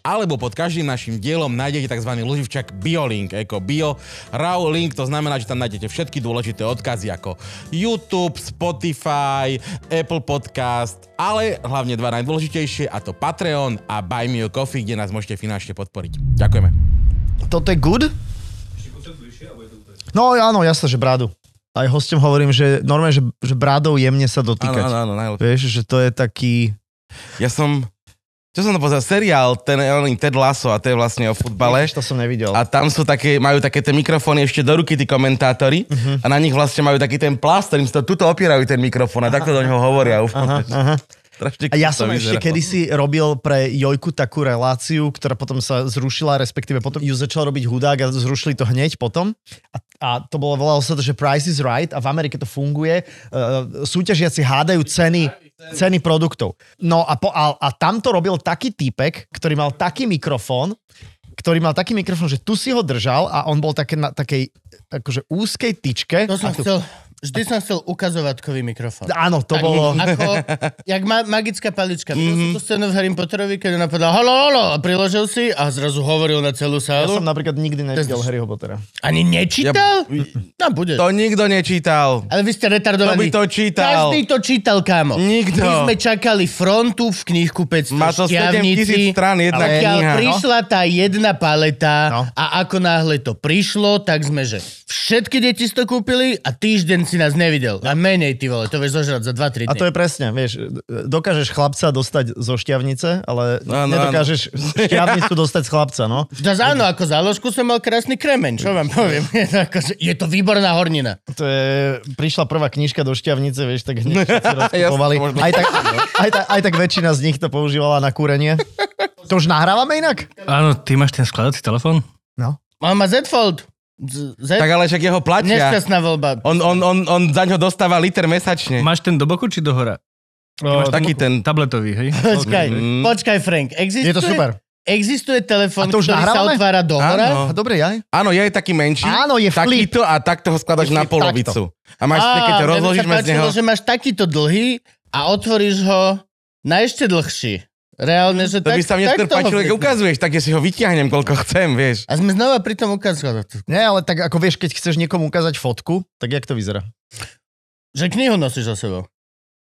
Alebo pod každým našim dielom nájdete tzv. loživčak BioLink, ako Bio Raw Link, to znamená, že tam nájdete všetky dôležité odkazy ako YouTube, Spotify, Apple Podcast, ale hlavne dva najdôležitejšie a to Patreon a Buy Me a Coffee, kde nás môžete finančne podporiť. Ďakujeme. Toto je good? No áno, jasné, že brádu. Aj hostom hovorím, že normálne, že, že brádou jemne sa dotýkať. áno, Áno, áno. najlepšie. Vieš, že to je taký... Ja som... Čo som to pozrel? Seriál, ten oný Ted Lasso a to je vlastne o futbale. Ježiš, to som nevidel. A tam sú také, majú také tie mikrofóny ešte do ruky tí komentátori uh-huh. a na nich vlastne majú taký ten plast, ktorým si to tuto opierajú ten mikrofón a takto do neho hovoria. Aha, Aha. Strašne A ja cute som to ešte vyzerá. kedysi robil pre Jojku takú reláciu, ktorá potom sa zrušila, respektíve potom ju začal robiť hudák a zrušili to hneď potom. A, a to bolo, volalo sa to, že Price is Right a v Amerike to funguje. Uh, súťažiaci hádajú ceny ceny produktov. No a, po, a, a tam to robil taký týpek, ktorý mal taký mikrofón, ktorý mal taký mikrofón, že tu si ho držal a on bol také na takej akože úzkej tyčke. To som a tu, chcel, vždy som chcel ukazovatkový mikrofón. Áno, to bolo... Ako, jak ma, magická palička. Videl mm-hmm. som tú scénu v Harry Potterovi, keď ona povedala halo, halo a priložil si a zrazu hovoril na celú Ja sálu. som napríklad nikdy nevidel Harryho Pottera. Ani nečítal? Ja... No, bude. To nikto nečítal. Ale vy ste retardovaní. Kto by to čítal? Každý to čítal, kámo. Nikto. My sme čakali frontu v knihku 500 Má to 7000 strán, jedna ale kniha. no. prišla tá jedna paleta no. No. a ako náhle to prišlo, tak sme, že všetky deti si to kúpili a týždeň si nás nevidel. A menej, ty vole, to vieš zožrať za 2-3 dní. A to je presne, vieš, dokážeš chlapca dostať zo šťavnice, ale Áno, áno. nedokážeš šťavnicu dostať z chlapca, no. Zas áno, ako záložku som mal krásny kremen, čo vám poviem. Je to, akože, je to výborná hornina. To je, prišla prvá knižka do šťavnice, vieš, tak hneď všetci rozkupovali. Jasne, možno. Aj tak, aj, tak, aj tak väčšina z nich to používala na kúrenie. To už nahrávame inak? Áno, ty máš ten skladací telefón? No. Mám ma Z Fold. Z, Z, Tak ale však jeho platia. nešťastná voľba. On, on, on, on za ňo dostáva liter mesačne. Máš ten do boku či do hora? No, taký ten... Tabletový, hej? Počkaj, Mm. počkaj Frank, existuje, Je to super. existuje telefón, A to už ktorý sa nahrávame? otvára do hora? Áno. A dobre, jaj. Áno, ja je taký menší. Áno, je flip. Takýto a takto ho skladaš Je na flip polovicu. A Á, máš, mne keď by sa rozložíš medzi páčilo, neho... že máš takýto dlhý a otvoríš ho na ešte dlhší. Reálne, že To tak, by sa tak mne skôr toho páčilo, keď flipu. ukazuješ, tak ja si ho vyťahnem, koľko chcem, vieš. A sme znova pri tom ukázali, Nie, ale tak ako vieš, keď chceš niekomu ukázať fotku, tak jak to vyzerá? že knihu nosíš so sebou.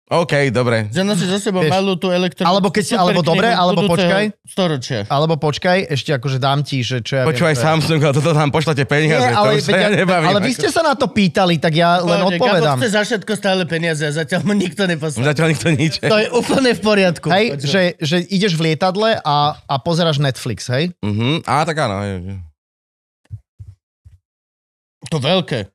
OK, dobre. Že nosíš so sebou Vieš. malú tú elektronickú Alebo keď- super alebo knihu dobre, alebo budúceho počkaj. Storočia. Alebo počkaj, ešte akože dám ti, že čo ja Počúvaj viem, čo je. Samsung, ale toto nám pošlete peniaze, Nie, ale, to už sa ja veď, nebavím. ale vy ste sa na to pýtali, tak ja len Pohode, odpovedám. Gabo chce za všetko stále peniaze a zatiaľ mu nikto neposlal. Zatiaľ nikto nič. To je úplne v poriadku. Hej, Počúvaj. že, že ideš v lietadle a, a pozeráš Netflix, hej? Mhm, á, tak áno. je, je. To veľké.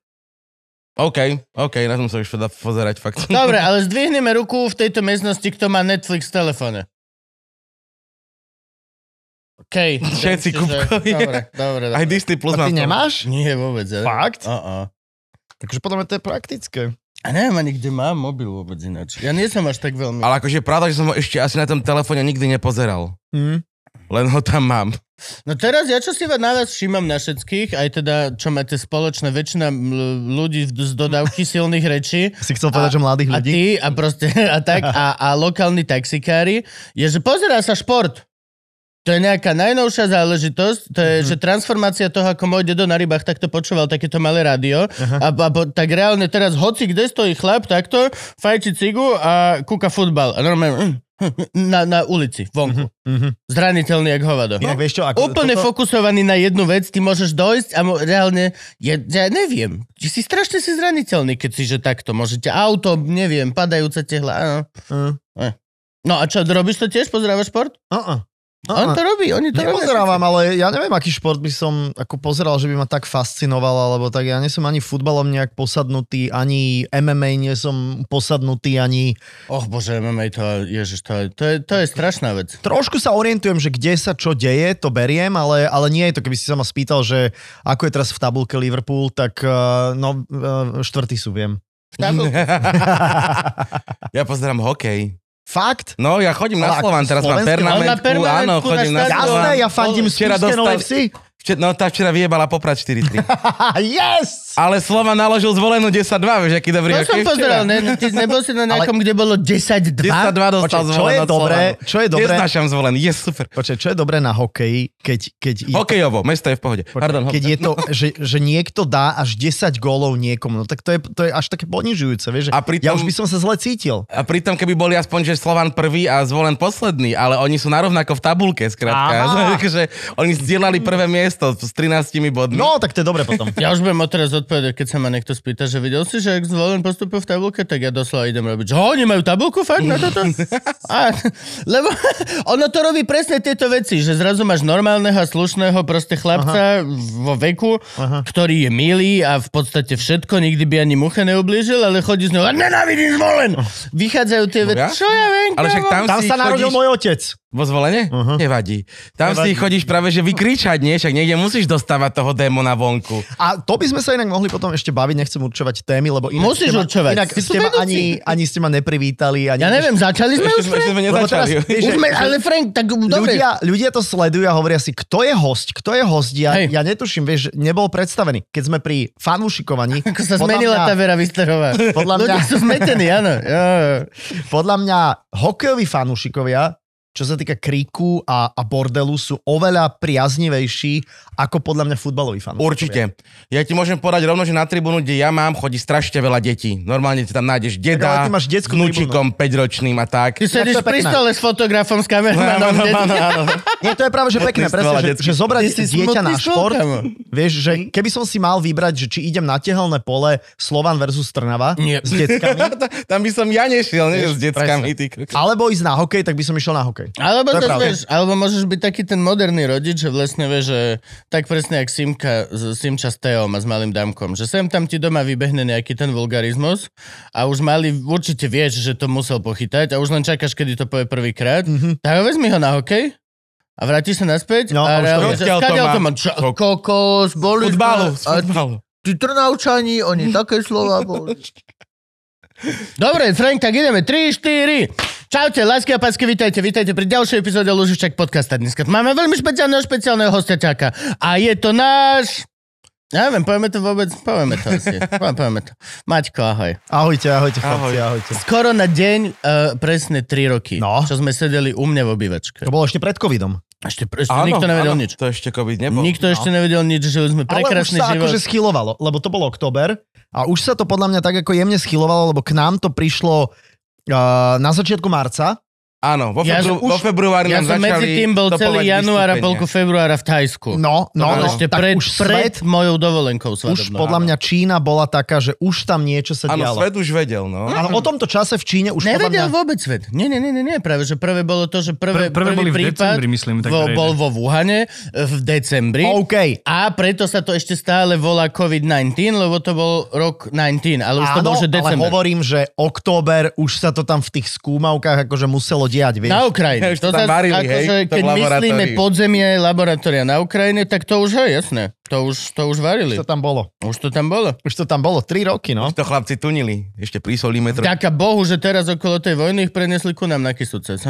OK, OK, na tom sa už dá pozerať fakt. No. Dobre, ale zdvihneme ruku v tejto miestnosti, kto má Netflix v telefóne. OK. Všetci, Čiže- Kupkovi. Dobre, dobre. Aj dobre. Disney Plus A ty mám to. nemáš? Nie, vôbec. Ale... Fakt? Uh-uh. Takže potom to je praktické. A neviem ani, kde mám mobil vôbec ináč. Ja nie som až tak veľmi... Ale akože pravda, že som ho ešte asi na tom telefóne nikdy nepozeral. Hm. Len ho tam mám. No teraz, ja čo si va- na vás všímam na všetkých, aj teda, čo máte spoločné, väčšina m- ľudí z dodávky silných rečí, Si chcel povedať, že mladých a ľudí? ty a proste a tak a, a lokálni taxikári, je, že pozerá sa šport. To je nejaká najnovšia záležitosť, to Mhm. je, mm-hmm. že transformácia toho, ako môj dedo na rybách takto počúval takéto malé rádio a, a po, tak reálne teraz hoci kde stojí chlap takto, fajči cigu a kúka futbal. A normálne mm, na, na ulici, vonku. Mhm. Zraniteľný jak hovado. Inak vieš čo, ako Úplne toto- fokusovaný na jednu vec, ty môžeš dojsť a mo- reálne, ja, ja neviem, Ty si strašne si zraniteľný, keď si že takto, môžete auto, neviem, padajúca tehla, áno. Hm. No a čo, robíš to tiež, pozerávaš šport? Á, á. Á, On á. to robí, oni to Nepozerávam, hm. ale ja neviem, aký šport by som ako pozeral, že by ma tak fascinoval, alebo tak ja nie som ani futbalom nejak posadnutý, ani MMA nie som posadnutý, ani... Och bože, MMA, to, ježiš, to, je- to, je, to je strašná vec. Trošku sa orientujem, že kde sa čo deje, to beriem, ale, ale nie je to, keby si sa ma spýtal, že ako je teraz v tabulke Liverpool, tak eh, no, eh, štvrtý sú, viem. V tabulke. ja pozerám hokej. Fakt? No, ja chodím na Ale ako Slovan, teraz mám On má slovenský- permanentku, áno, permanentku chodím na na štadión. Slovan. Jasné, ja fandím Včera Spišskénu dostal- FC. Včer- No, tá včera vyjebala poprať 4-3. Haha, yes! Ale Slovan naložil zvolenú 10-2, vieš, aký dobrý. To aký som je pozeral, včera. ne, ty nebol si na nejakom, kde bolo 10-2? 10-2 dostal Počkaj, čo zvolen je od dobré- Slovanu. čo je dobré- Neznášam zvolen, je super. Počkaj, čo je dobré na hokeji, keď, keď, je, Hokejovo, mesto je v pohode. Pardon, keď hokejovo. je to, že, že niekto dá až 10 gólov niekomu, no tak to je, to je až také ponižujúce, vieš, že A pritom- ja už by som sa zle cítil. A pritom, keby boli aspoň, že Slovan prvý a zvolen posledný, ale oni sú narovnako v tabulke, Aha. skrátka. Takže oni zdieľali prvé miesto s 13 bodmi. No, tak to je dobre potom. Ja už budem odteraz odpovedať, keď sa ma niekto spýta, že videl si, že ak zvolen postupil v tabulke, tak ja doslova idem robiť, že ho, oni majú tabulku fakt na toto? A, lebo ono to robí presne tieto veci, že zrazu máš normálneho a slušného proste chlapca vo veku, Aha. ktorý je milý a v podstate všetko, nikdy by ani mucha neublížil, ale chodí z ňou a nenávidím zvolen! Vychádzajú tie veci, jasne. čo ja viem, Ale však kámo? tam, Tam si sa narodil chodíš... môj otec. Vo zvolenie? Aha. Nevadí. Tam si Nevadí. chodíš práve, že vykričať, nie? Však niekde musíš dostávať toho démona vonku. A to by sme sa inak mohli potom ešte baviť, nechcem určovať témy, lebo inak Musíš ste ma, určovať, Inak si tu ste ma vedúci. ani, ani ste ma neprivítali. Ani Ja neviem, začali sme Ešte už, sme, ešte Frank? sme Lebo nezačali. teraz- vieš, Už že- sme, že- ale Frank, tak dobre. Ľudia, ľudia to sledujú a hovoria si, kto je host, kto je host, ja, Hej. ja netuším, vieš, nebol predstavený. Keď sme pri fanúšikovaní, Ako sa podľa zmenila mňa- tá Vera Vysterová. Podľa mňa- Ľudia sú zmetení, áno. Jo, jo. podľa mňa hokejoví fanúšikovia, čo sa týka kríku a, a bordelu, sú oveľa priaznivejší ako podľa mňa futbaloví fanúšikovia. Určite. Ja ti môžem povedať rovno, že na tribúnu, kde ja mám, chodí strašne veľa detí. Normálne ti tam nájdeš ale deda ty máš s detskú vnúčikom 5-ročným a tak. No, Ty sedíš pri 115. stole s fotografom, s No, kameramanom. Áno, kde- áno, áno. Nie, to je práve, že pekné, Otec veľa presne, že, detských. že zobrať Ty si dieťa na smutný šport, človek, áno. vieš, že keby som si mal vybrať, že či idem na tehelné pole Slovan versus Trnava Nie. s deckami, tam by som ja nešiel, nie? S deckami. Ty. kokos. alebo ísť na hokej, tak by som išiel na hokej. Alebo, To je to pravda. vieš, alebo môžeš byť taký ten moderný rodič, že vlastne vieš, že tak presne jak Simka, z- Simča s Teom a s malým Damkom, že sem tam ti doma vybehne nejaký ten vulgarizmus a už mali, určite vieš, že to musel pochytať a už len čakáš, kedy to povie prvýkrát. Mm-hmm. Tak vezmi ho na hokej a vrátiš sa naspäť Mhm. No, a a už reálne, že to je. Odkiaľ to skáďal má? to má, čo, Kok- kokos, Z boli Futbalu, z a futbalu. Ty Trnavčani, oni také slova boli. Dobre, Frank, tak ideme. 3, 4. Čaute, lásky a pásky, vítajte, vítajte pri ďalšej epizóde Lužičak podcasta. Dneska máme veľmi špeciálneho, špeciálneho hostia čaká. A je to náš... Ja neviem, povieme to vôbec, povieme to asi. Po- povieme to. Maťko, ahoj. Ahojte, ahojte, chlapci, ahojte. Skoro na deň, uh, presne 3 roky, No. čo sme sedeli u mňa v obývačke. To bolo ešte pred covidom. Ešte, ešte Áno, nikto nevedel áno, nič. To ešte COVID nebol. Nikto ešte nevedel nič, že sme prekrásny no. ale už sa život. akože schylovalo, lebo to bol október a už sa to podľa mňa tak ako jemne schylovalo, lebo k nám to prišlo uh, na začiatku marca. Áno, vo, Ja som febru- už- vo februári Ja som nám začali medzi tým bol topovať celý január a vystúpenia. polku februára v Thajsku. No, no, Ale no ešte tak pred, už pred svet, mojou dovolenkou už svadobnou. podľa mňa Čína bola taká, že už tam niečo sa Áno, dialo. svet už vedel, no. Ale o tomto čase v Číne už Nevedel podľa mňa... vôbec svet. Nie, nie, nie, nie, nie, práve, že prvé bolo to, že prvé, Prvé, prvé boli v prvý prípad decembri, myslím. Tak vo, verejne. bol vo Wuhane e, v decembri. OK. A preto sa to ešte stále volá COVID-19, lebo to bol rok 19, ale už to Áno, bol, že ale december. hovorím, že október už sa to tam v tých skúmavkách akože muselo diať, vieš. Na Ukrajine. Už to tam zas- varili, akože, hej, v tom keď laboratóriu. myslíme podzemie laboratória na Ukrajine, tak to už je, jasné. To už, to už varili. Už to tam bolo. Už to tam bolo. Už to tam bolo. Tri roky, no. To chlapci tunili. Ešte prisolíme to. Ďaká Bohu, že teraz okolo tej vojny ich prenesli ku nám na Kisúce.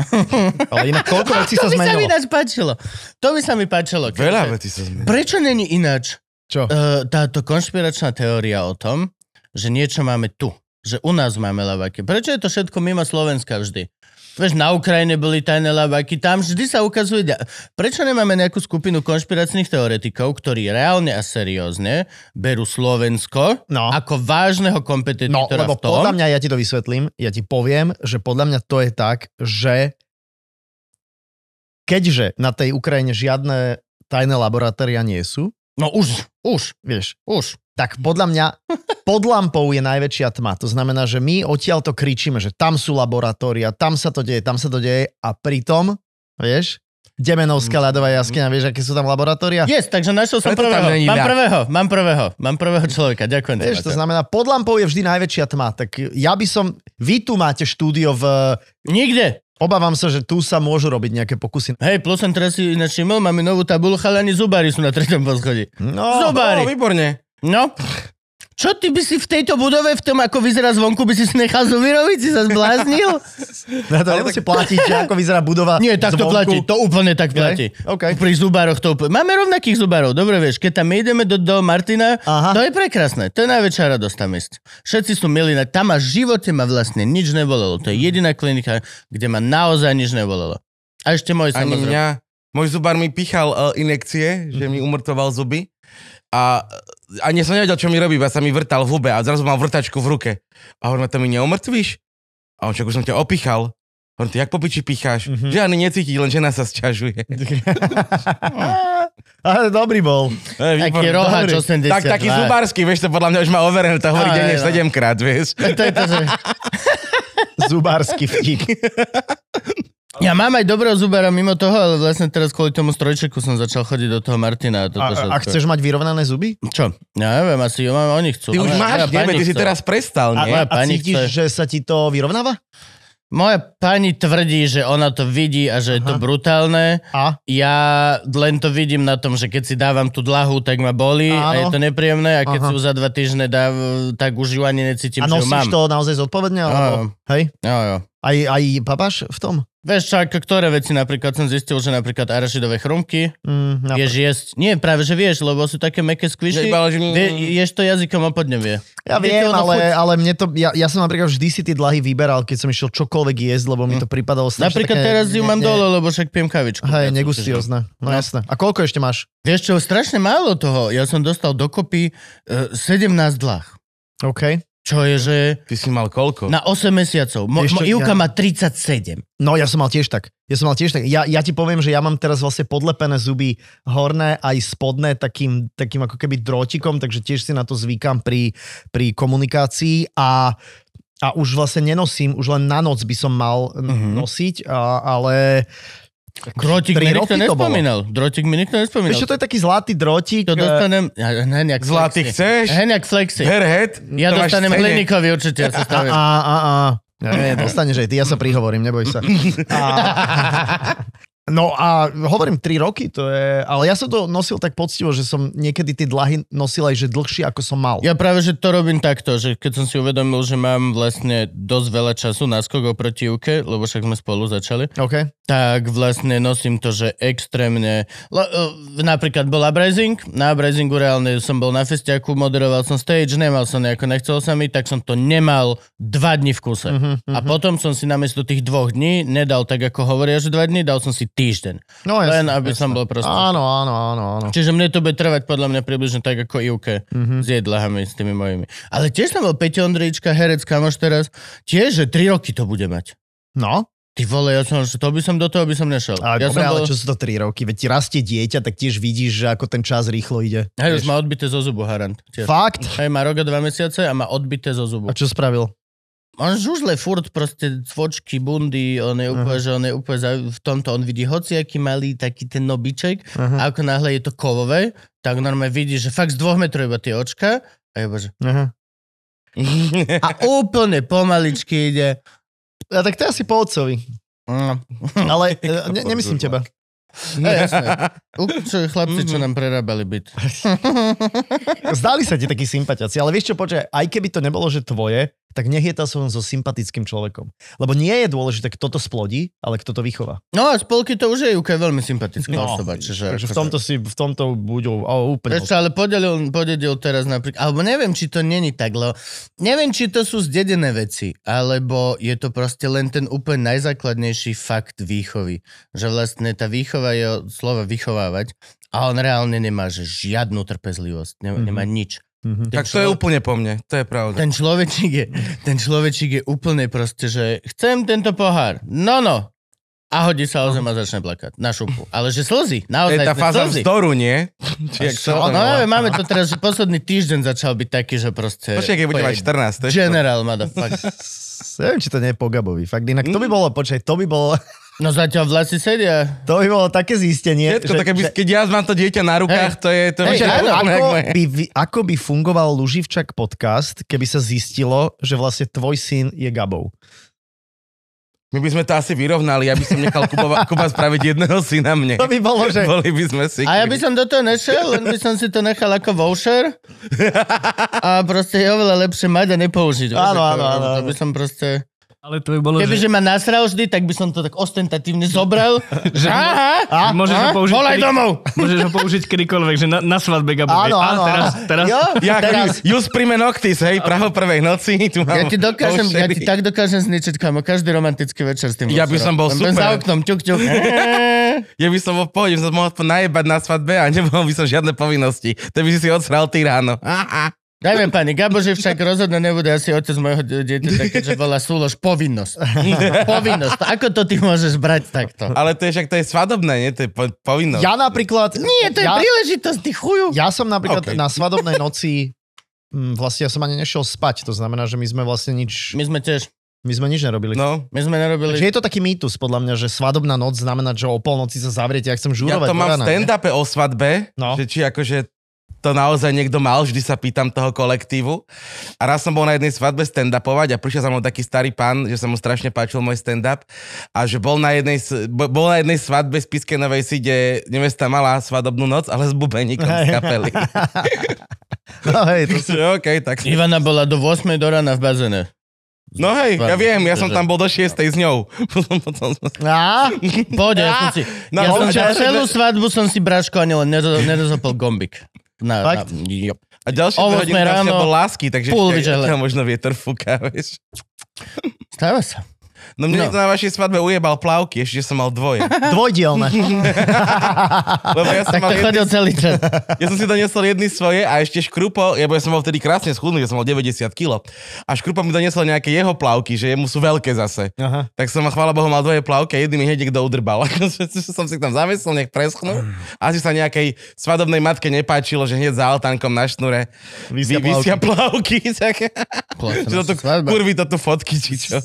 Ale inak koľko vecí sa to by sa mi zmenilo. ináč páčilo. To by sa mi páčilo. keďže- Veľa vecí sa zmenilo. Prečo není ináč Čo? uh, táto konšpiračná teória o tom, že niečo máme tu? Že u nás máme lavaky. Prečo je to všetko mimo Slovenska vždy? Vieš, na Ukrajine boli tajné lavaky, tam vždy sa ukazuje... ďa- Prečo nemáme nejakú skupinu konšpiračných teoretikov, ktorí reálne a seriózne berú Slovensko No. ako vážneho No, kompetitora lebo v tom? podľa mňa, ja ti to vysvetlím, ja ti poviem, že podľa mňa to je tak, že keďže na tej Ukrajine žiadne tajné laboratória nie sú, No už, už, vieš, už. tak podľa mňa pod lampou je najväčšia tma. To znamená, že my odtiaľ to kričíme, že tam sú laboratória, tam sa to deje, tam sa to deje a pritom, vieš, Demenovská ľadová jaskyňa, vieš, aké sú tam laboratória? Yes, takže našiel som Preto prvého. tam není Mám ľad. prvého, mám prvého, mám prvého človeka. Ďakujem. Vieš, to Tomáš. znamená, pod lampou je vždy najväčšia tma. Tak ja by som... Vy tu máte štúdio v... Nikde. Obávam sa, že tu sa môžu robiť nejaké pokusy. Hej, plus som teraz si ináč všimol, máme novú tabulu, chalani zubári sú na treťom poschodí. No, Zobári. No, výborne. No, Čo ty by si v tejto budove, v tom, ako vyzerá zvonku, by si si nechal zoviroviť? Si sa zbláznil? Na to nemusí platiť, že ako vyzerá budova Nie, tak to zvonku. platí. To úplne tak platí. OK. Pri zubároch to úplne. Máme rovnakých zubárov, dobre vieš. Keď tam ideme do, do Martina, Aha. to je prekrásne. To je najväčšia radosť tam ísť. Všetci sú milí. na- Tam ma v živote ma vlastne nič nebolelo. To je jediná klinika, kde ma naozaj nič nebolelo. A ešte môj Ani samozrejme. mňa. Môj zubár mi pichal uh, inekcie, že mi umrtoval zuby. A ani som nevedel, čo mi robí, iba sa mi vrtal v hube a zrazu mal vrtačku v ruke. A hovorím, to mi neumrtvíš? A on čak, už som ťa opichal. Hovorím, ty jak po piči picháš? Mm-hmm. Mhm. Že ani necíti, len žena sa sťažuje. Ale dobrý bol. Taký rohač 82. Tak, taký zubársky, vieš, to podľa mňa už má overené, to hovorí Á, denne je, no. 7 krát, vieš. To je to, že... Zubársky vtip. Ja mám aj dobrého zubára mimo toho, ale vlastne teraz kvôli tomu strojčeku som začal chodiť do toho Martina. A, toto A, všetko. a chceš mať vyrovnané zuby? Čo? Ja neviem, asi jo, mám, oni chcú. Ty už Moja- máš, moja nebe, pani ty si chce. teraz prestal, A, nie? moja a pani cítiš, chce- že sa ti to vyrovnáva? Moja pani tvrdí, že ona to vidí a že je to Aha. brutálne. A? Ja len to vidím na tom, že keď si dávam tú dlahu, tak ma boli a je Áno. to nepríjemné a keď Aha. si ju za dva týždne dáv, tak už ju ani necítim, a že ju mám. nosíš to naozaj zodpovedne? Alebo, Áno, hej? jo, jo. Aj, aj papáš v tom? Vieš čo, ako ktoré veci napríklad som zistil, že napríklad arašidové chrumky Mm, na- vieš jesť. Nie, práve že vieš, lebo sú také meké Že mm. squishy. iba leží... Vie, ješ to jazykom a podne vie. Ja Ide ti viem, o to ale, chuť. ale mne to, ja, ja som napríklad vždy si tie dlahy vyberal, keď som išiel čokoľvek jesť, lebo mi to pripadalo strašne Mm. Napríklad také, teraz ju ne- mám ne- dole, lebo však pijem kavičku. Hej, Ja som si- negustiozne. No, No. jasné. A koľko ešte máš? Vieš čo, strašne málo toho. Ja som dostal dokopy e, 17 dlách. OK. Čo je, že Ty si mal koľko? na 8 mesiacov. Mo, Vieš mo, čo, Ivka ja- má 37. No ja som mal tiež tak. Ja som mal tiež tak. Ja, ja ti poviem, že ja mám teraz vlastne podlepené zuby horné aj spodné takým, takým ako keby drotikom, takže tiež si na to zvykam pri, pri komunikácii a, a už vlastne nenosím, už len na noc by som mal Mhm. mm-hmm. nosiť, a, ale Drotik mi Tri nikto roky to bolo. nespomínal. Drotik mi nikto nespomínal. ešte to je taký zlatý drotík. No, to eh, dostanem... Ja, heniak Zlatý flexi. chceš? Heniak flexi. Herhead? Ja To máš dostanem v cene. hliníkovi určite. Ja sa A, stavím. a, a, a. Nie, dostaneš aj ty, ja sa prihovorím, neboj sa. A, no a hovorím 3 roky, to je... Ale ja som to nosil tak poctivo, že som niekedy tie dlahy nosil aj že dlhšie, ako som mal. Ja práve, že to robím takto, že keď som si uvedomil, že mám vlastne dosť veľa času na skok oproti Juke, lebo však sme spolu začali, OK. tak vlastne nosím to, že extrémne... Le, uh, napríklad bol Uprising, na Uprisingu reálne som bol na festiaku, moderoval som stage, nemal som nejako, nechcel sa mi, tak som to nemal dva dni v kuse. Mhm, mhm. A potom som si namiesto tých dvoch dní nedal tak, ako hovoria, že dva dní, dal som si týždeň. No, Len aby som bol proste. Áno, áno, áno, áno. Mhm. Čiže mne to bude trvať podľa mňa približne tak ako Ivke mm-hmm. s jedlahami, s tými mojimi. Ale tiež tam bol Peťo Ondrejčka, herec, kamoš teraz, tiež, že tri roky to bude mať. No, Ty vole, ja som, že to by som do toho by som nešiel. ale, ja ja dobre, som ale čo sú to 3 roky? Veď ti rastie dieťa, tak tiež vidíš, že ako ten čas rýchlo ide. Hej, už má odbité zo zubu, Harant. Tiež. Fakt? Hej, má roka dva mesiace a má odbité zo A zubu. čo spravil? On žužle furt proste cvočky, bundy, on je úplne, že on je úplne za, v tomto, on vidí hociaký malý taký ten nobiček Aha, a ako náhle je to kovové, tak normálne vidí, že fakt z dvoch metrov iba tie očka a je bože. aha. A úplne pomaličky ide. A tak to je asi po otcovi. Mm. Ale eh, ne, nemyslím teba. Hej, No, jasné. U, čo, chlapci, čo nám prerábali byt. Zdali sa ti takí sympatiaci, ale vieš čo, počkaj, aj keby to nebolo, že tvoje, tak nech je to som so sympatickým človekom. Lebo nie je dôležité, kto to splodí, ale kto to vychová. No a spolky to už je Juka je veľmi sympatická no, osoba. Čiže, takže v tomto si, v tomto budú oh, úplne... Prečo, ale podelil, podelil teraz napríklad, alebo neviem, či to není tak, lebo neviem, či to sú zdedené veci, alebo je to proste len ten úplne najzákladnejší fakt výchovy. Že vlastne tá výchova je od slova vychovávať a on reálne nemá že žiadnu trpezlivosť, ne, Mhm. nemá nič. Mhm. Tak to je úplne po mne, to je pravda. Ten človečík je, ten človečík je úplne proste, že chcem tento pohár, no no. A hodí sa o zem a začne plakať na šupu. Ale že slzy, To naozaj je tá fáza slzy. vzdoru, nie? Či jak sa No, to no volá? neviem, máme to teraz, že posledný týždeň začal byť taký, že proste... Počkaj, keď bude mať 14, to je to. General, motherfucker. Ja neviem, či to nie je Pogabovi. Fakt, inak to by Mm. bolo, počkaj, to by bolo, No zatiaľ vlasy sedia. to by bolo také zistenie, Všetko, také, by- keď ja mám to dieťa na rukách, to je to Hej, je áno, úplne jak ako, moje. by, vy- ako by fungoval Luživčak podcast, keby sa zistilo, že vlastne tvoj syn je Gabou? My by sme to asi vyrovnali, ja by som nechal Kuba, Kuba spraviť jedného syna mne. To by bolo, že... No. Boli by sme si. A ja by som do toho nešiel, len by som si to nechal ako voucher a proste je oveľa lepšie mať a nepoužiť. vieš, Áno, ako- áno, áno, To by som proste... Ale to by bolo, že, Kebyže ma nasral vždy, tak by som to tak ostentatívne zobral. Že, aha, a, môžeš ho použiť volaj kedy- domov! môžeš ho použiť kedykoľvek, že na, na svadbe Gabo. Áno, vie, "Á, áno, teraz, teraz, Jo, Ja, teraz. Jus prime noctis, hej, Praho prvej noci. Tu mám Ja ti dokážem, ja ti ošený. tak dokážem zničiť, kamo, každý romantický večer s tým. Ja by voucherom. som bol Len super. Za oknom, ťuk, ťuk. Ja by som bol v pohode, by som sa mohol aspoň najebať na svadbe a nebol by som žiadne povinnosti. To by si si odsral ty ráno. Á, á. Dajme pani, Gabo, že však rozhodne nebude asi otec mojho d- dieťaťa, keďže volá súlož povinnosť. povinnosť. Ako to ty môžeš brať takto? Ale to je však, to je svadobné, nie? To je po, povinnosť. Ja napríklad... Nie, to je ja, príležitosť, ty chuju. ja som napríklad OK. na svadobnej noci... mm, Vlastne ja som ani nešiel spať, to znamená, že my sme vlastne nič... My sme tiež, My sme nič nerobili. No, my sme Že nerobili... je to taký mýtus, podľa mňa, že svadobná noc znamená, že o polnoci sa zavriete, ja chcem ja to žúrovať. do mám v rána, ne? stand-upe o svadbe, No. že či akože to naozaj niekto mal, vždy sa pýtam toho kolektívu. A raz som bol na jednej svadbe stand-upovať a prišiel za mnou taký starý pán, že sa mu strašne páčil môj stand-up a že bol na jednej, s- bo- bol na jednej svadbe z Piskej Novej si, kde nevesta mala svadobnú noc, ale s bubeníkom z kapely. No, hej, to sú... Že OK, tak Ivana bola do 8 do rána v bazéne. No hej, ja Vážne, viem, ja som že- tam bol do 6 s ňou. Potom, potom som... Á, Poď, ja som si... No, ja som a, si ďalšia, celú svadbu som si bráško ani len neroz, nerozopol gombik. Na, na, Fakt? jo. a ďalšia O dve 8 hodiny ďalšia ráno, bol lásky, takže púl ešte aj- vyžehle. ešte možno vietor fúka, vieš. Stáva sa. No mne No. niekto na vašej svadbe ujebal plavky, ešte že som mal dvoje. dvojdielne. Lebo ja som, Tak mal to jedny, chodil celý čas. ja som si doniesol jedny svoje a ešte škrupo, lebo ja som bol vtedy krásne schudnutý, ja som mal 90 kg. A škrupo mi doniesol nejaké jeho plavky, že jemu sú veľké zase. Aha. Tak som, chvála Bohu, mal dvoje plavky a jedný mi hneď kto udrbal. Akože som si tam zavesil, nech preschnú. Asi sa nejakej svadobnej matke nepáčilo, že hneď za altánkom na šnure vysia, Vysia vysia plavky. Tak, že Plácená toto, svadba. kurvi, toto fotky, či čo.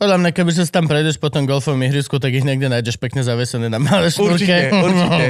Podľa mňa, keby sa tam prejdeš po tom golfovom ihrisku, tak ich niekde nájdeš pekne zavesené na malé šnúrke. Určite, určite.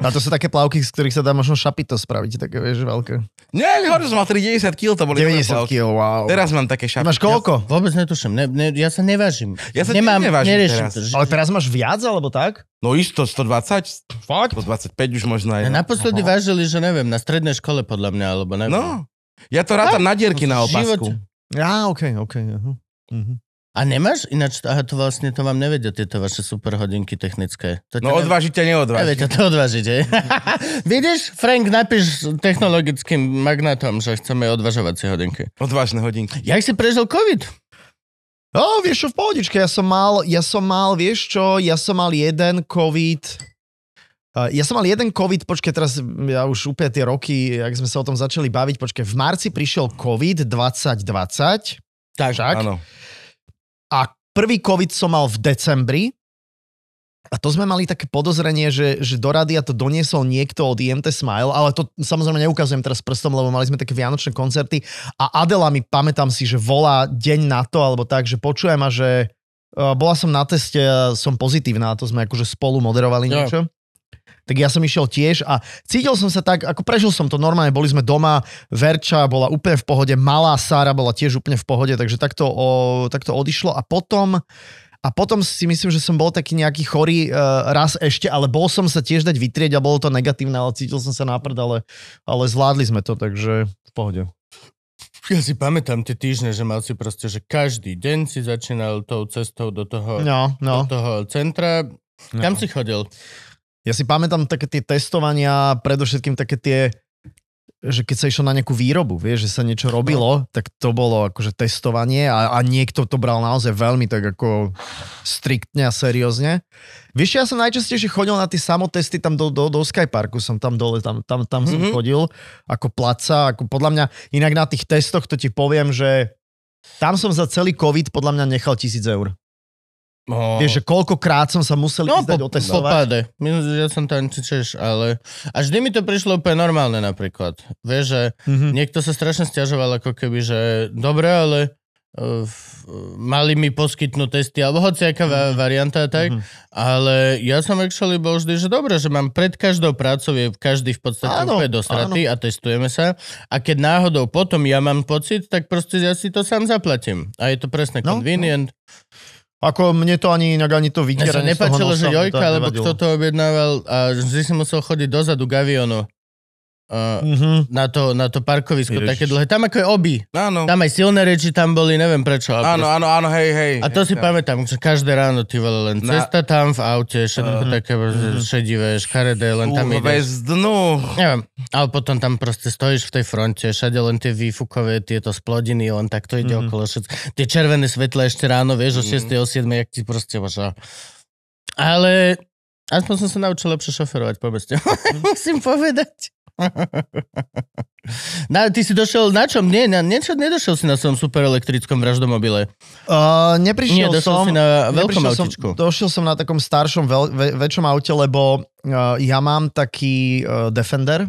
A to sú také plavky, z ktorých sa dá možno šapito spraviť, také vieš, veľké. Nie, hovorím, som mal 90 kg, to boli moje 90 plavky. kg, wow. Teraz mám také šapky. máš koľko? Vôbec netuším, ne, ne, ja sa nevážim. Ja sa tiež Nemám, nevážim neriešim teraz. to. Že- Ale teraz máš viac, alebo tak? No isto, 120? Fakt? 125 už možno aj. Ja no. naposledy vážili, že neviem, na strednej škole podľa mňa, alebo neviem. No, ja to rátam na dierky na Život- opasku. Á, OK, OK. aha. Mhm. A nemáš ináč, aha, to vlastne to vám nevedia tieto vaše super hodinky technické. To No odvážite, neodvážite. Neviete to odvážiť, hej? Vidíš, Frank, napíš technologickým magnatom, že chceme odvažovacie hodinky. Odvážne hodinky. Jak si prežil COVID? No, vieš čo, v pohodičke, ja som mal, ja som mal, vieš čo, ja som mal jeden COVID, Uh, ja som mal jeden COVID, počkaj, teraz mm, ja už úplne tie roky, ak sme sa o tom začali baviť, počkaj, v marci prišiel COVID 2020, Tak, však? Áno. A prvý COVID som mal v decembri. A to sme mali také podozrenie, že, že do rádia to doniesol niekto od IMT Smile, ale to samozrejme neukazujem teraz prstom, lebo mali sme také vianočné koncerty a Adela mi, pamätám si, že volá deň na to, alebo tak, že počujem a že uh, bola som na teste a som pozitívna a to sme akože spolu moderovali Jo. niečo. Tak ja som išiel tiež a cítil som sa tak, ako prežil som to normálne, boli sme doma, Verča bola úplne v pohode, malá Sára bola tiež úplne v pohode, takže takto, o, takto odišlo a potom a potom si myslím, že som bol taký nejaký chorý uh, raz ešte, ale bol som sa tiež dať vytrieť a bolo to negatívne, ale cítil som sa na prd, ale, ale zvládli sme to, takže v pohode. Ja si pamätám tie týždne, že mal si proste, že každý deň si začínal tou cestou do toho, No, do no. toho centra. no. Kam si chodil? Ja si pamätám také tie testovania, predovšetkým také tie, že keď sa išlo na nejakú výrobu, vieš, že sa niečo robilo, tak to bolo akože testovanie a, a niekto to bral naozaj veľmi tak ako striktne a seriózne. Vieš, čo, ja som najčastejšie chodil na tie samotesty tam do, do, do Skyparku, som tam dole, tam, tam, tam som Mhm. chodil ako placa, ako podľa mňa, inak na tých testoch to ti poviem, že tam som za celý COVID podľa mňa nechal tisíc eur. No, Vieš, že koľkokrát som sa musel no, ísť dať po- otestovať. po páde. Minus, ja som tam tiež, ale... A vždy mi to prišlo úplne normálne napríklad. Vieš, že Mhm. niekto sa strašne stiažoval ako keby, že dobre, ale eh, v- mali mi poskytnúť testy, alebo hociaká Mhm. va- varianta a tak, ale ja som actually bol vždy, že dobre, že mám pred každou prácou je každý v podstate Áno, úplne do straty a testujeme sa a keď náhodou potom ja mám pocit, tak proste ja si to sám zaplatím a je to presne No, no. convenient. Ako mne to ani inak ani Mne to sa vydieranie z toho nepáčilo, nosa, že mi to Jojka, ani alebo nevadilo. kto to objednával a vždy som musel chodiť dozadu gavionu. eh, Mhm. na to, na to parkovisko Ježiš. také dlhé. Tam ako je obi. Áno, Tam aj silné reči tam boli, neviem prečo. ale áno, áno, áno, hej, hej. proste- A to si pamätám, že každé ráno ty vole, len Na- Mhm. cesta tam v aute, všetko také že šedivé, škaredé, len tam Kurva, ideš. Bez dnu. Neviem, ale potom tam proste stojíš v tej fronte, všade len tie výfukové, tieto splodiny, len tak to ide Mhm. okolo všetko. Tie červené svetla ešte ráno, vieš, o Mhm. 6. o 7. jak ti proste možno. Ale aspoň som sa naučil lepšie šoferovať, povedzte. Mhm. Musím povedať. na, ty si došiel na čom? Nie, na, niečo, nedošiel si na svojom superelektrickom vraždomobile. Uh, Nie, neprišiel došiel som... si na veľkom Neprišiel autičku. Som, došiel som na takom staršom, veľ, ve, väčšom aute, lebo uh, ja mám taký uh, Defender.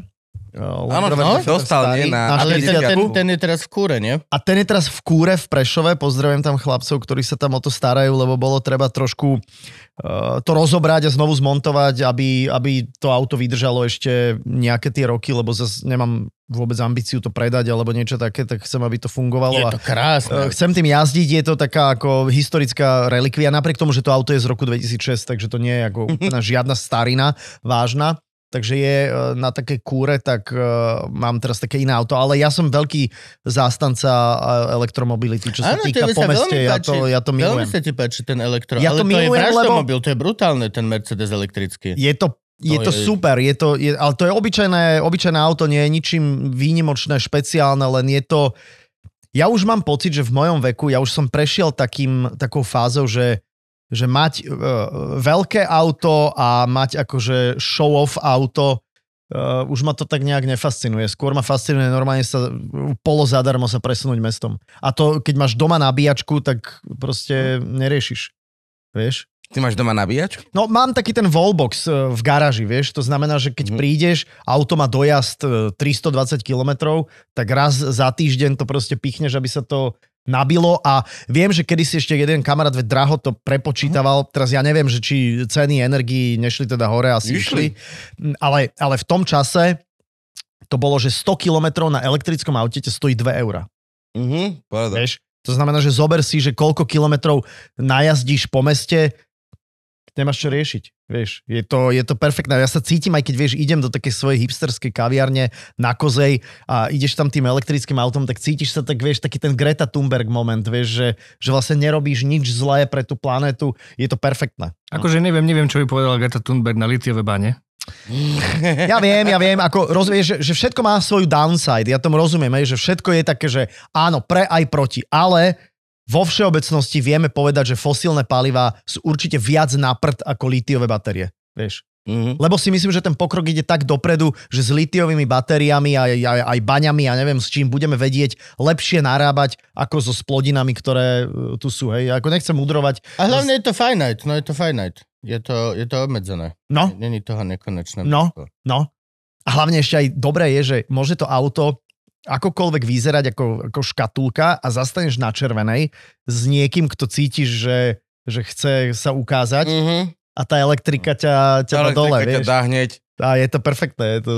Uh, Land Áno, Rover no, Defender dostal, starý, nie, na- na Ale ten, 40. ten, ten je teraz v kúre, nie? A ten je teraz v kúre v Prešove, pozdravujem tam chlapcov, ktorí sa tam o to starajú, lebo bolo treba trošku uh, to rozobrať a znovu zmontovať, aby, aby to auto vydržalo ešte nejaké tie roky, lebo zase nemám vôbec ambíciu to predať alebo niečo také, tak chcem, aby to Je fungovalo. a to krásne. Eh, Chcem tým jazdiť, je to taká ako historická relikvia, napriek tomu, že to auto je z roku 2006, takže to nie je ako úplná žiadna starina vážna. Takže je eh, na také kúre, tak eh, mám teraz také iné auto, ale ja som veľký zástanca eh, elektromobility, čo sa Áno, týka tebe po sa veľmi meste, ja páči. to, ja to Veľmi milujem. sa ti páči ten elektro. Ja ale to to je milujem, lebo- vraždomobil, to je brutálne, ten Mercedes elektrický. Je to je To to je- super, je to, je, ale to je obyčajné, obyčajné auto, nie je ničím výnimočné, špeciálne, len je to... Ja už mám pocit, že v mojom veku, ja už som prešiel takým, takou fázou, že, že mať uh, veľké auto a mať akože show-off auto, uh, už ma to tak nejak nefascinuje. Skôr ma fascinuje normálne sa uh, polozadarmo sa presunúť mestom. A to, keď máš doma nabíjačku, tak proste neriešiš. Vieš? Ty máš doma nabíjačku? No mám taký ten wallbox e, v garáži, vieš, to znamená, že keď Mhm. prídeš, auto má dojazd e, 320 km, tak raz za týždeň to proste pichneš, aby sa to nabilo a viem, že kedy si ešte jeden kamarát, veď Draho to prepočítaval, teraz ja neviem, že či ceny energii nešli teda hore, asi išli, Išli. Mm, ale, ale v tom čase to bolo, že 100 km na elektrickom aute te stojí 2 eurá. Mhm, povedal. Vieš? To znamená, že zober si, že koľko kilometrov najazdíš po meste, nemáš čo riešiť. Vieš, je to, je to perfektné. Ja sa cítim, aj keď vieš, idem do takej svojej hipsterskej kaviarne na Kozej a ideš tam tým elektrickým autom, tak cítiš sa tak, vieš, taký ten Greta Thunberg moment, vieš, že, že vlastne nerobíš nič zlé pre tú planetu. Je to perfektné. Akože neviem, neviem, čo by povedala Greta Thunberg na litiové bane. Ja viem, ja viem, ako rozumieš, že, že všetko má svoju downside, ja tomu rozumiem, hej, že všetko je také, že áno, pre aj proti, ale vo všeobecnosti vieme povedať, že fosílne paliva sú určite viac na prd ako litiové batérie. Vieš. Mhm. Lebo si myslím, že ten pokrok ide tak dopredu, že s litiovými batériami a aj, aj, aj baňami a neviem s čím budeme vedieť lepšie narábať ako so splodinami, ktoré e, tu sú. Hej. Ja Ako nechcem mudrovať. A hlavne je to finite, no je to finite. Je to, je to obmedzené. No, Není toho nekonečné. No. množstvo. No. A hlavne ešte aj dobré je, že môže to auto akokoľvek vyzerať ako, ako škatulka a zastaneš na červenej s niekým, kto cítiš, že, že chce sa ukázať Mhm. a tá elektrika ťa, ťa dá Ale dole, ťa vieš. dá hneď. A je to perfektné. Je to,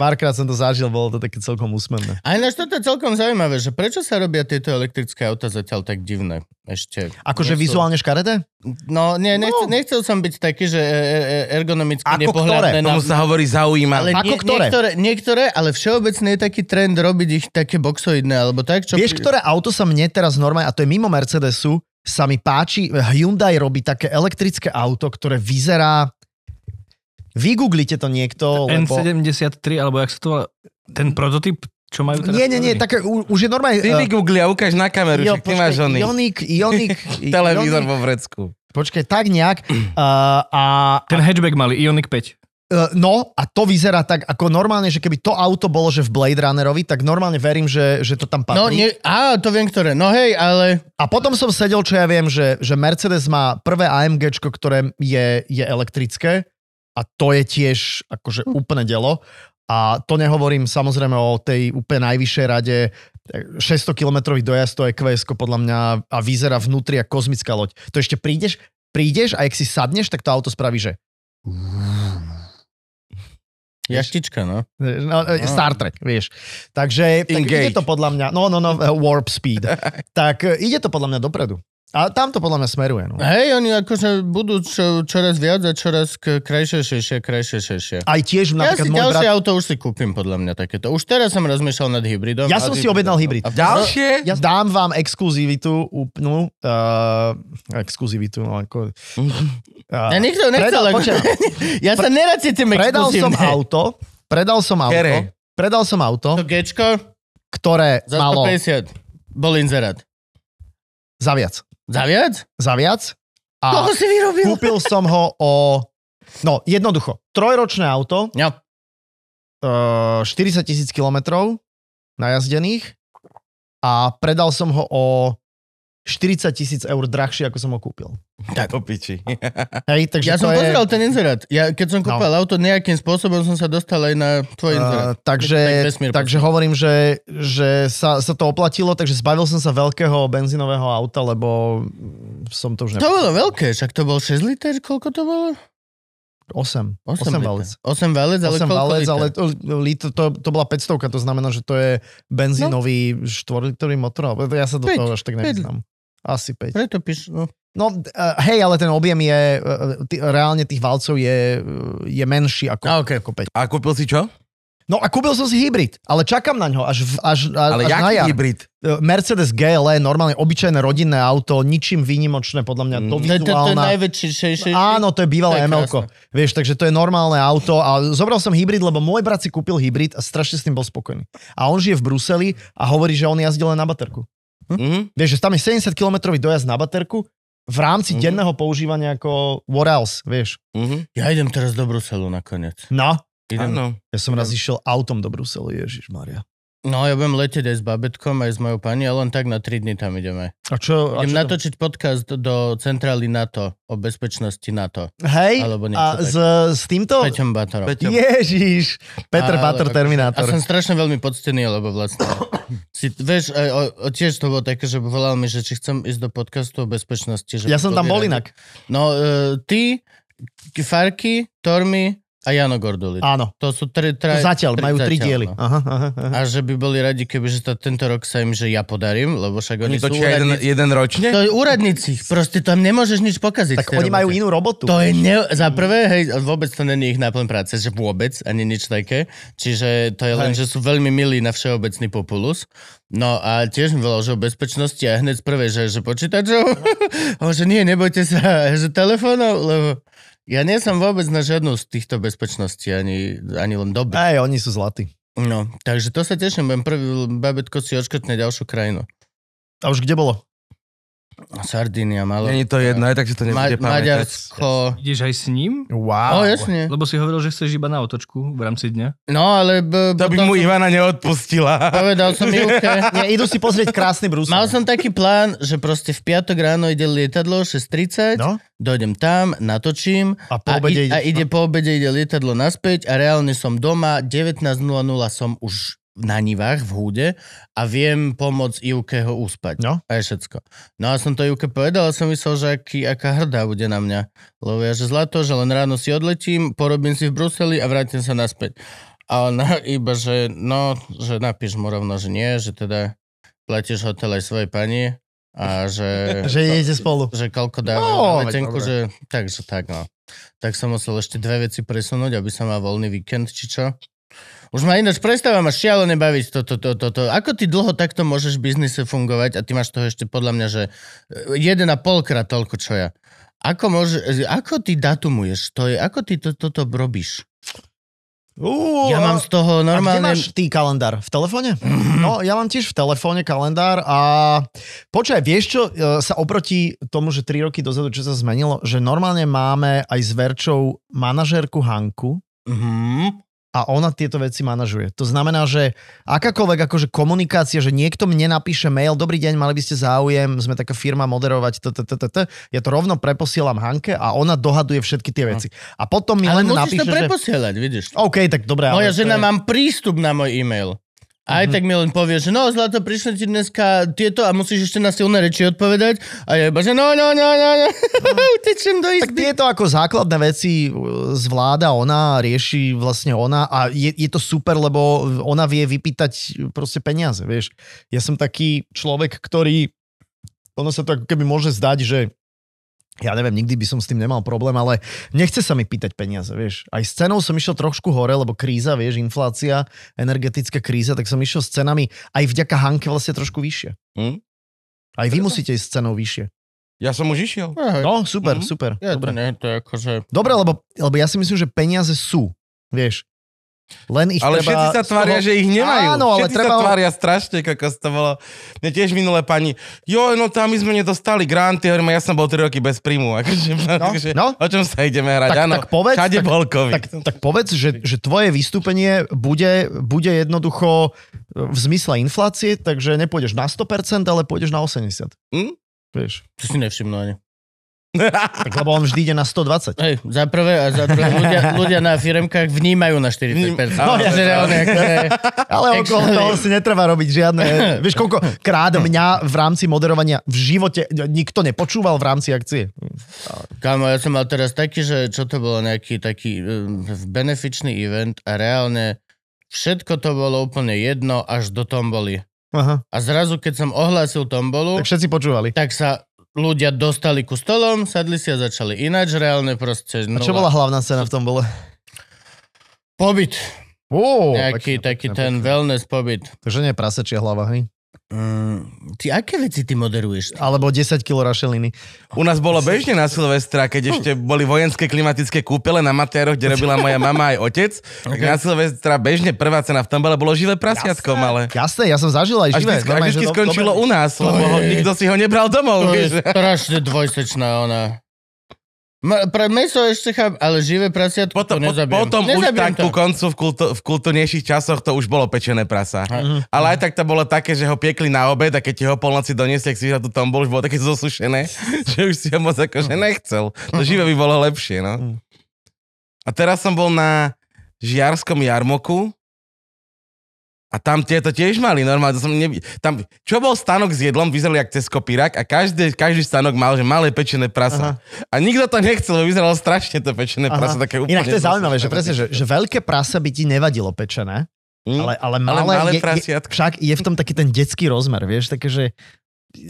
párkrát som to zažil, bolo to také celkom úsmevné. A ináč toto je celkom zaujímavé, že prečo sa robia tieto elektrické auta zatiaľ tak divné ešte? Akože Nie sú- vizuálne škaredé? No, nie, nechcel, No. nechcel som byť taký, že e, e, ergonomicky Ako ktoré? nepohľadné na... Tomu sa hovorí zaujímavé. Ale Ako nie, ktoré? Niektoré, niektoré, ale všeobecne je taký trend robiť ich také boxoidné, alebo tak, čo... Vieš, ktoré auto sa mne teraz normálne, a to je mimo Mercedesu, sa mi páči, Hyundai robí také elektrické auto, ktoré vyzerá... Vygooglite to niekto, lebo... N73, alebo jak sa to volá, ten prototyp, čo majú teraz? Nie, nie, nie, v také u- už je normálne... Ty eh, vygoogli a ukáž na kameru, že jo, ty máš oný Ionik, Ionik, televízor Ionik, vo vrecku. počkaj, tak nejak. Uh, a, Ten hatchback mali, Ioniq 5. uh, no, a to vyzerá tak, ako normálne, že keby to auto bolo, že v Blade Runnerovi, tak normálne verím, že, že to tam patrí. No, nie, á, to viem ktoré. No hej, ale... A potom som sedel, čo ja viem, že, že Mercedes má prvé AMG, ktoré je, je elektrické a to je tiež akože úplne delo. A A to nehovorím samozrejme o tej úplne najvyššej rade. 600-kilometrový dojazd to je kvs podľa mňa a vyzerá vnútri ako kozmická loď. To ešte prídeš, prídeš a ak si sadneš, tak to auto spraví, že Jaštička, no. No, e, Star Trek, vieš. Takže tak Engage. ide to podľa mňa, no, no, no, e, warp speed. tak e, ide to podľa mňa dopredu. A tam to podľa mňa smeruje. No. Hej, oni akože budú čo, čoraz viac a čoraz k- krajšie, krajšie, šešie. Aj Ja tiež napríklad si môj brat... ďalšie auto už si kúpim, podľa mňa takéto. Už teraz som rozmýšľal nad hybridom. a Ja som si hybridom. objednal hybrid. A- Ďalšie? Ja dám vám exkluzivitu úplnú. Uh, exkluzivitu, no ako... Ja Uh, nikto nechcel. Predal- ako- počkaj. ja sa nerad cítim predal som exkluzívne. auto, predal som auto, Kere. predal som auto, To gečko ktoré za malo 150. Bol inzerát. za viac. Za viac? Za viac. Koho A si vyrobil? kúpil som ho o... No, jednoducho. Trojročné auto, No, eh, 40 tisíc kilometrov najazdených a predal som ho o 40 tisíc eur drahšie, ako som ho kúpil. Tak. Do piči. Hej, ja takže som to je, No. pozeral ten inzerát. Ja, keď som kúpal auto, nejakým spôsobom som sa dostal aj na tvoj eh, inzerát. takže, Tak vesmír takže hovorím, že, že sa, sa to oplatilo, takže zbavil som sa veľkého benzínového auta, lebo mm, som to To už ne... bolo veľké, však to bol 6 liter, koľko to bolo? 8. 8, 8 liter. valec. 8 valec, ale 8 koľko valec, liter? ale to, liter, to, to bola 500, to znamená, že to je benzínový no. 4-litrový motor. alebo- Ja sa do Päť, toho až tak päť. nevyznám. Asi 5. Preto píš, no. No d- eh, hej, ale ten objem je, eh, t- reálne tých valcov je, eh, je menší ako, A, okay. ako 5. A kúpil si čo? No a kúpil som si hybrid, ale čakám na ňo až, v, až, až, Ale až na jar. jaký hybrid? Eh, Mercedes GLE, normálne obyčajné rodinné auto, ničím výnimočné podľa mňa, Mm. to To, je- to, to je vizuálna... najväčší šejšej. Áno, to je To bývalé je ml Vieš, takže to je normálne auto a zobral som hybrid, lebo môj brat si kúpil hybrid a strašne s tým bol spokojný. A on žije v Bruseli a hovorí, že on jazdil len na baterku. Hm? Mhm. Vieš, že tam je 70 kilometrový dojazd na baterku v rámci Mhm. mm-hmm. denného používania ako what else, vieš. Mhm. Ja idem teraz do Bruselu nakoniec. No, Idem. Áno. ja som raz išiel autom do Bruselu, Ježiš Maria. No, ja budem letieť aj s babetkom, aj s mojou pani, ale len tak na 3 dny tam ideme. A čo? A Idem čo to- natočiť podcast do centrály NATO o bezpečnosti NATO. Hej, Alebo niečo a také. s, s týmto? Peťom Batorom. Peťo. Ježiš, Peter Ale Bator, akože- A Terminátor. som strašne veľmi poctený, lebo vlastne... si, vieš, aj o, o, tiež to bolo také, že volal mi, že či chcem ísť do podcastu o bezpečnosti. Že Ja by som boli tam bol radi. inak. No, e, ty, K- Farky, Tormy a Jano Gordulič. Áno, To sú tri... to Tra, zatiaľ, tri- majú tri zatiaľ, diely. no. Aha, aha, aha. A že by boli radi, keby že to, tento rok sa im, že ja podarím, lebo však oni, Oni sú točia jeden, úradníci. jeden ročne? To je úradníci, proste tam nemôžeš nič pokaziť. v Tak tej oni robote. majú inú robotu. To je ne... Za prvé, hej, vôbec to není ich náplň práce, že vôbec, ani nič také. Čiže to je len, že sú veľmi milí na všeobecný populus. No a tiež mi volal, že o bezpečnosti a hneď z prvej, že, že počítačov. A on, že nie, nebojte sa, že telefónov, lebo ja nie som vôbec na žiadnu z týchto bezpečností, ani, ani len dobrý. Hej, oni sú zlatí. No, takže to sa teším, budem prvý babetko si odškrtne ďalšiu krajinu. A už kde bolo? Sardínia, malo. Není to jedno, aj tak si to Ma- nebude pamätať. Maďarsko. Ideš aj s Á, ním? Wow. oh, jasne. Lebo si hovoril, že chceš iba na otočku v rámci dňa. No, ale... B- To by potom mu som- Ivana neodpustila. Povedal som Júke. Nie, idú si pozrieť krásny Brusel. Mal som taký plán, že proste v piatok ráno ide lietadlo 6.30, no? No, dojdem tam, natočím a po a, obede i, a ideš- ide po obede ide lietadlo naspäť a reálne som doma, 19.00 som už na nivách v húde a viem pomôcť Ivke ho uspať. No. A je všetko. No a som to Ivke povedal a som myslel, že aký, aká hrdá bude na mňa. Lebo ja, že zlato, že len ráno si odletím, porobím si v Bruseli a vrátim sa naspäť. A ona iba, že no, že napíš mu rovno, že nie, že teda platíš hotel aj svojej pani a že... Že idete spolu. Že koľko dáva No, no, veď letenku, dobre. že takže tak no. Tak som musel ešte dve veci presunúť, aby som mal voľný víkend, či čo. Už ma ináč prestáva ma šialene baviť toto, toto, toto. Ako ty dlho takto môžeš v biznise fungovať a ty máš toho ešte podľa mňa, že e, jeden a polkrát toľko, čo ja. Ako, môže, ako ty datumuješ? To je, ako ty to, toto robíš? Uú, Ja mám z toho normálne... A kde máš ty kalendár? V telefóne? No, ja mám tiež v telefóne kalendár a počkaj, vieš čo e, sa oproti tomu, že 3 roky dozadu, čo sa zmenilo, že normálne máme aj s Verčou manažérku Hanku, Mhm. a ona tieto veci manažuje. To znamená, že akákoľvek akože komunikácia, že niekto mne napíše mail, dobrý deň, mali by ste záujem, sme taká firma moderovať, t, t, t, t, t. ja to rovno preposielam Hanke a ona dohaduje všetky tie veci. A potom mi Ale len musíš napíše, to že... preposielať, vidíš. OK, tak dobre. ale Moja to žena, je- Mhm. mám prístup na môj e-mail. Aj tak mi len povie, že no, Zlato, prišli ti dneska tieto a musíš ešte na silné reči odpovedať. A ja iba, že no, no, no, no, no, utečem do Tak izby. tieto ako základné veci uh, zvláda ona, rieši vlastne ona a je, je to super, lebo ona vie vypýtať uh, proste peniaze, vieš. Ja som taký človek, ktorý, ono sa to ako keby môže zdať, že ja neviem, nikdy by som s tým nemal problém, ale nechce sa mi pýtať peniaze, vieš. Aj s cenou som išiel trošku hore, lebo kríza, vieš, inflácia, energetická kríza, tak som išiel s cenami aj vďaka Hanke vlastne trošku vyššie. Hm? Aj vy musíte ísť s cenou vyššie. Ja som už išiel. Aha, No, super, Mhm. super. Ja to dobre. ne, to je akože... Dobre, lebo, lebo ja si myslím, že peniaze sú, vieš. Len ich Ale treba... všetci sa z tvária, toho... že ich nemajú. Áno, ale všetci treba sa ho- tvária strašne, kokos to bolo. Mne tiež minulé pani, jo, no tam my sme nedostali granty, hovorím, ja som bol 3 roky bez príjmu. Akože, no, akože, no. no. O čom sa ideme hrať? Tak, áno, tak povedz, všade tak- bol COVID. Tak, tak povedz, že, že tvoje vystúpenie bude, bude jednoducho v zmysle inflácie, takže nepôjdeš na 100%, ale pôjdeš na 80%. Hm? Vieš. To si nevšimnú ani. Tak, lebo on vždy ide na 120. Hej, za prvé a za druhé, ľudia, ľudia na firmkách vnímajú na 40%. Vním- No, áno, ja, to že je reálne, akože, Ale okolo Actually- toho si netreba robiť žiadne... Vieš, koľko krát mňa v rámci moderovania v živote nikto nepočúval v rámci akcie. Kámo, ja som mal teraz taký, že čo to bolo nejaký taký um, benefičný event a reálne všetko to bolo úplne jedno až do tomboli. Aha. A zrazu, keď som ohlásil tombolu, Tak všetci počúvali. tak sa ľudia dostali ku stolom, sadli si a začali ináč, reálne proste A nula. čo bola hlavná cena v tom bole? Pobyt, Ó, nejaký pekne, taký pekne, ten pekne. wellness pobyt. Takže nie prasečia hlava, hej? Mm, ty aké veci ty moderuješ? Alebo 10 kg rašeliny. U nás bolo bežne na Silvestra, keď ešte boli vojenské klimatické kúpele na matéroch, kde robila moja mama aj otec. Tak na Silvestra bežne prvá cena v tombole bolo živé prasiatko malé. Jasné, ja som zažil aj Až živé. vždy, až normálne, vždy že do- skončilo dobre. u nás, lebo ho, je- nikto si ho nebral domov. To vieš. je strašne dvojsečná ona. Ma, pre meso ešte cháp, ale živé prasiatko Potom, to nezabijem. potom už nezabijem tak to. ku koncu v, kultu, v kultúrnejších časoch to už bolo pečené prasa. Mhm. Ale aj tak to bolo také, že ho piekli na obed a keď ti ho po noci doniesli, ak si tú tombol, už bolo také zosušené, že už si ho moc akože nechcel. Mhm. To živé by bolo lepšie, no. A teraz som bol na žiarskom jarmoku a tam tieto tiež mali normálne. To som nevi... tam, čo bol stanok s jedlom, vyzerali jak cez kopírak a každý, každý stanok mal, že malé pečené prasa. A nikto to nechcel, lebo vyzeralo strašne to pečené Aha. prasa. Také úplne Inak to je zaujímavé, že zosušené. presne, že, že veľké prasa by ti nevadilo pečené, Hm? ale, ale malé, Ale malé je, je, prasiatko. však je v tom taký ten detský rozmer, vieš, také, že,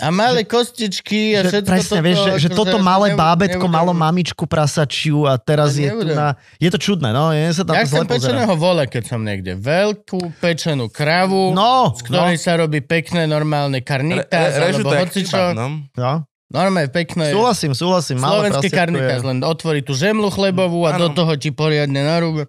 A malé kostičky a že všetko presne, toto, vieš, že, že akože toto ja malé nebu- bábetko nebudem- malo mamičku prasačiu a Ja teraz je tu nebudem. na... Je to čudné, no, je sa tam Ja to zle chcem pozerá. pečeného vola, keď som niekde. Veľkú pečenú kravu, No, z no, ktorej sa robí pekné normálne Re- karnitas, re- režu alebo to jak hocičo. e, chyba, no. no. Normálne pekné. Súhlasím, súhlasím. Malé Slovenský prasiatko je- karnitas, len otvorí tú žemlu chlebovú a Hm, Áno. do toho ti poriadne narúbe.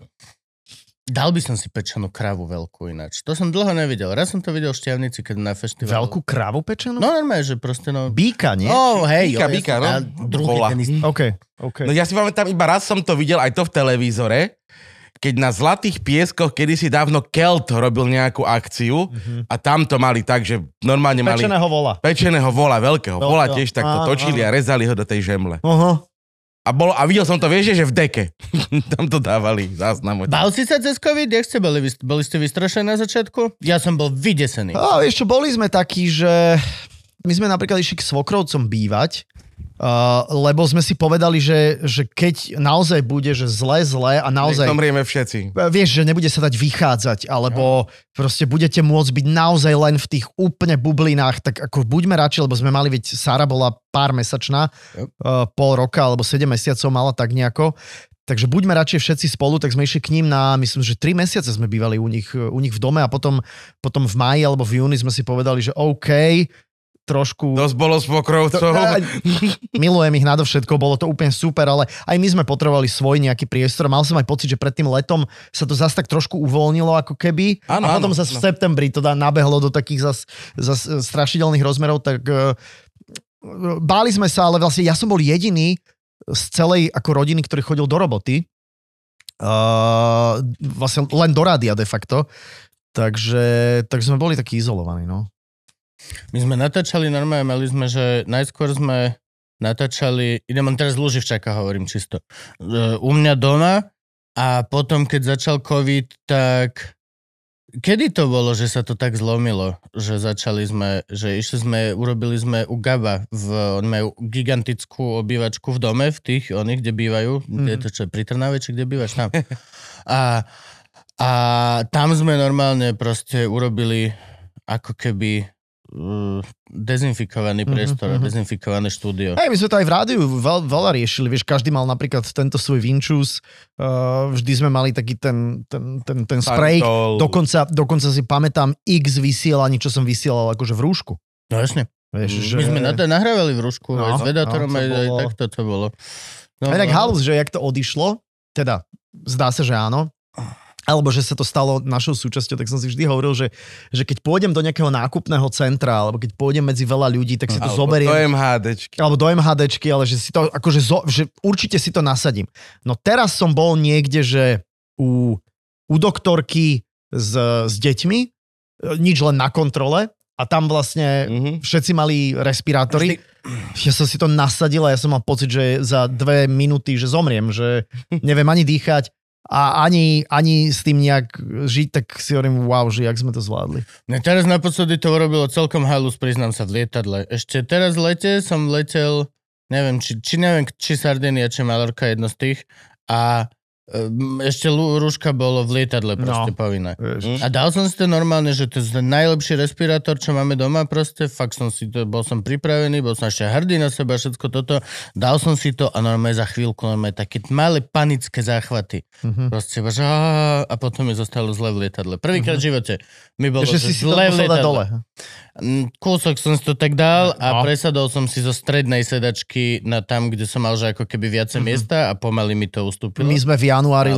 Dal by som si pečenú kravu veľkú ináč. To som dlho nevidel. Raz som to videl v Šťavnici, keď na festivalu. Veľkú kravu pečenú? No normálne, že proste no... Bíka, nie? No, hej, jo, Bíka, ja bíka, som- no. a Druhý Bola. ten istý. OK, No OK. ja si pamätám, iba raz som to videl aj to v televízore, keď na Zlatých pieskoch kedysi dávno Kelt robil nejakú akciu Mhm. a tam to mali tak, že normálne mali Pečeného vola. pečeného vola, veľkého Veľkého. vola tiež takto Áno, točili a rezali ho do tej žemle. Oho. A, bol, a videl som to, vieš, že v deke. tam to dávali záznam. Bal si sa cez COVID? Jak ste boli? Vy- Boli ste vystrašení na začiatku? Ja som bol vydesený. A vieš čo, boli sme takí, že my sme napríklad išli k svokrovcom bývať, uh, lebo sme si povedali, že, že keď naozaj bude, že zle, zle a naozaj... Zomrieme všetci. E, Vieš, že nebude sa dať vychádzať, alebo proste budete môcť byť naozaj len v tých úplne bublinách, tak ako buďme radši, lebo sme mali, veď Sara bola pár mesačná, Yep. uh, pol roka alebo 7 mesiacov mala tak nejako. Takže buďme radšej všetci spolu, tak sme išli k ním na, myslím, že 3 mesiace sme bývali u nich, u nich v dome a potom, potom v máji alebo v júni sme si povedali, že OK, trošku... Dosť bolo s pokrovcov. A- Milujem ich nadovšetko, bolo to úplne super, ale aj my sme potrebovali svoj nejaký priestor. Mal som aj pocit, že pred tým letom sa to zase tak trošku uvoľnilo ako keby. Áno, a potom áno, zase v áno. septembri to dá, nabehlo do takých zas, zas e, strašidelných rozmerov, tak e, báli sme sa, ale vlastne ja som bol jediný z celej ako rodiny, ktorý chodil do roboty Uh, vlastne len do rádia de facto. Takže, takže sme boli takí izolovaní, no. My sme natáčali normálne, mali sme, že najskôr sme natáčali, idem len teraz z Luživčaka hovorím čisto, e, u mňa doma a potom, keď začal COVID, tak kedy to bolo, že sa to tak zlomilo, že začali sme, že išli sme, urobili sme u Gaba, v, oni majú gigantickú obývačku v dome, v tých, oni, kde bývajú, mm-hmm. je to čo, pri Trnave, či kde bývaš, tam. A, a tam sme normálne proste urobili ako keby uh, Mhm, dezinfikovaný priestor, mm-hmm. dezinfikované štúdio. Hej, my sme to aj v rádiu veľ, veľa riešili, vieš, každý mal napríklad tento svoj vinčus, uh, vždy sme mali taký ten, ten, ten, ten sprej, Pantol. dokonca, dokonca si pamätám x vysielaní, čo som vysielal akože v rúšku. No jasne. Vieš, že... My sme na to nahrávali v Rusku, no, No, aj s vedátorom, no, no, aj, to aj bolo- takto to bolo. No, A inak no. halus, že jak to odišlo, teda zdá sa, že áno, alebo že sa to stalo našou súčasťou, tak som si vždy hovoril, že, že keď pôjdem do nejakého nákupného centra, alebo keď pôjdem medzi veľa ľudí, tak si to Alebo zoberiem. Do MHDčky. alebo do MHDčky, ale že si to, akože zo, že určite si to nasadím. No teraz som bol niekde, že u, u doktorky s, s deťmi, e, nič len na kontrole a tam vlastne Mhm. všetci mali respirátory. Ja som si to nasadil a ja som mal pocit, že za dve minúty, že zomriem, že neviem ani dýchať a ani, ani s tým nejak žiť, tak si hovorím, wow, že jak sme to zvládli. Mne teraz naposledy to urobilo celkom halus, priznám sa, v lietadle. Ešte teraz v lete som letel, neviem, či, či neviem, či Sardinia, či Malorka, jedno z tých. A um, ešte lú- rúška bolo v lietadle proste No. povinné. Vieš. A dal som si to normálne, že to je najlepší respirátor, čo máme doma proste, fakt som si to, bol som pripravený, bol som ešte hrdý na seba, všetko toto, dal som si to a normálne za chvíľku, normálne také malé panické záchvaty. Mhm. Proste iba, že á, a potom mi zostalo zle v lietadle. Prvýkrát v živote mi bolo Mhm. Ešte že si si to zle v musel dať lietadle. dole. Mm, Kúsok som si to tak dal a No. presadol som si zo strednej sedačky na tam, kde som mal že ako keby viacej miesta a pomaly mi to ustúpilo. Mhm. My sme v januári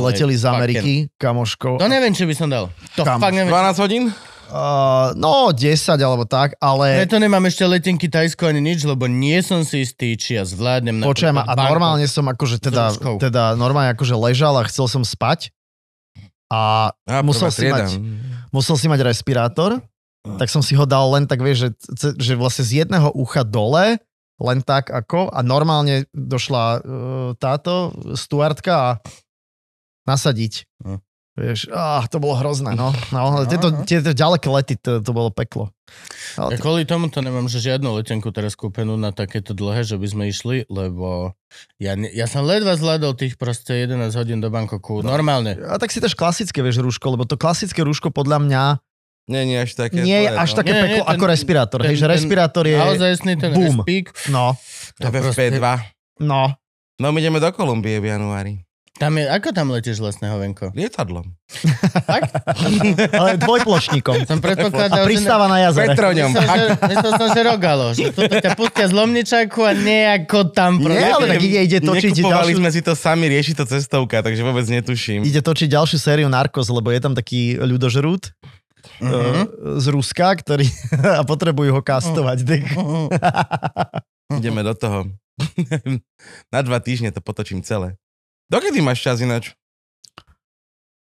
No. Ale leteli z fucking- Ameriky, kamoškou. To neviem, či by som dal. To Kam? fakt neviem. 12 hodín? Uh, no, 10 alebo tak, Ja ale to nemám ešte letenky Tajsko ani nič, lebo nie som si istý, či ja zvládnem počujem, a napríklad Bangkok. normálne som akože teda, ruškou. teda normálne akože ležal a chcel som spať a Á, prvá Musel si trieda. mať. musel si mať respirátor, tak som si ho dal len tak, vieš, že, c- že vlastne z jedného ucha dole, len tak ako a normálne došla uh, táto stúartka a nasadiť. Hm. Vieš, ah, to bolo hrozné, no. no, No, tieto, no. tieto ďaleké lety, to, to bolo peklo. No, Ja Ale kvôli tomu to nemám, že žiadnu letenku teraz kúpenú na takéto dlhé, že by sme išli, lebo ja, ne, ja som ledva zvládol tých proste 11 hodín do No, Bangkoku. Normálne. A tak si dáš klasické, vieš, rúško, lebo to klasické rúško podľa mňa Nie, nie, až také. nie je zlé, až no. také Nie, nie, peklo ten- ako respirátor. ten- Hej, že ten- respirátor je... Naozaj sný ten Boom. S-Peak, No, to FFP2. proste- no. No my ideme do Kolumbie v januári. Tam je, ako tam letíš lesného venko? Lietadlom. Fakt? Ale dvojplošníkom. Som A predpokladal, pristáva na jazere. Petroňom. Myslel, že, myslel som, že rogalo, že toto ťa pustia z Lomničaku a nejako tam proste. Nie, ale tak ide, ide točiť Nekupovali ďalšiu... sme si to sami, rieši to cestovka, takže vôbec Hm. netuším. Ide točiť ďalšiu sériu Narcos, lebo je tam taký ľudožrút Mhm. e, z Ruska, ktorý a potrebujú ho kastovať. Uh. Mhm. Ideme do toho. Na dva týždne to potočím celé. Dokedy máš čas ináč?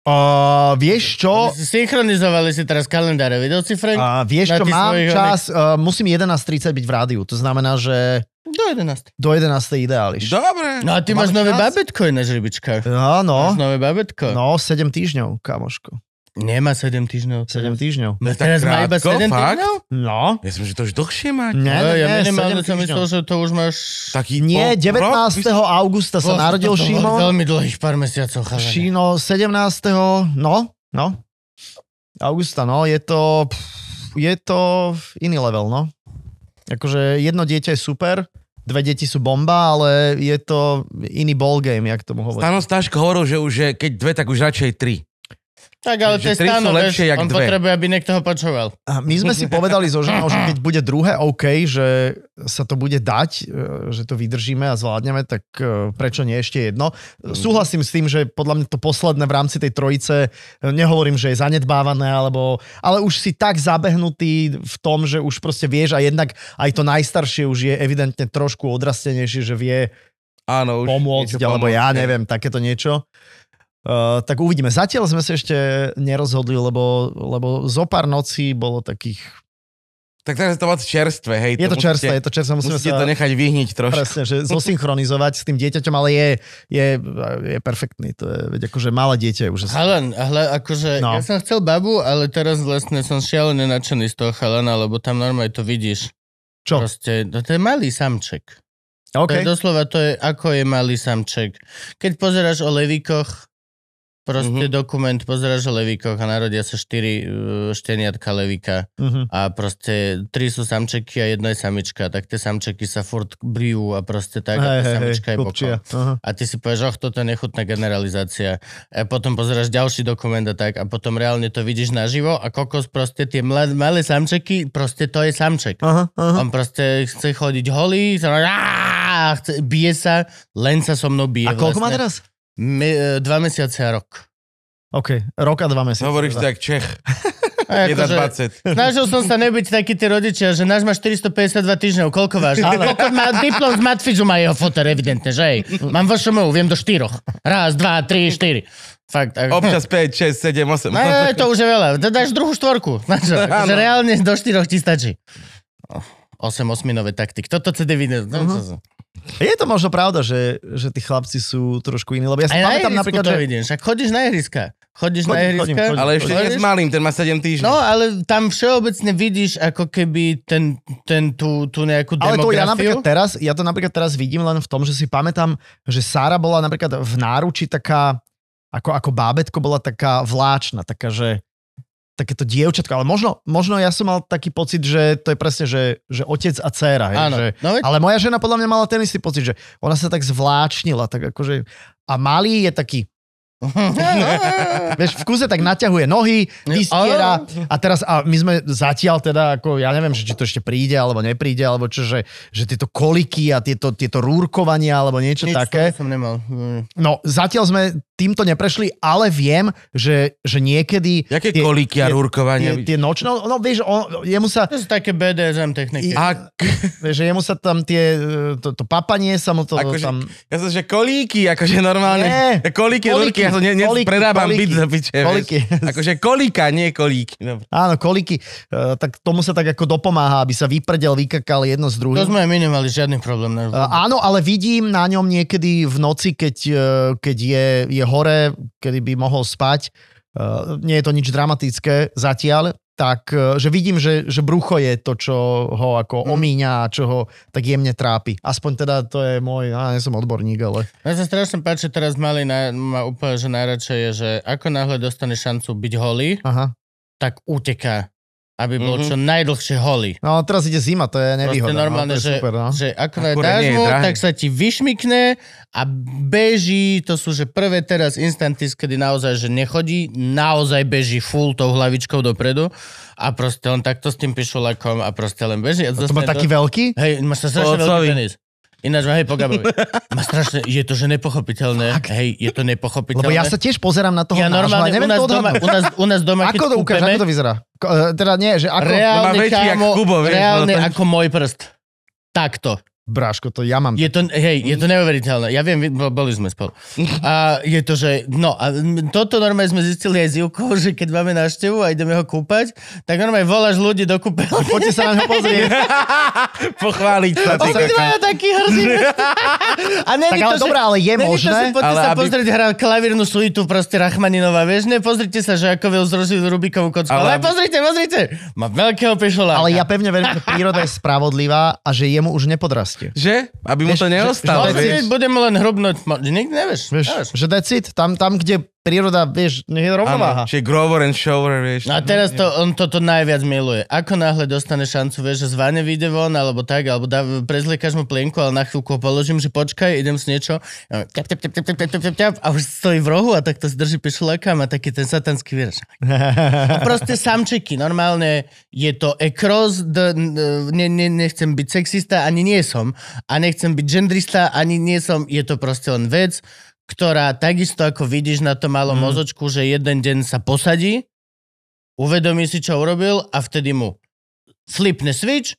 Eh, vieš To... čo? Synchronizovali si teraz kalendáre, videl si, Frank? A... A vieš Na čo, tých mám svojich čas, uh, musím 11.30 byť v rádiu, to znamená, že Do 11. do 11.00 ideáliš. Dobre. No a ty Máme máš nové čas? babetko ináč, rybička. Máš Eh, Áno, nové babetko? no 7 týždňov, kamoško, Nemá 7 týždňov. 7 týždňov. No teraz má iba Krátko, 7 fakt? týždňov? No, Ja som, že to už dlhšie máš. ne, No, ne, ja ne, minimálne 7 som myslel, týždňov. že to už máš... Taký Nie, pol- 19. rok? augusta sa Bože, narodil Vlastne to bolo Šimon. Veľmi dlhých pár mesiacov, chalani. Šino 17. No, no. Augusta, no, je to, pff, je to iný level, no. Akože jedno dieťa je super, dve deti sú bomba, ale je to iný ballgame, jak tomu hovorí. Stano Staško hovoril, že už že keď dve, tak už radšej tri. Tak ale to Že je tri sú stáno, vieš, lepšie jak on dve. potrebuje, aby niekto ho počúval. A My sme si povedali so ženou, že keď bude druhé OK, že sa to bude dať, e, že to vydržíme a zvládneme, tak e, prečo nie ešte jedno. Súhlasím s tým, že podľa mňa to posledné v rámci tej trojice, e, nehovorím, že je zanedbávané, alebo, ale už si tak zabehnutý v tom, že už proste vieš a jednak aj to najstaršie už je evidentne trošku odrastenejšie, že vie Áno, už pomôcť, niečo alebo pomôcť, ja ne? neviem, takéto niečo. Uh, tak uvidíme. Zatiaľ sme sa ešte nerozhodli, lebo, lebo zo pár nocí bolo takých... Tak teraz je to moc čerstvé, hej. Je to čerstvé, je to čerstvé, musíme Musíte sa... to nechať vyhniť trošku. Presne, že zosynchronizovať s tým dieťaťom, ale je, je, je perfektný. To je, veď akože malé dieťa je už... Chalan, ale akože, no. No. ja som chcel babu, ale teraz vlastne som šialený nadšený z toho chalana, lebo tam normálne to vidíš. Čo? Proste, no to je malý samček. To je OK. doslova to je, ako je malý samček. Keď pozeráš o levikoch, proste Mhm. dokument, pozeráš o levikoch a narodia sa štyri uh, šteniatka levika Mhm. a proste tri sú samčeky a jedna je samička, tak tie samčeky sa furt brijú a proste tak a Hej, tá hej, hej, samička je kupčia. bokom. Aha. A ty si povieš, oh, toto je nechutná generalizácia. A potom pozeráš ďalší dokument a tak a potom reálne to vidíš naživo a kokos proste tie mlad, malé samčeky, proste to je samček. Aha, aha. On proste chce chodiť holý, sa- Á, chce, bije sa, len sa so mnou bije. A koľko má vlastne. teraz? Me, e, dva mesiace a rok. OK, rok a dva mesiace. Hovoríš to teda. jak Čech. A akože, 1,20. snažil som sa nebyť taký tí rodičia, že náš má 452 týždňov, koľko váš? Áno. Koľko má diplom z Matfizu, má jeho foter, evidentne, že hej. Mám vašomou, viem do štyroch. Raz, dva, tri, štyri. Fakt. a- Občas 5, 6, 7, 8. No, no, to už je veľa. Da- Dáš druhú štvorku. Znaš, čo? Áno. Že reálne do štyroch ti stačí. 8 osminové taktik. Toto CD no, vidie. Mhm. Je to možno pravda, že, že tí chlapci sú trošku iní, lebo ja si Aj na pamätám ihrisku napríklad, to že... vidíš. Ak chodíš na ihriska. Chodíš na Chodím, ihriska. chodím, chodím. Ale ešte nie s malým, ten má 7 týždňov. No, ale tam všeobecne vidíš ako keby ten, ten tú, tú nejakú Ale to ja demografiu. napríklad teraz, ja to napríklad teraz vidím len v tom, že si pamätám, že Sára bola napríklad v náruči taká, ako, ako bábetko bola taká vláčna, taká, že takéto dievčatko, ale možno, možno ja som mal taký pocit, že to je presne, že, že otec a dcéra, hej, Áno. že, No, veď, ale moja žena podľa mňa mala ten istý pocit, že ona sa tak zvláčnila, tak akože, a malý je taký, vieš, v kúze tak naťahuje nohy, vystiera a teraz, a my sme zatiaľ teda, ako ja neviem, že či to ešte príde, alebo nepríde, alebo čo, že, že tieto koliky a tieto, tieto rúrkovania, alebo niečo Nič také. som nemal. Mm. No, zatiaľ sme týmto neprešli, ale viem, že, že niekedy Jaké tie- kolíky a tie- rúrkovania? tie, tie nočné, no, no vieš, on, jemu sa, To sú také BDSM techniky. A, vieš, jemu sa tam tie, e, to, to papanie sa mu to Akože- tam... ja som, že kolíky, akože normálne. Nie. kolíky, Kolíky, kolíky, ja to ne, ne, kolíky, predávam kolíky. byt za piče. vieš. Koliky. Akože kolíka, nie kolíky. Dobre. Áno, koliky. E, tak tomu sa tak ako dopomáha, aby sa vyprdel, vykakal jedno s druhým. To sme aj my nemali žiadny problém. Ne? E, Áno, ale vidím na ňom niekedy v noci, keď, e, keď je, je hore, kedy by mohol spať, e, nie je to nič dramatické zatiaľ, tak e, že vidím, že, že brucho je to, čo ho Mhm. ako omíňa a čo ho tak jemne trápi. Aspoň teda to je môj, ja nie som odborník, ale... Mne sa strašne páči, teraz mali na, ma úplne, že najradšej je, že ako náhle dostane šancu byť holý, Aha. tak uteká, aby bol Mhm. čo najdlhšie holý. No teraz ide zima, to je nevýhoda. Proste normálne, no, to je že, super, no. že ako Akurát dáš nie je mu, drahý. tak sa ti vyšmikne a beží, to sú že prvé teraz instanty, kedy naozaj, že nechodí, naozaj beží full tou hlavičkou dopredu a proste on takto s tým pišulakom a proste len beží. A To má zostane taký do... veľký? Hej, má sa strašne Po veľký otcovi. penis. Ináč ma hej po Gabovi. Má strašne, je to že nepochopiteľné. Hej, je to nepochopiteľné. Lebo ja sa tiež pozerám na toho ja nášho, ale normálne, u neviem nás, to doma, odhadnúť. u, nás, u nás doma, Ako keď to ukáže, kúpeme, ako to vyzerá? Ko- e, Teda nie, že ako... reálne, väčší jak kámo, Kubo, vieš, reálne no to- ako môj prst. Takto. Bráško, to ja mám. Je to, hej, je to neuveriteľné. Ja viem, vy- bo- boli sme spolu. A je to, že... No a m- toto normálne sme zistili aj z Jukou, že keď máme návštevu a ideme ho kúpať, tak normálne voláš ľudí do kúpeľne. Poďte sa na ňo pozrieť. Pochváliť sa, ty Obidva kokos. ja taký hrzí. A Tak není ale to, že- dobré, ale je není možné. To, že poďte Ale sa aby- pozrieť, hrá klavírnu suitu proste Rachmaninova, vieš? Ne, pozrite sa, že ako veľ zrožil Rubikovú kocku. Ale Ale, aby- pozrite, pozrite. Má veľkého pešoláka. Ale ja pevne verím, že príroda je spravodlivá a že jemu už nepodrastie. Že? Aby mu to neostalo, Ale že- si vieš. budeme len hrobnúť. mo- Nikdy nevieš. nevieš. Vieš, že decit, tam, tam, kde príroda, vieš, nech je rovnováha. Áno, Čiže Grover and Shower, vieš. No a teraz to, on toto najviac miluje. Ako náhle dostane šancu, vieš, že z vane vyjde von, alebo tak, alebo dá, prezliekaš mu plienku, ale na chvíľku ho položím, že počkaj, idem s niečo. A on ťap, ťap, ťap, ťap, ťap, ťap, ťap, ťap, a už stojí v rohu a takto si drží pišulaka a má taký ten satanský výraž. A proste samčeky, normálne je to across, the, ne, ne, nechcem byť sexista, ani nie som. A nechcem byť gendrista, ani nie som. Je to proste len vec, ktorá takisto ako vidíš na tom malom mm. mozočku, že jeden deň sa posadí, uvedomí si, čo urobil a vtedy mu flipne switch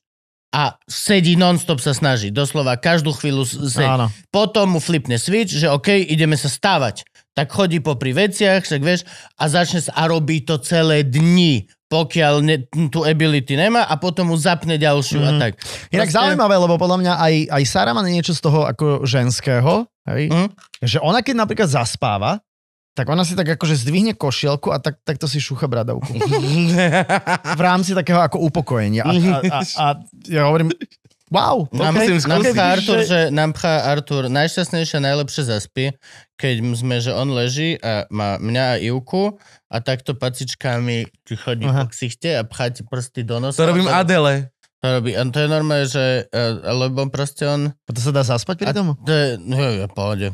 a sedí non-stop sa snaží. Doslova každú chvíľu s- sedí. Áno. Potom mu flipne switch, že OK, ideme sa stávať. tak chodí popri veciach, však vieš, a začne sa a robí to celé dni, pokiaľ ne, tú ability nemá a potom mu zapne ďalšiu mm. a Mhm. tak. Inak Proste- zaujímavé, lebo podľa mňa aj, aj Sara má niečo z toho ako ženského, hej? Mhm. že ona keď napríklad zaspáva, tak ona si tak akože zdvihne košielku a tak, takto si šúcha bradavku. V rámci takého ako upokojenia. A, a, a, a ja hovorím, wow. Nám, okay. musím nám skúsiť. pchá Artur, Že- že nám pchá Artur najšťastnejšie, najlepšie zaspí, keď sme, že on leží a má mňa a Ivku a takto pacičkami ti chodí Aha. po ksichte a pchá ti prsty do nosa. To robím a Adele. to, robí. A to je normálne, že e, lebo proste on To sa dá zaspať pri A- tomu? To je, no, ja, pohode.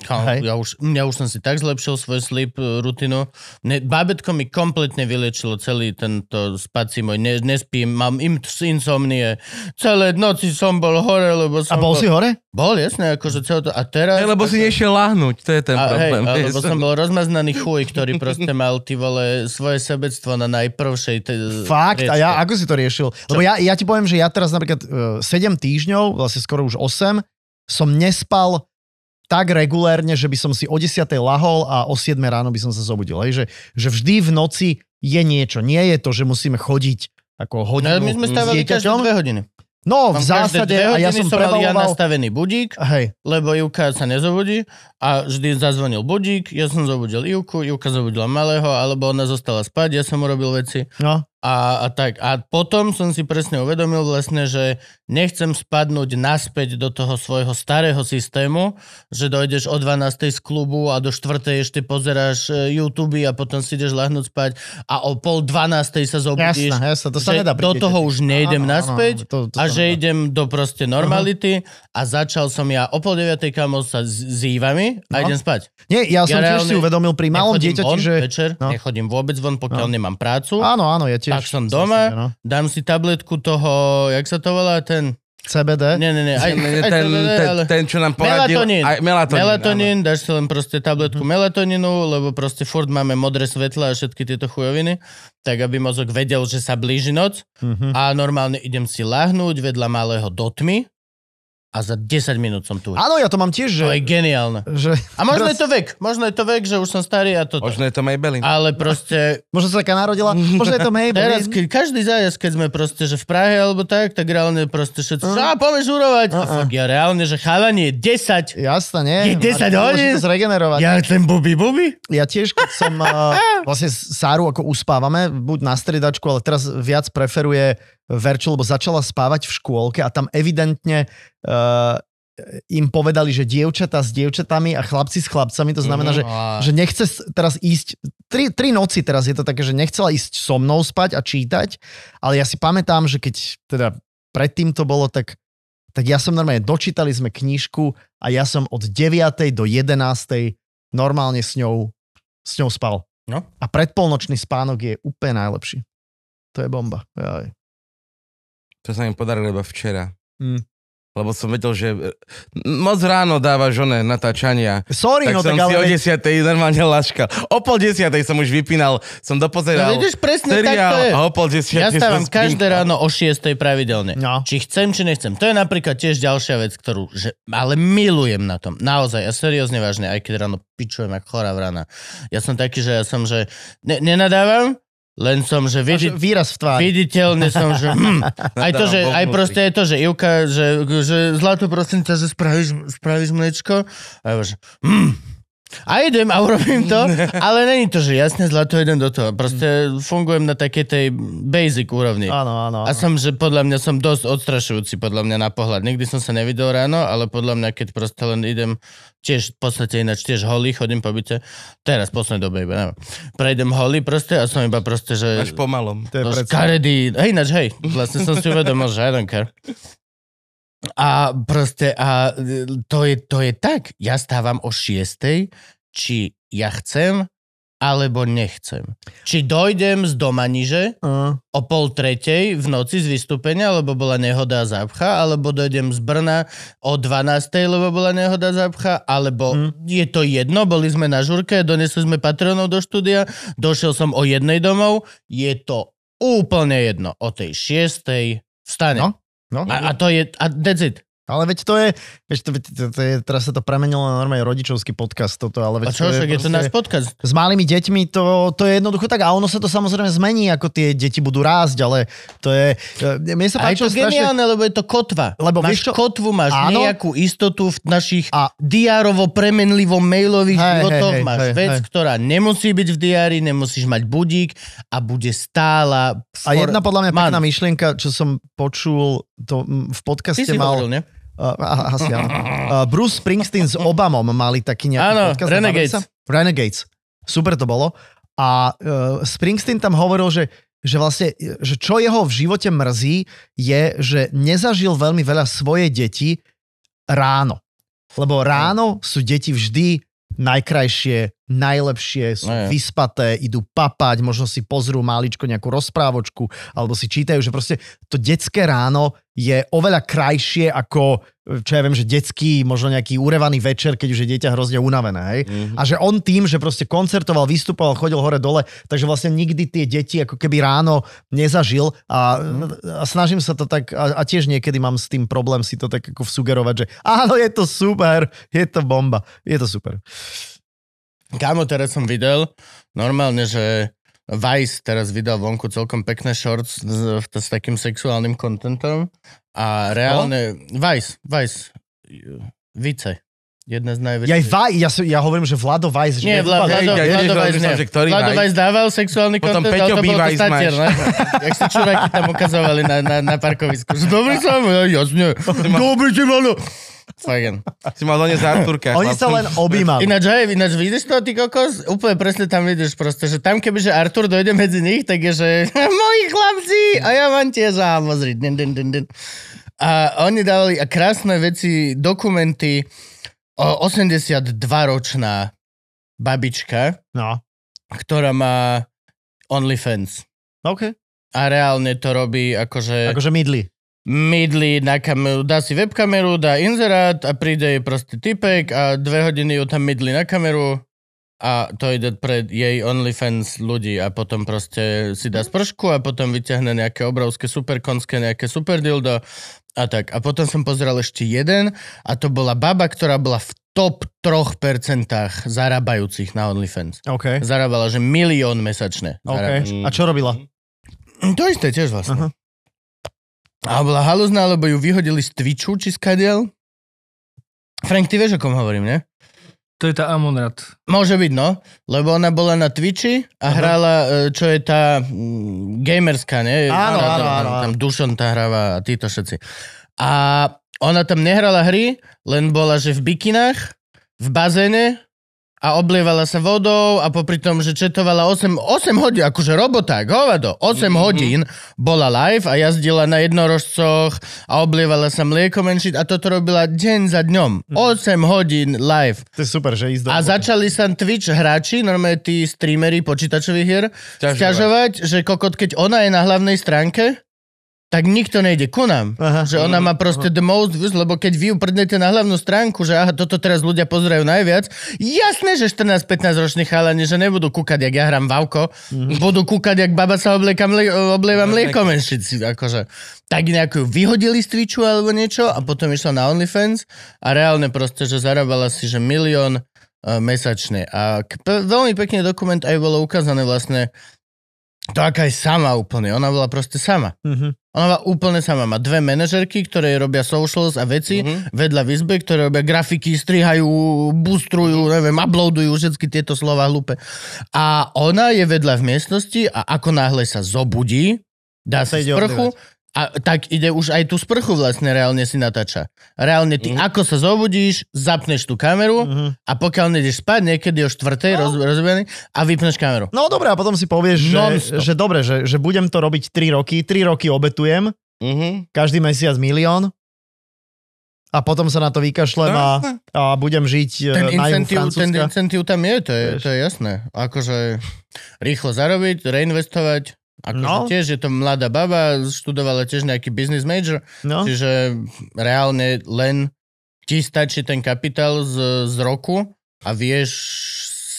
Kámo, Hej. ja, už, ja už som si tak zlepšil svoj sleep e, rutinu. Ne, bábetko mi kompletne vylečilo celý tento spací môj. Ne, nespím, mám im insomnie. Celé noci som bol hore, lebo A som... bol si hore? Bol, jasne, akože celé to... A teraz... Ne, lebo si nešiel láhnuť, to je ten a, hej, problém. lebo som bol rozmaznaný chuj, ktorý proste mal ty vole svoje sebectvo na najprvšej te, Fakt? priečke. A ja ako si to riešil? Lebo ja, ja ti poviem, že ja teraz napríklad uh, 7 týždňov, vlastne skoro už 8, som nespal tak regulérne, že by som si o 10. lahol a o 7. ráno by som sa zobudil. Hej? Že, že vždy v noci je niečo. Nie je to, že musíme chodiť ako No, hodinu my sme s stávali každé dieťaťom. dve hodiny. No, v Mám každé zásade, dve a ja hodiny som mal ja prebaloval... nastavený budík, Hej, lebo Juka sa nezobudí a vždy zazvonil budík, ja som zobudil Juku, Juka zobudila malého, alebo ona zostala spať, ja som urobil veci no. a, a tak. A potom som si presne uvedomil vlastne, že nechcem spadnúť naspäť do toho svojho starého systému, že dojdeš o 12. z klubu a do 4. ešte pozeráš e, YouTube a potom si ideš lahnúť spať a o pol 12. sa Jasné, zobudíš. jasné, to sa že nedá pri do dieťati. toho už nejdem Áno, áno, naspäť, áno, to, to a sa že nedá. idem do proste normality a začal som ja o pol deviatej kamo sa s s Ivami a No. idem spať. Nie, ja som Ja tiež si reálne uvedomil pri malom Nechodím dieťati, von že... Večer, no. nechodím vôbec von, pokiaľ nemám prácu. Áno, áno, ja tiež. Tak som v doma. zásade, no. Dám si tabletku toho, jak sa to volá, ten... CBD. Ne, ne, ne, aj, aj ten, ten, to, ten, ale- ten, čo nám poradil. Melatonín. Aj, melatonín. Melatonín, dáš si len proste Mhm. tabletku melatonínu, lebo proste furt máme modré svetla a všetky tieto chujoviny, tak aby mozog vedel, že sa blíži noc Mhm. a normálne idem si lahnúť vedľa malého do tmy a za 10 minút som tu. Áno, ja to mám tiež, že... To je geniálne. že A možno Proste- je to vek, možno je to vek, že už som starý a toto. Áno. Možno je to Maybelline. Ale proste možno sa taká narodila, možno je teraz, to Maybelline. keď, každý zájazd, keď sme proste, že v Prahe alebo tak, tak reálne proste všetci, že a poďme žurovať. A Mm. fuck, ja reálne, že chalanie je 10. Jasné, nie? Je 10 Máš hodín? dôležitosť Zregenerovať. Ja. Ja chcem bubi bubi. ja tiež, keď som uh, vlastne Sáru ako uspávame, buď na striedačku, ale teraz viac preferuje Verču, lebo začala spávať v škôlke a tam evidentne uh, im povedali, že dievčatá s dievčatami a chlapci s chlapcami, Mhm. to Mm. znamená, že No, že nechce s- teraz ísť, tri, tri noci teraz je to také, že nechcela ísť so mnou spať a čítať, ale ja si pamätám, že keď teda predtým to bolo, tak, tak ja som normálne, dočítali sme knižku a ja som od 9. do 11. normálne s ňou, s ňou spal. No. A predpolnočný spánok je úplne najlepší. To je bomba. Jaj. To sa mi podarilo iba včera. Hm. Mm. Lebo som vedel, že e, moc ráno dáva žone natáčania. Sorry, Tak no som tak si o ale... 10. normálne laškal. O pol 10. som už vypínal, som No dopozeral vidíš, presne tak to je. seriál a o pol 10. Ja som stávam každé spinkal. ráno o 6 pravidelne. No. Či chcem, či nechcem. To je napríklad tiež ďalšia vec, ktorú, že, ale milujem na tom. Naozaj, ja seriózne vážne, aj keď ráno pičujem ako chorá vrana. Ja som taký, že ja som, že ne, nenadávam, len som, že Až vidí, Výraz v tvári. viditeľne som, že... Hm. Aj to, Nadávam že, vo aj vnútri. proste je to, že Ivka, že, že zlato prosím ťa, že spravíš, spravíš mliečko. A ja že... Hm. A idem a urobím to, ale není to, že jasne zlato idem do toho. Proste fungujem na takej tej basic úrovni. Áno, áno. A som, že podľa mňa som dosť odstrašujúci, podľa mňa na pohľad. Nikdy som sa nevidel ráno, ale podľa mňa, keď proste len idem, tiež v podstate ináč tiež holý, chodím po byte, teraz v poslednej dobe iba, neviem. Prejdem holý proste a som iba proste, že... Až pomalom. To je No, predsa- Škaredý, hej, ináč, hej, vlastne som si uvedomil, že I don't care. A proste, a e, to je, to je tak, ja stávam o 6, či ja chcem, alebo nechcem. Či dojdem z doma niže Á. o pol tretej v noci z vystúpenia, lebo bola nehoda a zápcha, alebo dojdem z Brna o 12, lebo bola nehoda a zápcha, alebo Hm. je to jedno, boli sme na žurke, donesli sme patronov do štúdia, došiel som o jednej domov, je to úplne jedno. O tej šiestej vstane. No, no. A, a to je, a that's it. Ale veď to je, veď to, veď to, to je, teraz sa to premenilo na normálne rodičovský podcast toto, ale veď A čo, však je to proste- náš podcast. s malými deťmi to, to je jednoducho tak a ono sa to samozrejme zmení, ako tie deti budú rásť, ale to je... e, Mne sa A je páčilo to strašne... geniálne, lebo je to kotva. Lebo máš vieš čo- kotvu, máš Áno. nejakú istotu v našich A- diárovo premenlivo mailových Hej, hej, životoch. hej, máš hej, vec, hej. ktorá nemusí byť v diári, nemusíš mať budík a bude stála. A jedna podľa mňa pekná month. myšlienka, čo som počul, to mm, v Ty podcaste si mal... hovoril, ne? Uh, asi áno. Uh, Bruce Springsteen s Obamom mali taký nejaký Áno, podcast. Renegades. Bavili sa? Renegades. Super to bolo. A uh, Springsteen tam hovoril, že že vlastne, že čo jeho v živote mrzí, je, že nezažil veľmi veľa svoje deti ráno. Lebo ráno sú deti vždy najkrajšie, najlepšie, sú No je. vyspaté, idú papať, možno si pozrú máličko nejakú rozprávočku, alebo si čítajú, že proste to detské ráno je oveľa krajšie ako, čo ja viem, že detský, možno nejaký urevaný večer, keď už je dieťa hrozne unavené, hej? Mhm. A že on tým, že proste koncertoval, vystupoval, chodil hore-dole, takže vlastne nikdy tie deti ako keby ráno nezažil a, a snažím sa to tak, a, a tiež niekedy mám s tým problém si to tak ako sugerovať, že áno, je to super, je to bomba, je to super. Kámo, teraz som videl normálne, že Vice teraz vydal vonku celkom pekné shorts s, s takým sexuálnym kontentom a reálne... No. Vice, Vice, Vice, jedna z najväčších. Ja, aj Vaj, ja, som- ja hovorím, že Vlado Vajs, že Nie, Vla, úplne- Vlado, ja tiež Vlado Vajs rozmýšľam, nie. že ktorý Vlado Vajs. Vajs dával sexuálny Potom kontent, ale Peťo to bolo to Bývajs statier, ne? Jak sa čuráky tam ukazovali na, na, na parkovisku. Že dobrý som, ja, jasne. Dobrý si, Vlado. Fagen. Si mal doniesť Arturka. Oni sa len objímali. Ináč, hej, ináč vidíš to, ty kokos? Úplne presne tam vidíš proste, že tam kebyže Artur dojde medzi nich, tak je, že moji chlapci a ja vám tiež a pozri, din, din, din, din. A oni dávali a krásne veci, dokumenty, o 82-ročná babička, No, ktorá má OnlyFans. OK. A reálne to robí akože Ako... Akože midli. mydli na kameru, dá si webkameru, dá inzerát a príde jej proste typek a dve hodiny ju tam mydli na kameru a to ide pred jej OnlyFans ľudí a potom proste si dá spršku a potom vyťahne nejaké obrovské superkonské, nejaké superdildo a tak. A potom som pozeral ešte jeden a to bola baba, ktorá bola v top 3% zarábajúcich na OnlyFans. OK. Zarábala, že milión mesačne. OK. zarábala. A čo robila? To isté tiež vlastne. Aha. A bola halúzna, lebo ju vyhodili z Twitchu, či skadiel. Frank, ty vieš, o kom hovorím, ne? To je tá Amonrat. Môže byť, no. Lebo ona bola na Twitchi a hrála, e, čo je tá mm, gamerská, ne? Tá- Áno, áno, tam- áno, áno. Tam Dušon tá hráva a títo všetci. A ona tam nehrala hry, len bola, že v bikinách, v bazéne a oblievala sa vodou a popri tom, že četovala 8, 8 hodín, akože roboták, hovado, 8 Mhm. mm-hmm. hodín bola live a jazdila na jednorožcoch a oblievala sa mliekom and shit a toto robila deň za dňom. Mhm. 8 hodín live. To je super, že ísť do... A začali sa Twitch hráči, normálne tí streamery počítačových hier, Ťažovať. sťažovať, že kokot, keď ona je na hlavnej stránke, tak nikto nejde ku nám. Aha. Že ona má proste the most views, lebo keď vy ju prdnete na hlavnú stránku, že aha, toto teraz ľudia pozerajú najviac, jasné, že 14-15 ročných chalani, že nebudú kúkať, jak ja hrám Vavko, budú kúkať, jak baba sa oblieka mlie- oblieva mliekom, and shit, si- akože. Tak nejakú vyhodili z Twitchu alebo niečo a potom išla na OnlyFans a reálne proste, že zarábala si, že milión e, mesačne. A k- pe- veľmi pekný dokument aj bolo ukázané vlastne to, aká je sama úplne. Ona bola proste sama. Mhm. Ona bola úplne sama. Má dve manažerky, ktoré jej robia socials a veci Mhm. Mhm, mm-hmm. vedľa v izbe, ktoré robia grafiky, strihajú, boostrujú, neviem, uploadujú všetky tieto slova hlúpe. A ona je vedľa v miestnosti a ako náhle sa zobudí, dá Sa si ide sprchu, a tak ide už aj tú sprchu vlastne reálne si natáča. Reálne ty, mm. ako sa zobudíš, zapneš tú kameru mm. Mhm. a pokiaľ nejdeš spať, niekedy o štvrtej, no. roz, rozumený, a vypneš kameru. No dobre, a potom si povieš, že, Non-stop. že dobre, že, že budem to robiť 3 roky, 3 roky obetujem, mhm. každý mesiac milión a potom sa na to vykašlem a, a budem žiť ten ten na juhu incentív, ten Francúzska. incentív tam je, to je, Vieš. to je jasné. Akože rýchlo zarobiť, reinvestovať. Akože no. No. tiež je to mladá baba, študovala tiež nejaký business major, No, čiže reálne len ti stačí ten kapitál z, z roku a vieš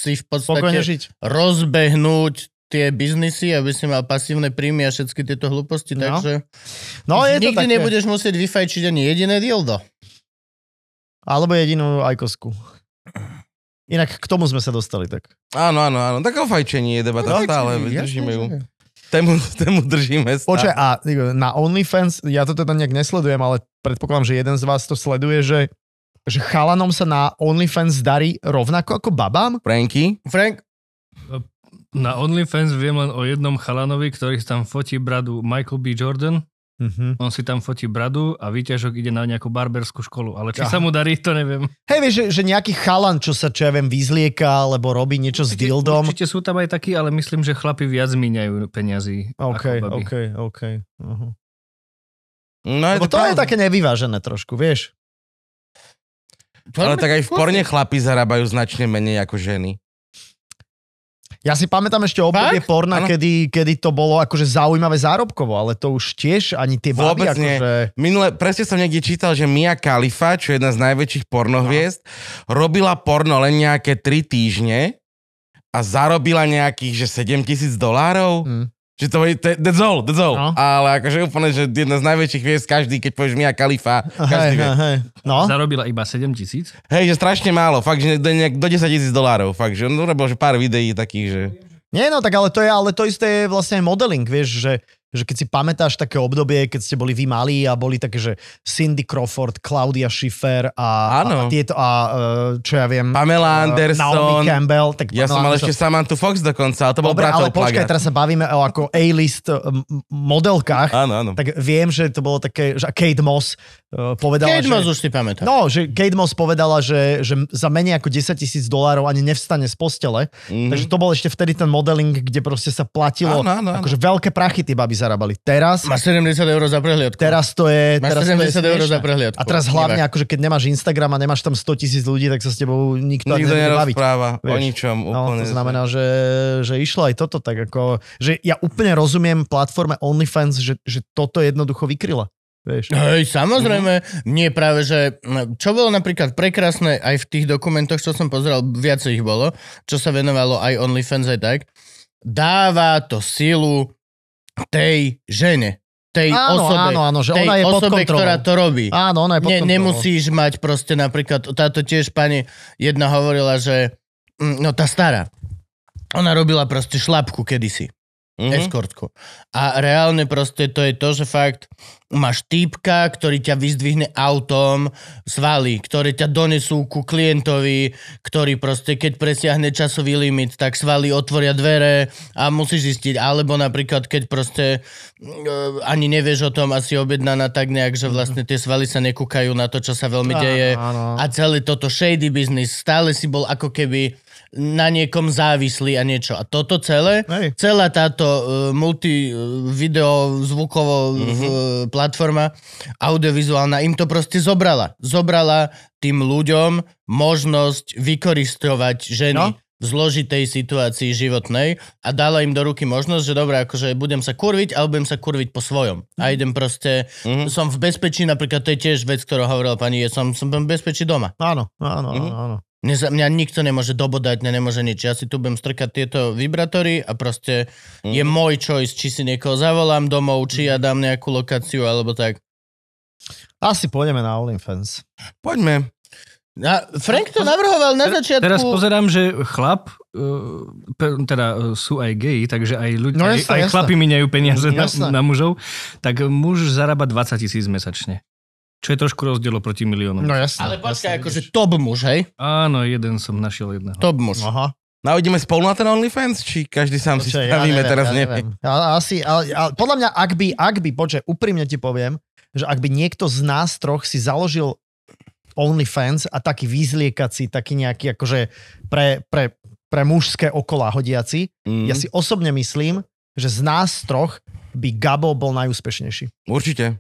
si v podstate spokojne žiť. rozbehnúť tie biznisy, aby si mal pasívne príjmy a všetky tieto hlúposti, No. takže No, je to nikdy také. nebudeš musieť vyfajčiť ani jediné dildo. Alebo jedinú ajkosku. Inak k tomu sme sa dostali tak. Áno, áno, áno. Tak o fajčení je debata No, stále, jasné, držíme ju. že. Tému, tému držíme stále. Počkaj, a na OnlyFans, ja to teda nejak nesledujem, ale predpokladám, že jeden z vás to sleduje, že, že chalanom sa na OnlyFans darí rovnako ako babám? Pranky. Frank, Na OnlyFans viem len o jednom chalanovi, ktorý si tam fotí bradu Michael B. Jordan. Mhm. On si tam fotí bradu a výťažok ide na nejakú barberskú školu. Ale či Aha. sa mu darí, to neviem. Hej, vieš, že, že nejaký chalan, čo sa, čo ja viem, vyzlieka, alebo robí niečo s dildom. Určite sú tam aj takí, ale myslím, že chlapi viac míňajú peniazy. OK, ako baby. OK, OK. Aha. No, je Lebo to je pravda. také nevyvážené trošku, vieš. Ale tak aj v porne chlapi zarábajú značne menej ako ženy. Ja si pamätám ešte obdobie porna, Áno. kedy, kedy to bolo akože zaujímavé zárobkovo, ale to už tiež ani tie baby Vôbec nie. akože... Minule, presne som niekde čítal, že Mia Khalifa, čo je jedna z najväčších pornohviezd, robila porno len nejaké 3 týždne a zarobila nejakých, že 7 tisíc dolárov. Hm. Že to je, to je that's all, that's all. No. Ale akože úplne, že jedna z najväčších hviezd, každý, keď povieš Mia Khalifa, Hej, každý vie. hej, hej. No, Zarobila iba 7 tisíc. Hej, že strašne málo, fakt, že do, nejak, do 10 tisíc dolárov, fakt, že on urobil že pár videí takých, že... nie no, tak ale to je, ale to isté je vlastne aj modeling, vieš, že, že keď si pamätáš také obdobie, keď ste boli vy malí a boli také, že Cindy Crawford, Claudia Schiffer a, Áno. a, a tieto, a e, čo ja viem, Pamela Uh, Naomi Anderson, Campbell. Tak ja som mal Pamela ešte Samantha Fox dokonca, ale to bol Dobre, bratov ale počkaj, plagát. teraz sa bavíme o ako A-list e, m- m- modelkách. Áno, áno. Tak viem, že to bolo také, že Kate Moss uh, povedala, Kate že... Moss už si pamätá. No, že Kate Moss povedala, že, že za menej ako 10 tisíc dolárov ani nevstane z postele. Mhm. Takže to bol ešte vtedy ten modeling, kde proste sa platilo, Áno, áno, áno. akože veľké prachy tí baby zarábali. Teraz, Má 70 eur za prehliadku. teraz to je... Máš teraz 70 to je eur za smiešné. prehliadku. A teraz hlavne, akože keď nemáš Instagram a nemáš tam 100 tisíc ľudí, tak sa s tebou nikto, ani Nikto nebude baviť. nerozpráva o Vieš. ničom. No, úplne to znamená, že, že išlo aj toto tak ako, že ja úplne rozumiem platforme OnlyFans, že, že toto jednoducho vykryla. Vieš. Hej, Mhm. samozrejme, nie práve, že m, čo bolo napríklad prekrásne aj v tých dokumentoch, čo som pozeral, viacej ich bolo, čo sa venovalo aj OnlyFans aj tak, dáva to silu tej žene, tej Áno, osobe, áno, áno, že tej ona je pod osobe, kontrolou. ktorá to robí. Áno, ona je pod Ne, kontrolou. nemusíš mať proste napríklad, táto tiež pani jedna hovorila, že, mm, no tá stará, ona robila proste šlapku kedysi Mhm. mm-hmm. eskortku. A reálne proste to je to, že fakt máš týpka, ktorý ťa vyzdvihne autom, svaly, ktoré ťa donesú ku klientovi, ktorý proste, keď presiahne časový limit, tak svaly otvoria dvere a musíš zistiť. Alebo napríklad, keď proste e, ani nevieš o tom a si objednaná tak nejak, že vlastne tie svaly sa nekúkajú na to, čo sa veľmi deje. áno. A celý toto shady business, stále si bol ako keby na niekom závislý a niečo. A toto celé, Hej. celá táto uh, multi uh, video zvukovo mm-hmm. uh, platforma audiovizuálna im to proste zobrala. Zobrala tým ľuďom možnosť vykoristovať ženy No. no? v zložitej situácii životnej a dala im do ruky možnosť, že dobre, akože budem sa kurviť, ale budem sa kurviť po svojom. A idem proste, mhm, mm-hmm. som v bezpečí, napríklad to je tiež vec, ktorú hovorila pani, je, som, som v bezpečí doma. Áno, áno, áno, áno. Mne, za- mňa nikto nemôže dobodať, mňa nemôže nič. Ja si tu budem strkať tieto vibratory a proste mhm. mm. Mhm. je môj choice, či si niekoho zavolám domov, či ja dám nejakú lokáciu alebo tak. Asi pôjdeme na OnlyFans. Poďme. A Frank to navrhoval na začiatku. Teraz pozerám, že chlap, eh, pe- teda eh, sú aj geji, takže aj, ľudí, No aj, jasné, aj jasné. chlapi miňajú peniaze na, Jasné. na mužov, tak muž zarába 20 tisíc mesačne. Čo je trošku rozdiel proti miliónom. No jasné. Ale jasné, počkaj, akože vidíš. top muž, hej? Áno, jeden som našiel jedného. Top muž. Aha. No ideme spolu na ten OnlyFans, či každý sám si Počkaj, spravíme teraz, ja neviem. Ja, asi, ale, ale podľa mňa, ak by, ak by, počkaj, úprimne ti poviem, že ak by niekto z nás troch si založil OnlyFans a taký vyzliekací, taký nejaký akože pre, pre, pre mužské okolá hodiaci, Mm, ja si osobne myslím, že z nás troch by Gabo bol najúspešnejší. Určite.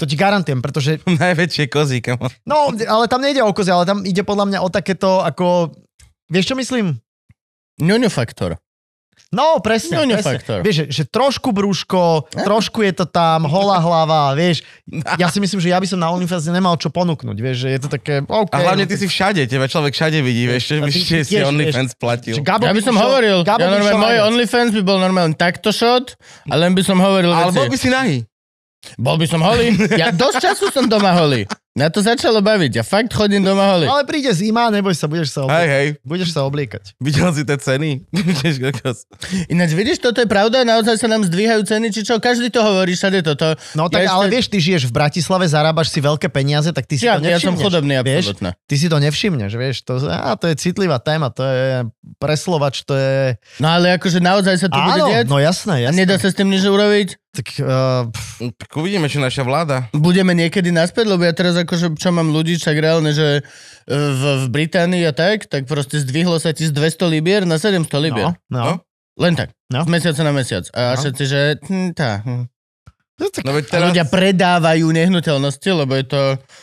To ti garantujem, pretože Najväčšie kozy, kamo. No, ale tam nejde o kozy, ale tam ide podľa mňa o takéto ako... Vieš, čo myslím? Ňuňu faktor. No, presne. No, presne. nefaktor. Vieš, že, že trošku brúško, trošku je to tam, holá hlava, vieš. Ja si myslím, že ja by som na OnlyFans nemal čo ponúknuť, vieš, že je to také... Okay, A hlavne ty si všade, teba človek všade vidí, vieš, čo no, A by ty si tiež, si vieš, OnlyFans platil. Že Gabo Ja by som hovoril, ja by normálne, išiel moje najviac. OnlyFans by bol normálne takto shot, a len by som hovoril Ale bol veci. by si nahý. Bol by som holý. Ja dosť času som doma holý. Na to začalo baviť. Ja fakt chodím doma holý. Ale príde zima, neboj sa, budeš Hej, sa obliekať. hej, Budeš sa obliekať. videl si tie ceny? Vieš, kokos. Ináč vidíš, toto je pravda, naozaj sa nám zdvíhajú ceny, či čo? Každý to hovorí, všade toto. No tak, Ja ale ešte- vieš, ty žiješ v Bratislave, zarábaš si veľké peniaze, tak ty si Ja, to ja som nevšimneš. chudobný, vieš? absolútne. Ty si to nevšimneš, vieš, to, á, to je citlivá téma, to je preslovač, to je... No ale akože naozaj sa to bude Áno, diať? no jasné, A jasné. nedá sa s tým nič urobiť? Tak, uh, No, Tak uvidíme, čo naša vláda. budeme niekedy naspäť, lebo ja teraz akože, čo mám ľudí, však reálne, že e, v, v Británii a tak, tak proste zdvihlo sa ti z 200 libier na 700 libier. no, no. No. Len tak. No. Z mesiaca na mesiac. A No. všetci, že hm, tá. Hm. No, tak, No veď A teraz ľudia predávajú nehnuteľnosti, lebo je to...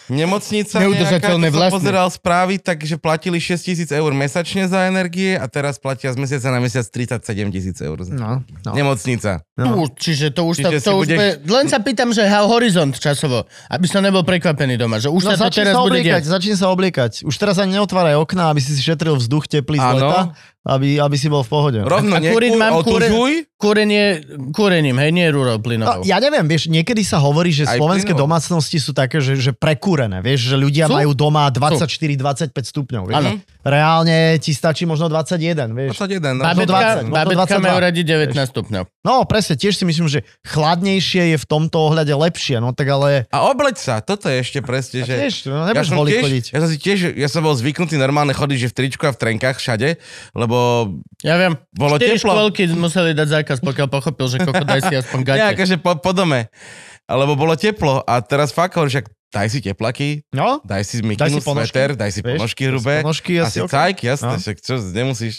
nemocnica Neudržateľné nejaká, to som vlastne. pozeral správy, takže platili 6 tisíc eur mesačne za energie a teraz platia z mesiaca na mesiac 37 tisíc eur. za- no, no. Nemocnica. No. Tu, čiže to už... Čiže Čiže si to, to už budeš- bude... Len sa pýtam, že how horizont časovo, aby som nebol prekvapený doma, že už No, sa to začni teraz sa bude obliekať, diať. začni sa obliekať. Už teraz ani neotváraj okná, aby si si šetril vzduch teplý z Áno. leta, aby, aby si bol v pohode. A- Rovno a kúriť nekú- mám kúre- otužuj. Kúrenie, kúrením, hej, nie rúrov No, plynovou. ja neviem, vieš, niekedy sa hovorí, že Aj slovenské plynovou. domácnosti sú také, že, že prekúrené, vieš, že ľudia Sú? majú doma 24-25 stupňov, vieš. Áno. Reálne ti stačí možno 21, vieš. 21, no. Babi- Babetka, 20, možno babetka 22. majú radi 19 stupňov. No presne, tiež si myslím, že chladnejšie je v tomto ohľade lepšie, no tak ale... A obleď sa, toto je ešte presne, že... Vieš, no, nebudeš holý chodiť. ja som si tiež, ja som bol zvyknutý normálne chodiť, že v tričku a v trenkách všade, lebo Ja viem. Bolo Štyri teplo. škôlky museli dať zákaz, pokiaľ pochopil, že koko daj si aspoň gate. ja akože po, po dome, lebo bolo teplo a teraz fakt hovorím, však daj si teplaky, No, daj si Daj mikinu, si ponožky, sveter, daj si vieš, ponožky hrubé, ponožky a si asi... ok. cajk, jasné, No. však čo, nemusíš.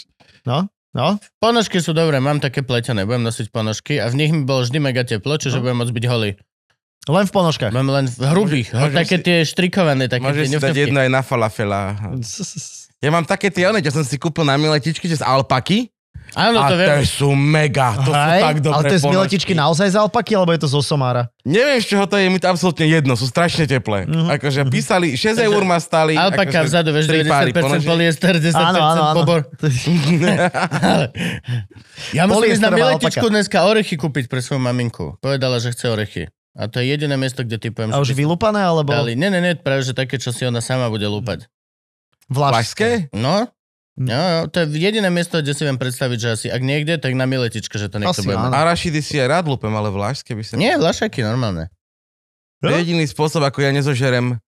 No, no. Ponožky sú dobré, mám také pletené, budem nosiť ponožky a v nich mi bolo vždy mega teplo, čiže No. budem môcť byť holý. Len v ponožkách. Mám len v hrubých, Môže- môžeš také si- tie štrikované, také Môžeš tie si dať jedno nevtevky. aj na falafela. Ja mám také tie, one, čo som si kúpil na miletičky, že z alpaky. Áno, a to viem. tie sú mega, to sú No, Hej, tak dobré ale to je z ponožky. miletičky naozaj z alpaky, alebo je to zo somára? Neviem, z čoho to je, je mi to absolútne jedno, sú strašne teplé. Mhm. Akože písali, 6 eur ma stali. Alpaka akože vzadu, vieš, tri páry 90% ponožiek. poliester, 10% Áno, áno, áno. pobor. Ja musím ísť na Polyesterová miletičku alpaka. dneska orechy kúpiť pre svoju maminku. Povedala, že chce orechy. A to je jediné miesto, kde typujem, A už že by vylúpané, alebo dali. Nie, nie, nie, práve že také, čo si ona sama bude lúpať. Vlašské? vlašské? No, Hm. no, jo, to je jediné miesto, kde si viem predstaviť, že asi, ak niekde, tak na miletičke, že to niekto Asi bude mať. áno. Arašidy si aj rád lúpem, ale vlášské by sa... Nie, vlašaky, normálne. To je jediný spôsob, ako ja nezožerem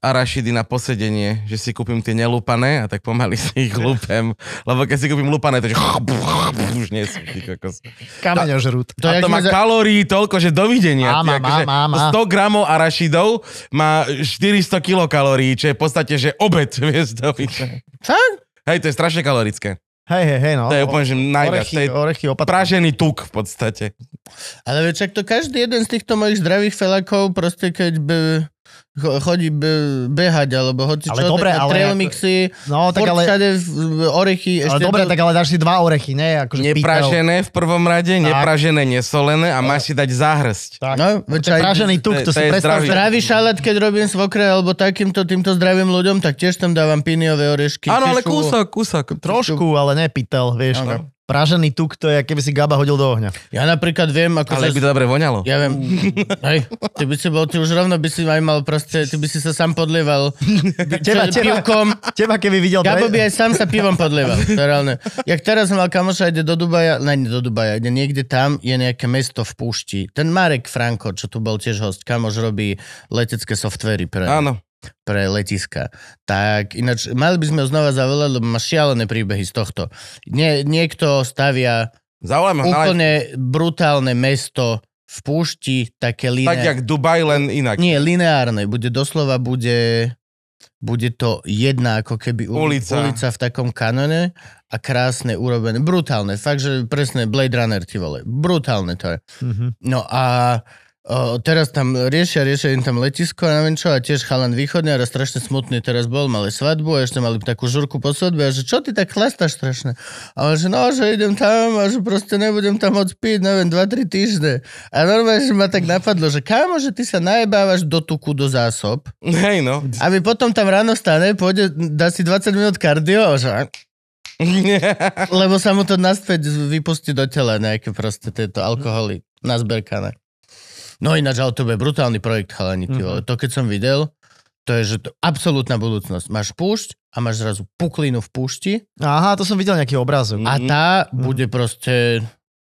arašidy na posedenie, že si kúpim tie nelúpané a tak pomaly si ich lúpem. Lebo keď si kúpim lúpané, to je, že už nie sú. ty kokos. Kameňožrút. To, A jak to sme má kalórií toľko, že dovidenia. Má, má, ty, akože má, má, má. 100 gramov arašidov má 400 kilokalórií, čo je v podstate, že obed, vieš, to vidíš. Fakt? Hej, to je strašne kalorické. Hej, hej, hej, no. To je úplne, že najviac. Orechy, To je orechy opatrne. pražený tuk v podstate. Ale veď však to každý jeden z týchto mojich zdravých felakov, proste keď by cho- chodí b- behať, alebo hoci čo, Ale dobre, tak na ale trail ako- mixy, No, tak ale... všade v- v- orechy, Ale ešte dobre, to- tak ale dáš si dva orechy, ne? Akože pýtel. Nepražené v prvom rade, Tak. nepražené, nesolené a máš si dať záhrsť. Tak. No, veď To je aj pražený tuk, to je- to, to si je predstav, zdravý. že... zdravý šalát, keď robím svokre, alebo takýmto týmto zdravým ľuďom, tak tiež tam dávam píniové orešky. Áno, ale kišu. kúsok, kúsok. Trošku, ale ne pitel, vieš. Ok. No. Pražený tuk, to je, keby si gaba hodil do ohňa. Ja napríklad viem, ako Ale sa- by to dobre voňalo. Ja viem. Hej, ty by si bol, ty už rovno by si aj mal proste, ty by si sa sám podlieval Teba, Čo, teba, pivkom. teba keby videl... Gabo by aj sám sa pivom podlieval, to je reálne. Jak teraz mal kamoša, ide do Dubaja, ne, nie do Dubaja, ide niekde tam, je nejaké mesto v púšti. Ten Marek Franko, čo tu bol tiež host, kamoš robí letecké softvery pre, Áno. pre letiska. Tak ináč, mali by sme ho znova zavolať, lebo má šialené príbehy z tohto. Nie, niekto stavia Zavoláme ho na live. úplne brutálne mesto v púšti, také líne. Tak jak Dubaj, len inak. Nie, lineárne. Bude doslova, bude, bude to jedna ako keby uli- Ulica. ulica v takom kanone a krásne urobené. Brutálne. Fakt, že presne Blade Runner ti vole. Brutálne to je. Mhm. No a o, teraz tam riešia, riešia im tam letisko a neviem čo, a tiež chalan východňar a strašne smutný teraz bol, mali svadbu a ešte mali takú žurku po svadbe a že čo ty tak chlastáš strašne? A on že no, že idem tam a že proste nebudem tam moc piť, neviem, 2-3 týždne. A normálne, že ma tak napadlo, že kámo, že ty sa najebávaš do tuku, do zásob, Hej, no. aby potom tam ráno stane, pôjde, dá si 20 minút kardio, a že, lebo sa mu to naspäť vypustí do tela nejaké proste tieto alkoholy nazberkané. No ináč, ale to bude brutálny projekt, chalani, ty Mhm. vole. To keď som videl, to je, že to absolútna budúcnosť. Máš púšť a máš zrazu puklinu v púšti Aha, to som videl nejaký obrázok. a Mhm. tá bude proste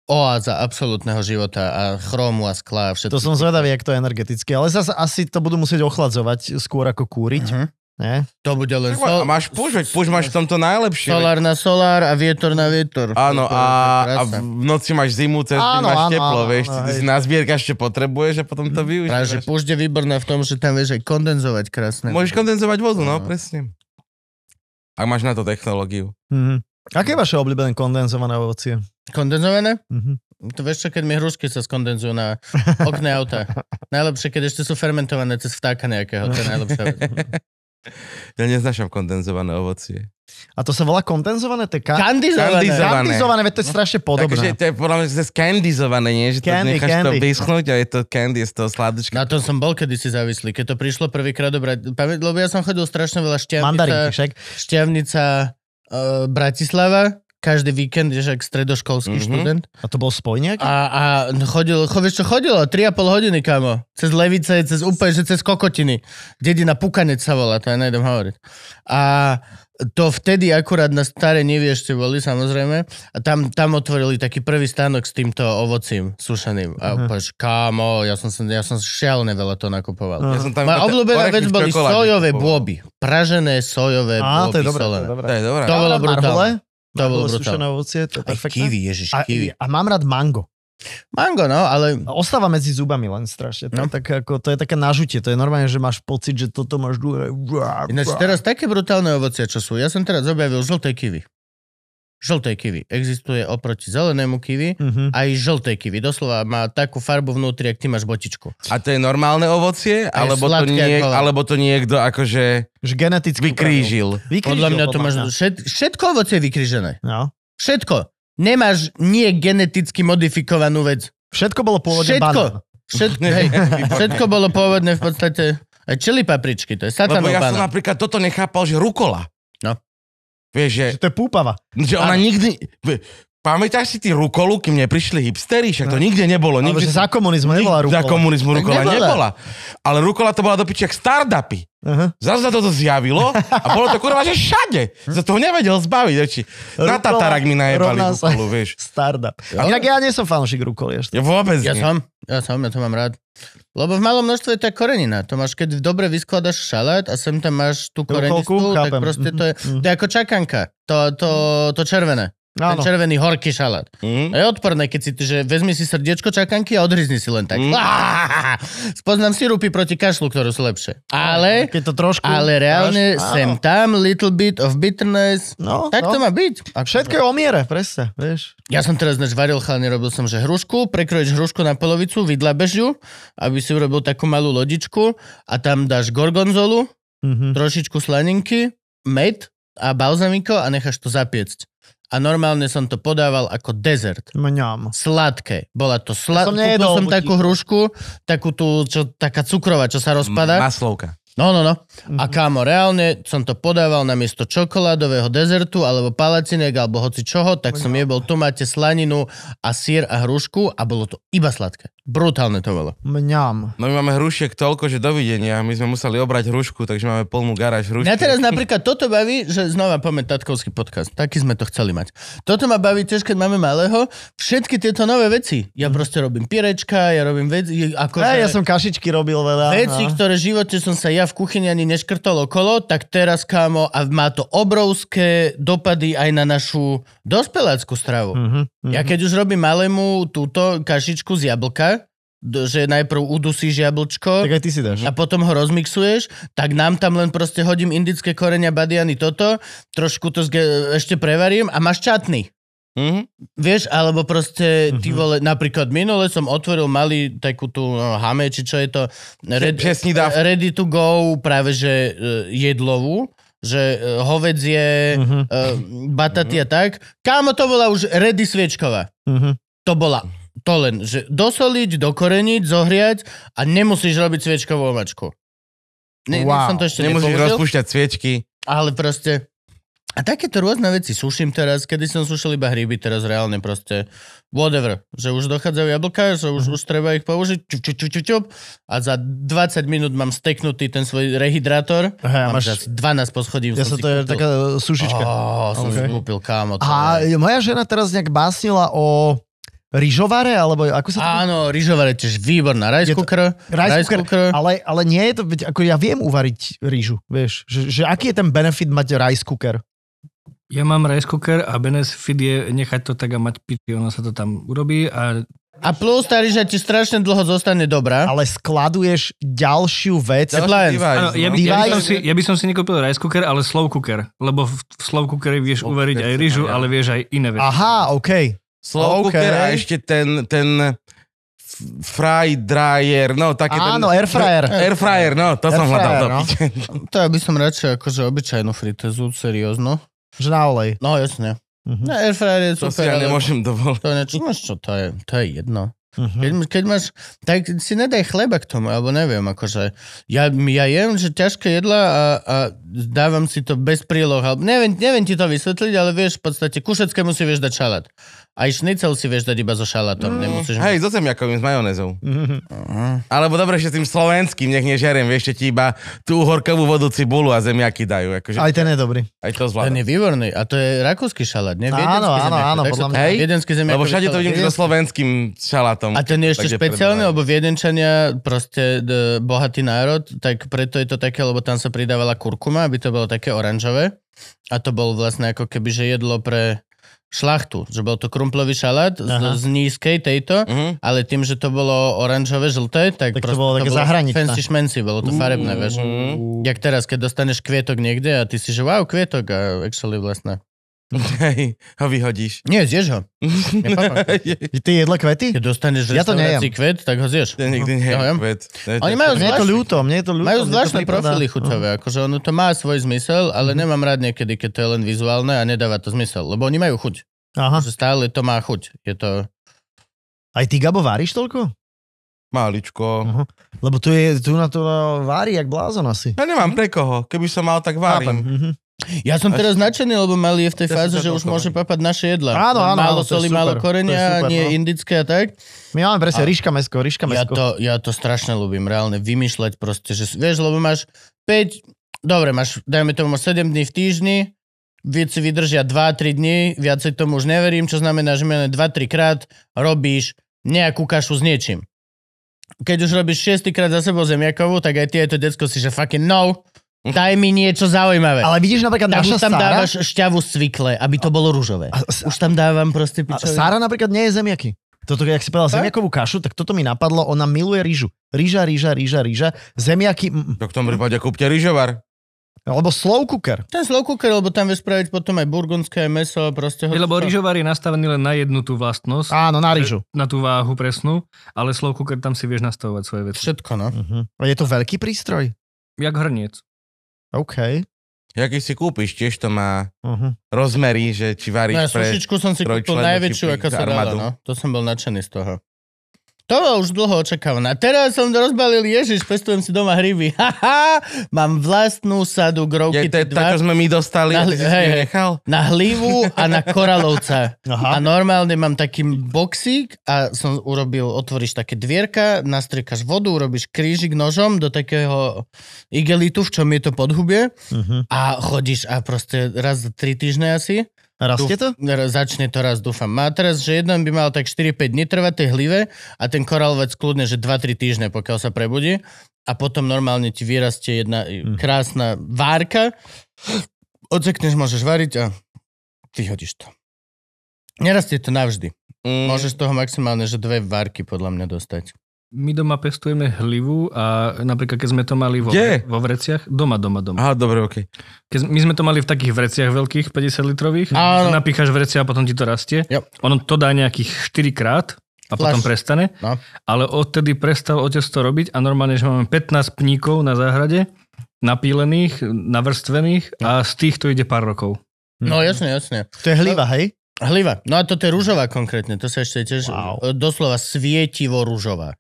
oáza absolútneho života a chromu a skla a všetko. To som zvedavý, jak to je energeticky, ale zase asi to budú musieť ochladzovať skôr ako kúriť, Mhm. ne? To bude len A sol, máš púšť, veď púšť máš v tomto najlepšie. veď. solár na solár a vietor na vietor. To Áno, je a, a krása. v noci máš zimu, cez deň Áno, máš áno, teplo, áno, vieš, áno, ty hej. si na zbierka ešte potrebuješ a potom to Práve, že využívaš. púšť je výborná v tom, že tam vieš aj kondenzovať krásne. Môžeš kondenzovať vodu, no, Áno. presne. Ak máš na to technológiu. Mhm. Aké je vaše obľúbené kondenzované ovocie? Kondenzované? Mhm. To vieš čo, keď mi hrušky sa skondenzujú na okne auta. Najlepšie, keď ešte sú fermentované cez vtáka nejakého. To je najlepšia vec. Ja neznášam kondenzované ovocie. A to sa volá kondenzované? To je ka- Kandizované. Kandizované. kandizované, veď to No. je strašne Takže podobné. to je podľa mňa že to je skandizované, nie? Že to No, Candy, necháš to candy. vyschnúť a je to candy z toho sladučka. Na tom som bol kedysi závislý, keď to prišlo prvýkrát dobrať. Pamä- Lebo ja som chodil strašne veľa šťavnica, Mandarinky však. šťavnica e, Bratislava, každý víkend, že ak stredoškolský Mhm. študent. A to bol spojniak? A, a chodil, cho, vieš čo chodilo? 3,5 hodiny, kamo. Cez Levice, cez úplne, že cez kokotiny. Dedina Pukanec sa volá, to ja nejdem hovoriť. A to vtedy akurát na staré neviešte boli, samozrejme. A tam, tam otvorili taký prvý stánok s týmto ovocím sušeným. A Aha. uh-huh. kámo, ja som, sa- ja som šialené veľa to nakupoval. Ja Aha. som tam Moja iba tie obľúbená orechy vec v boli čokoláde sojové kupoval. bôby. Pražené sojové Á, bôby to je dobré. To solené. je dobré. To je dobré. To Ja bolo mám rád brutálne. To bolo marhule, sušené brutálne. ovocie, to je Aj perfektné. kiwi, ježiš, A, kiwi. a mám rád mango. Mango, no, ale Ostáva medzi zubami len strašne. To, no. je tak ako, to je také nažutie. To je normálne, že máš pocit, že toto máš dlhé. Ináč teraz také brutálne ovocie, čo sú. Ja som teraz objavil žlté kivy. Žlté kivy. Existuje oproti zelenému kiwi Mhm. aj žlté kivy. Doslova má takú farbu vnútri, ak ty máš botičku. A to je normálne ovocie? A je Alebo to, sladké nie, ako- alebo to niekto akože Že geneticky vykrížil? upravil. Vykrížil, Podľa mňa to máš... mňa. Všet, všetko ovocie je vykrižené. No. Všetko. Nemáš nie geneticky modifikovanú vec. Všetko bolo pôvodne Všetko. banán. Všetko, hej, všetko bolo pôvodné v podstate... Aj čili papričky, to je Lebo satanov ja som banán. napríklad toto nechápal, že rukola. No. Vieš, že Že to je púpava. Že ona nikdy... v- Pamätáš si ty rukolu, kým neprišli hipstery? No. Však to nikde nebolo. Ale Nikde že za komunizmu nebola Za rukola. komunizmu Tak rukola nebola. nebola. Ale rukola to bola do piči jak startupy. Aha. Zrazu sa toto zjavilo a bolo to kurva, že všade. Sa toho nevedel zbaviť. Reči. Na Rukola Tatarak mi najebali rovná sa- rukolu, vieš. Startup. Inak ja nie som fanúšik rukoly. Ja ešte. vôbec Ja nie. som, ja som, ja to mám rád. Lebo v malom množstve je to korenina. To máš, keď dobre vyskladaš šalát a sem tam máš tú korenistu, Rukolku, tak chápem. proste to je, Mhm, mhm. to je ako čakanka. To, to, to červené. Ten Áno. červený horký šalát. Hm? A je odporné, keď si, že vezmi si srdiečko čakanky a odhrizni si len tak. Mhm. Mm. Á! Spoznám sirupy proti kašlu, ktoré sú lepšie. Ale, Keď to trošku... ale reálne dáš, áno. sem tam, little bit of bitterness. No, Tak no. to má byť. A všetko je o miere, presne, vieš. Ja som teraz než varil chalne, robil som, že hrušku, prekrojíš hrušku na polovicu, vydlabeš ju, aby si urobil takú malú lodičku a tam dáš gorgonzolu, Mhm. trošičku slaninky, med a balzamiko a necháš to zapiecť. A normálne som to podával ako dezert. Mňam. Sladké. Bola to Ja som sladké. nejedol Kúpil som butíku. takú hrušku, takú tú, čo, taká cukrová, čo sa rozpadá. Maslovka. No, no, no. Mhm. A kámo, reálne som to podával na miesto čokoládového dezertu alebo palacinek alebo hoci čoho, tak som jebol tomáte, slaninu a sír a hrušku a bolo to iba sladké. Brutálne to bolo. Mňam. No my máme hrušiek toľko, že dovidenia. My sme museli obrať hrušku, takže máme plnú garáž hrušky. Mňa teraz napríklad toto baví, že znova poďme tatkovský podcast. Taký sme to chceli mať. Toto ma baví tiež, keď máme malého. Všetky tieto nové veci. Ja proste robím pirečka, ja robím veci, ako Ej, ja som kašičky robil veľa. Veci, no. ktoré v živote som sa ja v kuchyni ani neškrtol okolo, tak teraz, kámo, a má to obrovské dopady aj na našu dospeláckú stravu. Mhm, mhm. Ja keď už robím malému túto kašičku z jablka, d- že najprv udusíš jablčko Tak aj ty si dáš. a potom ho rozmixuješ, tak nám tam len proste hodím indické korenia, badiany, toto, trošku to zge- ešte prevarím a máš čatný. Mhm. Vieš, alebo proste, ty Mhm. vole, napríklad minule som otvoril malý takú tú no, hame, či čo je to, red, Presný dáv. ready to go, práve že e, jedlovú, že e, hovedzie, Mhm, e, bataty a tak. Kámo, to bola už ready sviečková. mhm. To bola to len, že dosoliť, dokoreniť, zohriať a nemusíš robiť sviečkovú omačku. Ne, wow. Wow. som to ešte Nemusíš nepoužil, rozpúšťať sviečky. ale proste A takéto rôzne veci suším teraz, kedy som sušil iba hryby, teraz reálne proste whatever, že už dochádzajú jablka, že Mhm. už, už treba ich použiť, čup, čup, čup, čup, čup, a za 20 minút mám steknutý ten svoj rehydrátor, Aha, mám máš... máš- 12 poschodí. Ja som to je taká e, sušička. Oh, som si Okay. kúpil, kámo. to A je- moja žena teraz nejak básnila o ryžovare, alebo ako sa to... Áno, ryžovare tiež výborná. Rice Je to- cooker. Rice cooker, ale, ale nie je to, veď ako ja viem uvariť rýžu, vieš, že, že aký je ten benefit mať rice cooker? Ja mám rice cooker a benefit je nechať to tak a mať piči, ono sa to tam urobí a A plus tá ryža ti strašne dlho zostane dobrá. Ale skladuješ ďalšiu vec. Ďalší Ďalší device, Áno, ja, by, ja, by som si, ja by som si nekúpil rice cooker, ale slow cooker, lebo v, v slow cookeri vieš Slow uveriť cooker, aj rýžu, áno. ale vieš aj iné veci. Aha, OK. Slow OK. cooker a ešte ten, ten f- fry dryer, no také Áno, ten... air fryer. Air fryer, no, to som Air hľadal. fryer, do no. piče. To ja by som radšej akože obyčajnú fritezu, seriózno. Že na olej. No jasne. Mhm. No airfryer je To si super, ja ale nemôžem dovoliť. to je niečo, no čo, to je, to je jedno. Mhm. Keď, keď máš, tak si nedaj chleba k tomu, alebo neviem, akože, ja, ja jem, že ťažké jedla a, a dávam si to bez príloh, alebo neviem, neviem ti to vysvetliť, ale vieš, v podstate kušeckému si vieš dať šalát. Aj šnicel si vieš dať iba so šalátom, nemusíš... Mm, Hej, so zemiakovým, s majonézou. Mhm. Alebo dobre, že tým slovenským, nech nežerem, vieš, že ti iba tú horkovú vodu, cibulu a zemiaky dajú. Akože, aj, Mhm. Aj ten je dobrý. aj to Ten zvládam. je výborný. A to je rakúsky šalát, nie? Viedenský Áno, áno, zemiakový, áno, tak sa podľa to- mňa. Hej, Viedenský zemiakový Lebo všade to šalát. vidím so slovenským šalátom. A ten je ešte Takže špeciálny, predávajú. lebo Viedenčania, proste d, bohatý národ, tak preto je to také, lebo tam sa pridávala kurkuma, aby to bolo také oranžové. A to bol vlastne ako keby, že jedlo pre šlachtu, že bol to krumplový šalát z, Aha. z nízkej tejto, Mhm. ale tým, že to bolo oranžové, žlté, tak, Tak to proste bolo také zahraničné. Mm. Fancy šmenci, bolo to farebné, vieš. Mhm. Jak teraz, keď dostaneš kvietok niekde a ty si, že wow, kvietok a actually vlastne. Hej, ho vyhodíš. Nie, zješ ho. Nepapá. Ty jedle kvety? Keď dostaneš v Ja to reštaurácii kvet, tak ho zješ. To nikdy nie je No, Ja viem. kvet. Oni majú Mne je to ľúto, mne je to ľúto. Majú mne to No. zvláštne prípada- Mhm. profily chuťové, akože ono to má svoj zmysel, ale nemám rád niekedy, keď to je len vizuálne a nedáva to zmysel, lebo oni majú chuť. Aha. Že stále to má chuť. Je to... Aj ty, Gabo, varíš toľko? Maličko. Lebo tu, je, tu na to vári jak blázon asi. Ja nemám pre koho. Keby som mal, tak várim. Chápem. Mhm. Ja som teraz nadšený, lebo mali je v tej Ja si fáze, to že už toľko môže varím. papať naše jedla. Áno, áno, Málo áno, to je soli, super, málo to je korenia, super, nie no. indické a tak. My máme presne ríška mesko, Ja ríška mesko. to, ja to strašne ľúbim, reálne vymýšľať proste, že s- vieš, lebo máš 5, dobre, máš, dajme tomu 7 dní v týždni, veci vydržia 2-3 dní, viacej tomu už neverím, čo znamená, že menej 2-3 krát robíš nejakú kašu s niečím. Keď už robíš 6 krát za sebou zemiakovú, tak aj ty aj to decko si, že fucking no, daj mi niečo zaujímavé. Mhm. Ale vidíš napríklad tak naša už tam Sára, dávaš šťavu z cvikle, aby to bolo rúžové. A- s- Už tam dávam proste A pičovinu. Sára napríklad nie je zemiaky. Toto, jak si povedal, Tak? zemiakovú kašu, tak toto mi napadlo, ona miluje rýžu. Rýža, rýža, rýža, rýža. Zemiaky, mm, mm. Tak v tom prípade kúpte rýžovar. alebo slow cooker. Ten slow cooker, lebo tam vieš spraviť potom aj burgundské meso, no proste... ho- Lebo rýžovar je nastavený len na jednu tú vlastnosť, Áno, na rýžu. na tú váhu presnú, ale slow cooker tam si vieš nastavovať svoje veci. Všetko, no. Uh-huh. Je to veľký prístroj? Jak hrniec. OK. Ja keď si kúpiš, tiež to má Uh-huh. rozmery, že či No ja varíš pre... sušičku som si kúpil trojčlennú najväčšiu, typu aká sa dala, armádu. no. To som bol nadšený z toho. To bolo už dlho očakávané. A teraz som rozbalil, ježiš, pestujem si doma hryby. Haha, mám vlastnú sadu Je grovky to je tá, dva, čo sme my dostali, a ty si si Hej, ju hej. nechal? na hlivu a na koralovca. A Aha. normálne mám taký boxík a som urobil, otvoríš také dvierka, nastriekaš vodu, urobíš krížik nožom do takého igelitu, v čom je to podhubie Uh-huh. a chodíš a proste raz za tri týždne asi Rastie to? Dúf- r- Začne to raz, dúfam. Má teraz, že jeden by mal tak 4-5 dní trvať tej hlive a ten koralovec kľudne, že 2-3 týždne, pokiaľ sa prebudí a potom normálne ti vyrastie jedna mm. Hm. krásna várka, odsekneš, môžeš variť a vyhodíš to. Nerastie to navždy. Hm. Mm. Môžeš toho maximálne, že dve várky podľa mňa dostať. My doma pestujeme hlivu a napríklad keď sme to mali vo, Kde? vo vreciach, doma, doma, doma. Aha, dobre, okej. Keď my sme to mali v takých vreciach veľkých, 50 litrových, Áno. že napíchaš vrecia a potom ti to rastie. Jo. Ono to dá nejakých 4 krát a Flash. potom prestane. No. Ale odtedy prestal otec to robiť a normálne, že máme 15 pníkov na záhrade, napílených, navrstvených a z tých to ide pár rokov. Hm. No jasne, jasne. To je hliva, hej? Hliva. No a toto je rúžová konkrétne, to sa ešte tiež e, Wow. wow. doslova svietivo rúžová.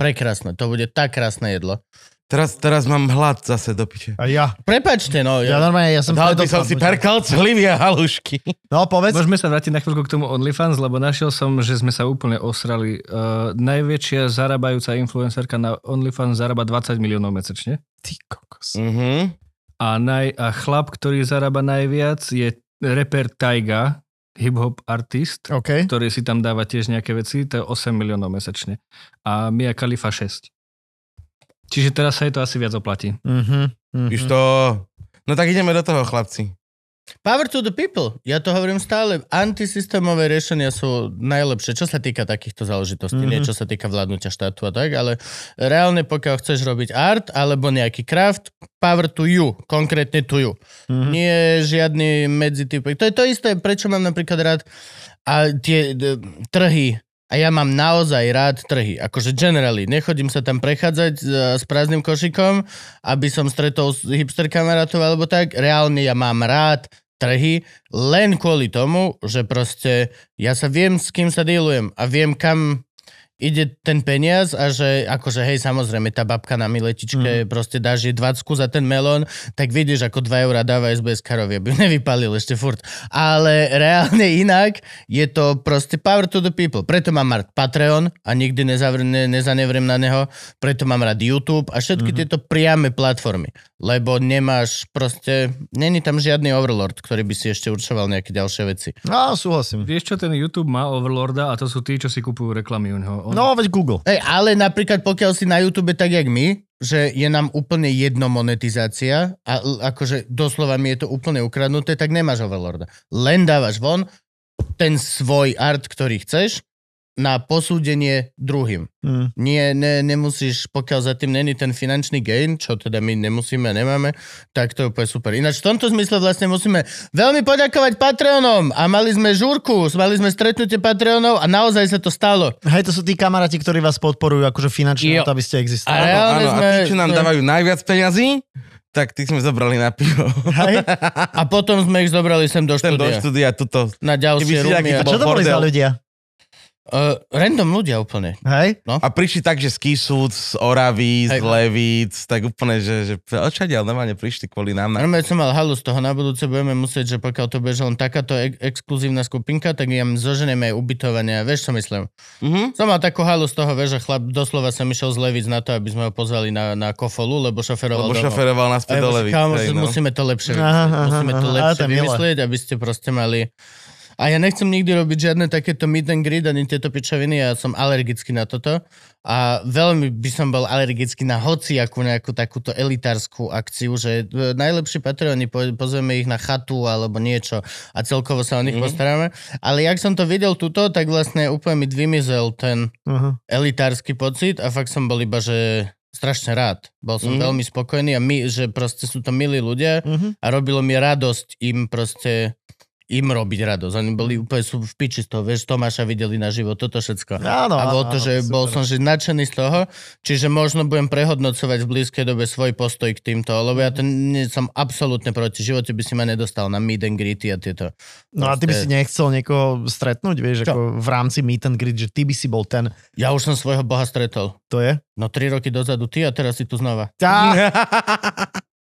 Prekrásne, to bude tak krásne jedlo. Teraz, teraz mám hlad zase do piče. A ja. Prepačte, no. Ja normálne, ja som... Dal by predopadnutý. som si perkal chlivy a halušky. No povedz. Môžeme sa vrátiť na chvíľku k tomu OnlyFans, lebo našiel som, že sme sa úplne osrali. Uh, najväčšia zarábajúca influencerka na OnlyFans zarába 20 miliónov mesačne. Ty kokos. Mhm. A, naj, a chlap, ktorý zarába najviac, je reper Taiga, hip-hop artist, OK. ktorý si tam dáva tiež nejaké veci, to je 8 miliónov mesačne. A Mia Khalifa 6. Čiže teraz sa jej to asi viac oplatí. Mhm. mhm. Už to... No tak ideme do toho, chlapci. Power to the people. Ja to hovorím stále. Antisystémové riešenia sú najlepšie, čo sa týka takýchto záležitostí. Mhm. Nie čo sa týka vládnutia štátu a tak, ale reálne pokiaľ chceš robiť art alebo nejaký craft, power to you. Konkrétne to you. Mhm. Nie žiadny medzityp. To je to isté, prečo mám napríklad rád a tie d- trhy. A ja mám naozaj rád trhy. Akože generally. Nechodím sa tam prechádzať s, s prázdnym košikom, aby som stretol s hipster kamarátov alebo tak. Reálne ja mám rád trhy len kvôli tomu, že proste ja sa viem, s kým sa dealujem a viem, kam ide ten peniaz a že akože hej, samozrejme, tá babka na miletičke proste dáš jej 20 za ten melón, tak vidíš, ako 2 eurá dáva SBS karovi, aby ju nevypalil ešte furt. Ale reálne inak je to proste power to the people. Preto mám rád Patreon a nikdy nezavr- ne, nezanevrem na neho. Preto mám rád YouTube a všetky tieto priame platformy. Lebo nemáš proste, není tam žiadny overlord, ktorý by si ešte určoval nejaké ďalšie veci. No, súhlasím. Vieš, čo ten YouTube má Overlorda a to sú tí, čo si kupujú reklamy u neho. On, No, veď Google. Hej, ale napríklad pokiaľ si na YouTube tak jak my, že je nám úplne jedno monetizácia a l- akože doslova mi je to úplne ukradnuté, tak nemáš Overlorda. Len dávaš von ten svoj art, ktorý chceš na posúdenie druhým. Mm. Nie, ne, nemusíš, pokiaľ za tým není ten finančný gain, čo teda my nemusíme a nemáme, tak to je úplne super. Ináč v tomto zmysle vlastne musíme veľmi poďakovať Patreonom a mali sme žúrku, mali sme stretnutie Patreonov a naozaj sa to stalo. Hej, to sú tí kamaráti, ktorí vás podporujú akože Jo. finančne, na to, aby ste existovali. A reálne áno, a No, sme- tí, čo nám sme- dávajú najviac peňazí, tak tých sme zobrali na pivo. Hej? A potom sme ich zobrali sem do Ten do štúdia. štúdia, tuto. Na Keby ďalšie si rumy. nejaký A... A čo to boli Bordel. za ľudia? Uh, random ľudia úplne. Hej? A prišli tak, že z Kisúc, z Oraví, z Hej. no. Levíc, tak úplne, že, že odčadia, normálne prišli kvôli nám. Na... Normálne som mal halu z toho, na budúce budeme musieť, že pokiaľ to bude že len takáto e- exkluzívna skupinka, tak im zoženieme aj ubytovanie, vieš čo myslím. Mhm. Som mal takú halu z toho, vieš, že chlap doslova som išiel z Levic na to, aby sme ho pozvali na, na kofolu, lebo šoferoval Lebo domov. šoferoval naspäť A ja do hovorím, Levíc. no. Kámo, hej, že no. musíme to lepšie Aha, vymyslieť, aha, musíme to aha. lepšie Ale to je milé. vymyslieť, aby ste proste mali... A ja nechcem nikdy robiť žiadne takéto meet and greet ani tieto pičoviny, ja som alergický na toto. A veľmi by som bol alergický na hociakú nejakú takúto elitárskú akciu, že e, najlepší Patreoni, po- pozveme ich na chatu alebo niečo a celkovo sa o Mhm. nich postaráme. Ale jak som to videl tuto, tak vlastne úplne mi vymizel ten Aha. elitársky pocit a fakt som bol iba, že strašne rád. Bol som Mhm. veľmi spokojný a my, že proste sú to milí ľudia Mhm. a robilo mi radosť im proste im robiť radosť. Oni boli Mhm. úplne sú v piči z toho, vieš, Tomáša videli na život, toto všetko. Áno, a bolo No, áno, to, áno, že super. bol som že nadšený z toho, čiže možno budem prehodnocovať v blízkej dobe svoj postoj k týmto, lebo Mhm. ja to nie, som absolútne proti. V živote by si ma nedostal na meet and greety a tieto. No a ty by si Proste- nechcel niekoho stretnúť, vieš, Čo? ako v rámci meet and greet, že ty by si bol ten, Ja už som svojho boha stretol. to je? No tri roky dozadu ty a teraz si tu znova. Tá!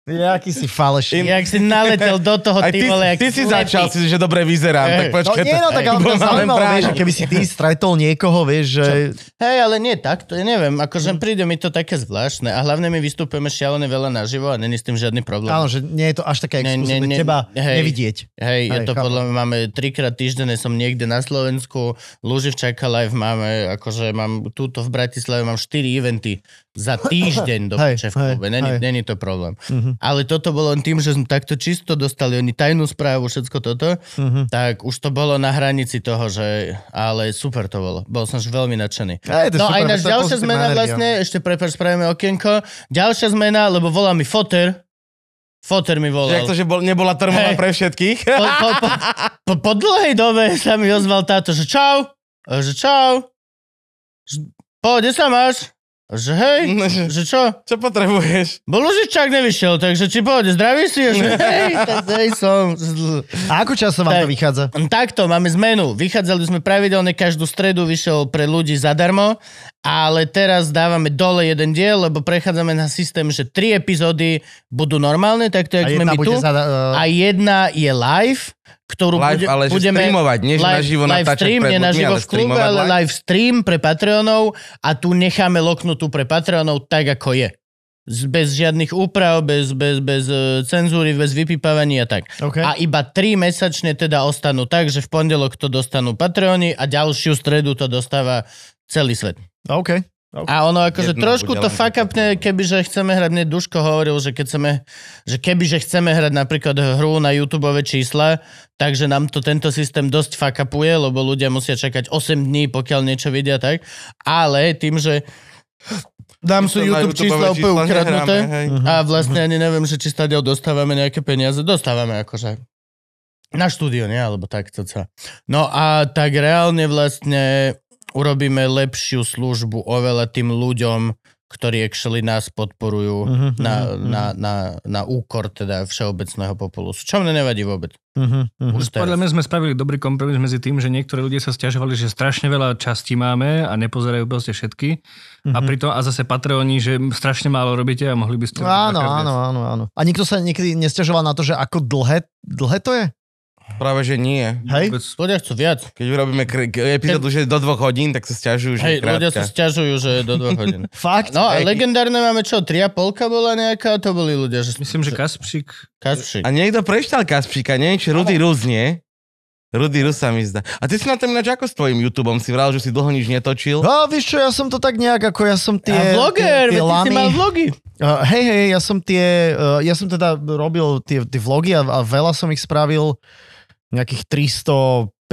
Jaký si falešný. Jak si naletel do toho, Aj ty, ty, vole, jak ty si začal, si, že dobre vyzerám, Hej. tak No počkaj. nie, no tak ale to to bol len zaujímavé, vieš, prázdno. že keby si ty stretol niekoho, vieš, že... Hej, ale nie tak, to ja neviem, akože Mm. príde mi to také zvláštne a hlavne my vystupujeme šialené veľa naživo a není s tým žiadny problém. Áno, že nie je to až také Ne, ne, exkluzívne, ne, teba hej. nevidieť. Hej, je Hej, to chápem. podľa mňa máme trikrát týždenne, som niekde na Slovensku, Luživčaka Live máme, akože mám túto v Bratislave, mám 4 eventy za týždeň do piče Hej, v hej, klube, není, hej. není to problém. Mhm. Ale toto bolo len tým, že sme takto čisto dostali oni tajnú správu, všetko toto, Mhm. tak už to bolo na hranici toho, že ale super to bolo, bol som veľmi nadšený. Hej, to je No super, aj náš to je ďalšia pozitívna zmena energia. vlastne, ešte prepáč, spravíme okienko. Ďalšia zmena, lebo volá mi Foter. Foter mi Že volal. Jak to, že bol, nebola Hej. termová pre všetkých? Po, po, po, po, po dlhej dobe sa mi ozval táto, že čau, A že čau, že, po, kde sa máš? A Že hej, No, že- že čo? Čo potrebuješ? Bo Lužičák nevyšiel, takže či pohode, zdraví si? A Že, hej, tak hej som. A ako často vám to Tak. vychádza? Takto, máme zmenu. Vychádzali sme pravidelne, každú stredu vyšiel pre ľudí zadarmo a ale teraz dávame dole jeden diel, lebo prechádzame na systém, že tri epizódy budú normálne, tak to, A jak sme jedna my tu. bude za... Uh, A jedna je live, ktorú Live, bude, ale že budeme... streamovať, nie že naživo live natáčať stream, pred nie ľuďmi, naživo ale v klube, streamovať ale live. live stream pre Patreonov a tu necháme loknutú pre Patreonov tak, ako je. Z- Bez žiadnych úprav, bez, bez, bez eh, cenzúry, bez vypípavania a tak. okay. A iba tri mesačne teda ostanú tak, že v pondelok to dostanú Patreoni a ďalšiu stredu to dostáva celý svet. OK. A ono akože Jedno trošku bude to len fuck také. upne, kebyže chceme hrať, mne Duško hovoril, že keď chceme, že kebyže chceme hrať napríklad hru na YouTube čísla, takže nám to tento systém dosť fuck upuje, lebo ľudia musia čakať 8 dní, pokiaľ niečo vidia tak. Ale tým, že nám sú To na YouTube YouTube-ové čísla úplne čísla nehráme, ukradnuté hej. Mhm. Mhm. a vlastne ani neviem, že či stadiaľ dostávame nejaké peniaze. Dostávame akože na štúdio, nie? Alebo tak, to sa. No a tak reálne vlastne urobíme lepšiu službu oveľa tým ľuďom, ktorí actually nás podporujú Mhm, Uh-huh, na, na, na, na úkor teda všeobecného populusu. Čo mne nevadí vôbec. Uh-huh, uh-huh. Už Mhm. Podľa teraz. mňa sme spravili dobrý kompromis medzi tým, že niektorí ľudia sa stiažovali, že strašne veľa častí máme a nepozerajú proste všetky. Mm-hmm. Mhm. A pritom, a zase Patreoni, že strašne málo robíte a mohli by ste... Áno, robiť áno, viac. áno, áno. A nikto sa niekedy nestiažoval na to, že ako dlhé, dlhé to je? Práve, že nie. Hej? Vôbec Ľudia chcú viac. Keď urobíme kr- k- epizódu že do dvoch hodín, tak sa stiažujú, že Hej, Hej, ľudia sa krátka. stiažujú, že je do 2 hodín. Fakt? No a Hej. legendárne máme čo? Tria polka bola nejaká? To boli ľudia, že... Myslím, že Kaspřík... Kašprík. A niekto preštal Kaspčíka, nie? Či Rudy Rus, nie? Rudy Rus sa mi zdá. A ty si na tom ináč ako s tvojim YouTubeom? Si vral, že si dlho nič netočil? No, vieš čo, ja som to tak nejak, ako ja som a tie... vloger, tie, tie veď ty si lamy. mal vlogy. Uh, hej, hej, ja som tie, uh, ja som teda robil tie, tie vlogy a, a veľa som ich spravil, nejakých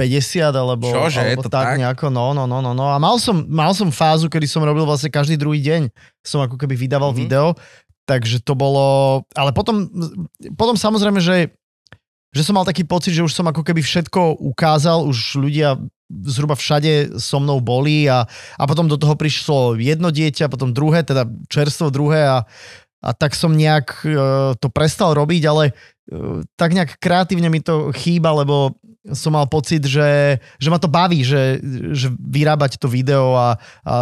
350 alebo, Čože, je alebo to tak? nejako, no, no, no, no, no. A mal som, mal som fázu, kedy som robil vlastne každý druhý deň, som ako keby vydával Mhm. mm-hmm. video, takže to bolo, ale potom, potom samozrejme, že, že som mal taký pocit, že už som ako keby všetko ukázal, už ľudia zhruba všade so mnou boli a, a potom do toho prišlo jedno dieťa, potom druhé, teda čerstvo druhé a, a tak som nejak e, to prestal robiť, ale e, tak nejak kreatívne mi to chýba, lebo som mal pocit, že, že ma to baví, že, že vyrábať to video a, a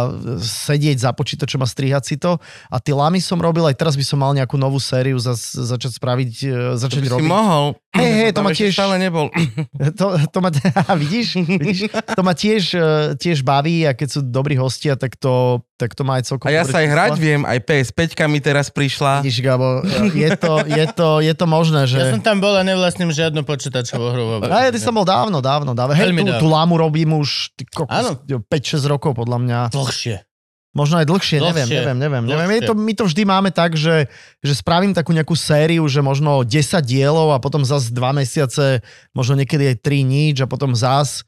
sedieť za počítačom a strihať si to. A tie lamy som robil, aj teraz by som mal nejakú novú sériu za, začať spraviť, e, Čo začať by si robiť. mohol? Hej, hej, Tam to ma ešte tiež- Stále nebol. To, to ma, vidíš, vidíš, to ma tiež, e, tiež baví a keď sú dobrí hostia, tak to, tak to má aj celkom A ja dobré sa aj čísla. hrať viem, aj PS5 mi teraz prišla. Vidíš, Gabo, e, je to, je to, je to možné, že... Ja som tam bol a nevlastním žiadnu počítačovú hru vôbec. A ja ty som bol dávno, dávno, dávno. Hej, Veľmi tú, dávno. tú lámu robím už ty kokos, Áno. 5-6 rokov podľa mňa. Dlhšie. Možno aj dlhšie, Dlhšie. neviem, neviem, neviem. neviem. Dlhšie. Je to, my to vždy máme tak, že, že spravím takú nejakú sériu, že možno 10 dielov a potom zas 2 mesiace, možno niekedy aj 3 nič a potom zas,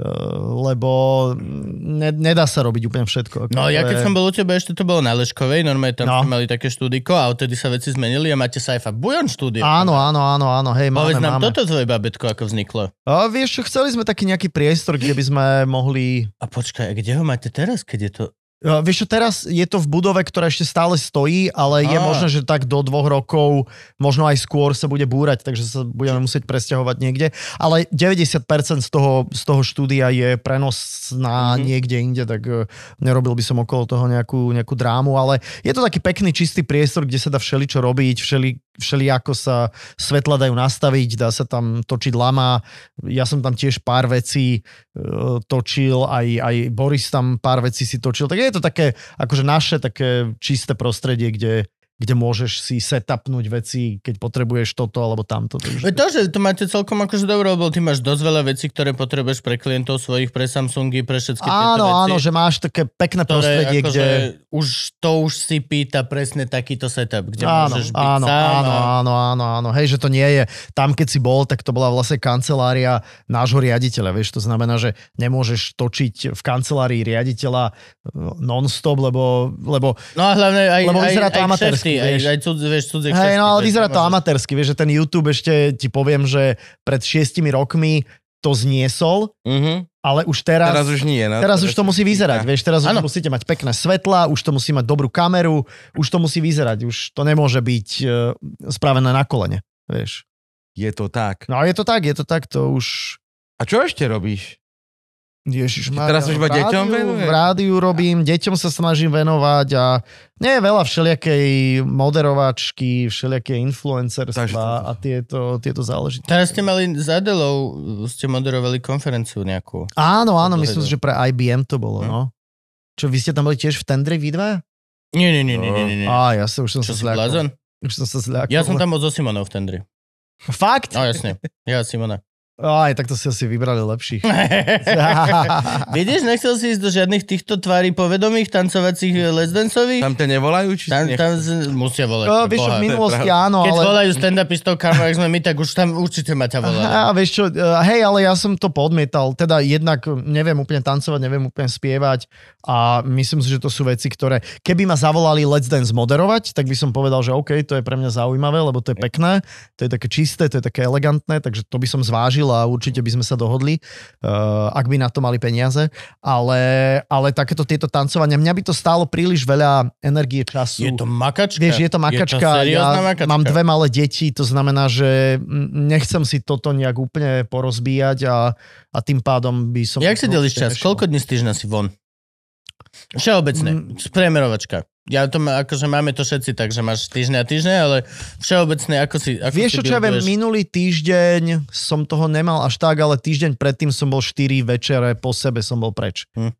eh, lebo ne, nedá sa robiť úplne všetko. No, ja keď som bol u teba, ešte to bolo na Leškovej, normálne tam No. no. mali také štúdiko a odtedy sa veci zmenili a máte sa aj fakt bujon štúdio. Áno, áno, áno, áno, hej, máme, Povedz nám máme. toto tvoje babetko, ako vzniklo. A vieš čo, chceli sme taký nejaký priestor, kde by sme mohli A počkaj, a kde ho máte teraz, keď je to... Uh, Vieš čo, teraz je to v budove, ktorá ešte stále stojí, ale je Á. možné, že tak do dvoch rokov, možno aj skôr sa bude búrať, takže sa budeme musieť presťahovať niekde. Ale 90% z toho, z toho štúdia je prenos Mhm. na mm-hmm. niekde inde, tak uh, nerobil by som okolo toho nejakú, nejakú drámu, ale je to taký pekný, čistý priestor, kde sa dá všeličo robiť, všeli, všeli ako sa svetla dajú nastaviť, dá sa tam točiť lama. Ja som tam tiež pár vecí e, točil, aj, aj Boris tam pár vecí si točil, tak je to také akože naše také čisté prostredie, kde, kde môžeš si setupnúť veci, keď potrebuješ toto alebo tamto. E, Takže... To, že to máte celkom akože dobré, lebo ty máš dosť veľa vecí, ktoré potrebuješ pre klientov svojich, pre Samsungy, pre všetky tieto Áno, veci. áno, že máš také pekné ktoré prostredie, akože kde... už, to už si pýta presne takýto setup, kde Áno, môžeš byť sám. áno, no. áno, a- áno, áno, áno, hej, že to nie je. Tam, keď si bol, tak to bola vlastne kancelária nášho riaditeľa, vieš, to znamená, že nemôžeš točiť v kancelárii riaditeľa eh, non-stop, lebo, lebo No a hlavne aj, Lebo aj, vyzerá to aj amatérsky, kšefty, aj, vieš. aj cudze, vieš, cudzie Hej, kšefty, no ale vieš, vyzerá to nemôžeš- amatérsky, vieš, že ten YouTube ešte ti poviem, že pred šiestimi rokmi to zniesol, Mhm. ale už teraz... Teraz už nie. No. Teraz už to musí vyzerať, vieš, teraz už Áno. musíte mať pekné svetla, už to musí mať dobrú kameru, už to musí vyzerať, už to nemôže byť e, spravené na kolene, vieš. Je to tak. No a je to tak, je to tak, to už... A čo ešte robíš? Ježiš, Mária, Teraz už iba v deťom rádiu- venuješ? V rádiu robím, deťom sa snažím venovať a nie je veľa všelijakej moderovačky, všelijaké Takže to- influencerstva a tieto, tieto záležitosti. Teraz ste mali s Adelou, ste moderovali konferenciu nejakú. Áno, áno, To myslím si, je- že pre IBM to bolo, Hm. no. Čo, vy ste tam boli tiež v tendri vy dva? Nie, nie, nie, nie, nie, nie. nie. Á, ja sa už som Čo sa si zľakol. blázon? Už som sa zľakol. Ja som tam bol so Simonou v tendri. Fakt? No jasne, ja a Simona. Aj, tak to si asi vybrali lepších. Vidíš, nechcel si ísť do žiadnych týchto tvári povedomých, tancovacích eh, let's danceových? Tam ťa nevolajú? Či Tam, nech- tam z... musia volať. No, pre vieš, čo, Boha. v minulosti áno, Keď ale... volajú stand-upistov, kam ak sme my, tak už tam určite ma ťa volajú. Aha, vieš čo, eh, hej, ale ja som to podmietal. Teda jednak eh, neviem úplne tancovať, neviem úplne spievať a myslím si, že to sú veci, ktoré... Keby ma zavolali Let's Dance moderovať, tak by som povedal, že OK, to je pre mňa zaujímavé, lebo to je pekné, to je také čisté, to je také elegantné, takže to by som zvážil a určite by sme sa dohodli, eh, ak by na to mali peniaze. Ale, ale takéto tieto tancovania, mňa by to stálo príliš veľa energie, času. Je to makačka. Vieš, je to Je makačka, to ja seriózna makačka. mám dve malé deti, to znamená, že mm, nechcem si toto nejak úplne porozbíjať a, a tým pádom by som... Jak si delíš čas? Koľko dní z týždňa si von? Všeobecne. Mm. Spremerovačka. Ja to má, akože máme to všetci, takže máš týždňa a týždňa, ale všeobecne ako si... Ako si Vieš čo, čo ja viem, builduješ? minulý týždeň som toho nemal až tak, ale týždeň predtým som bol 4 večere po sebe som bol preč. Hm.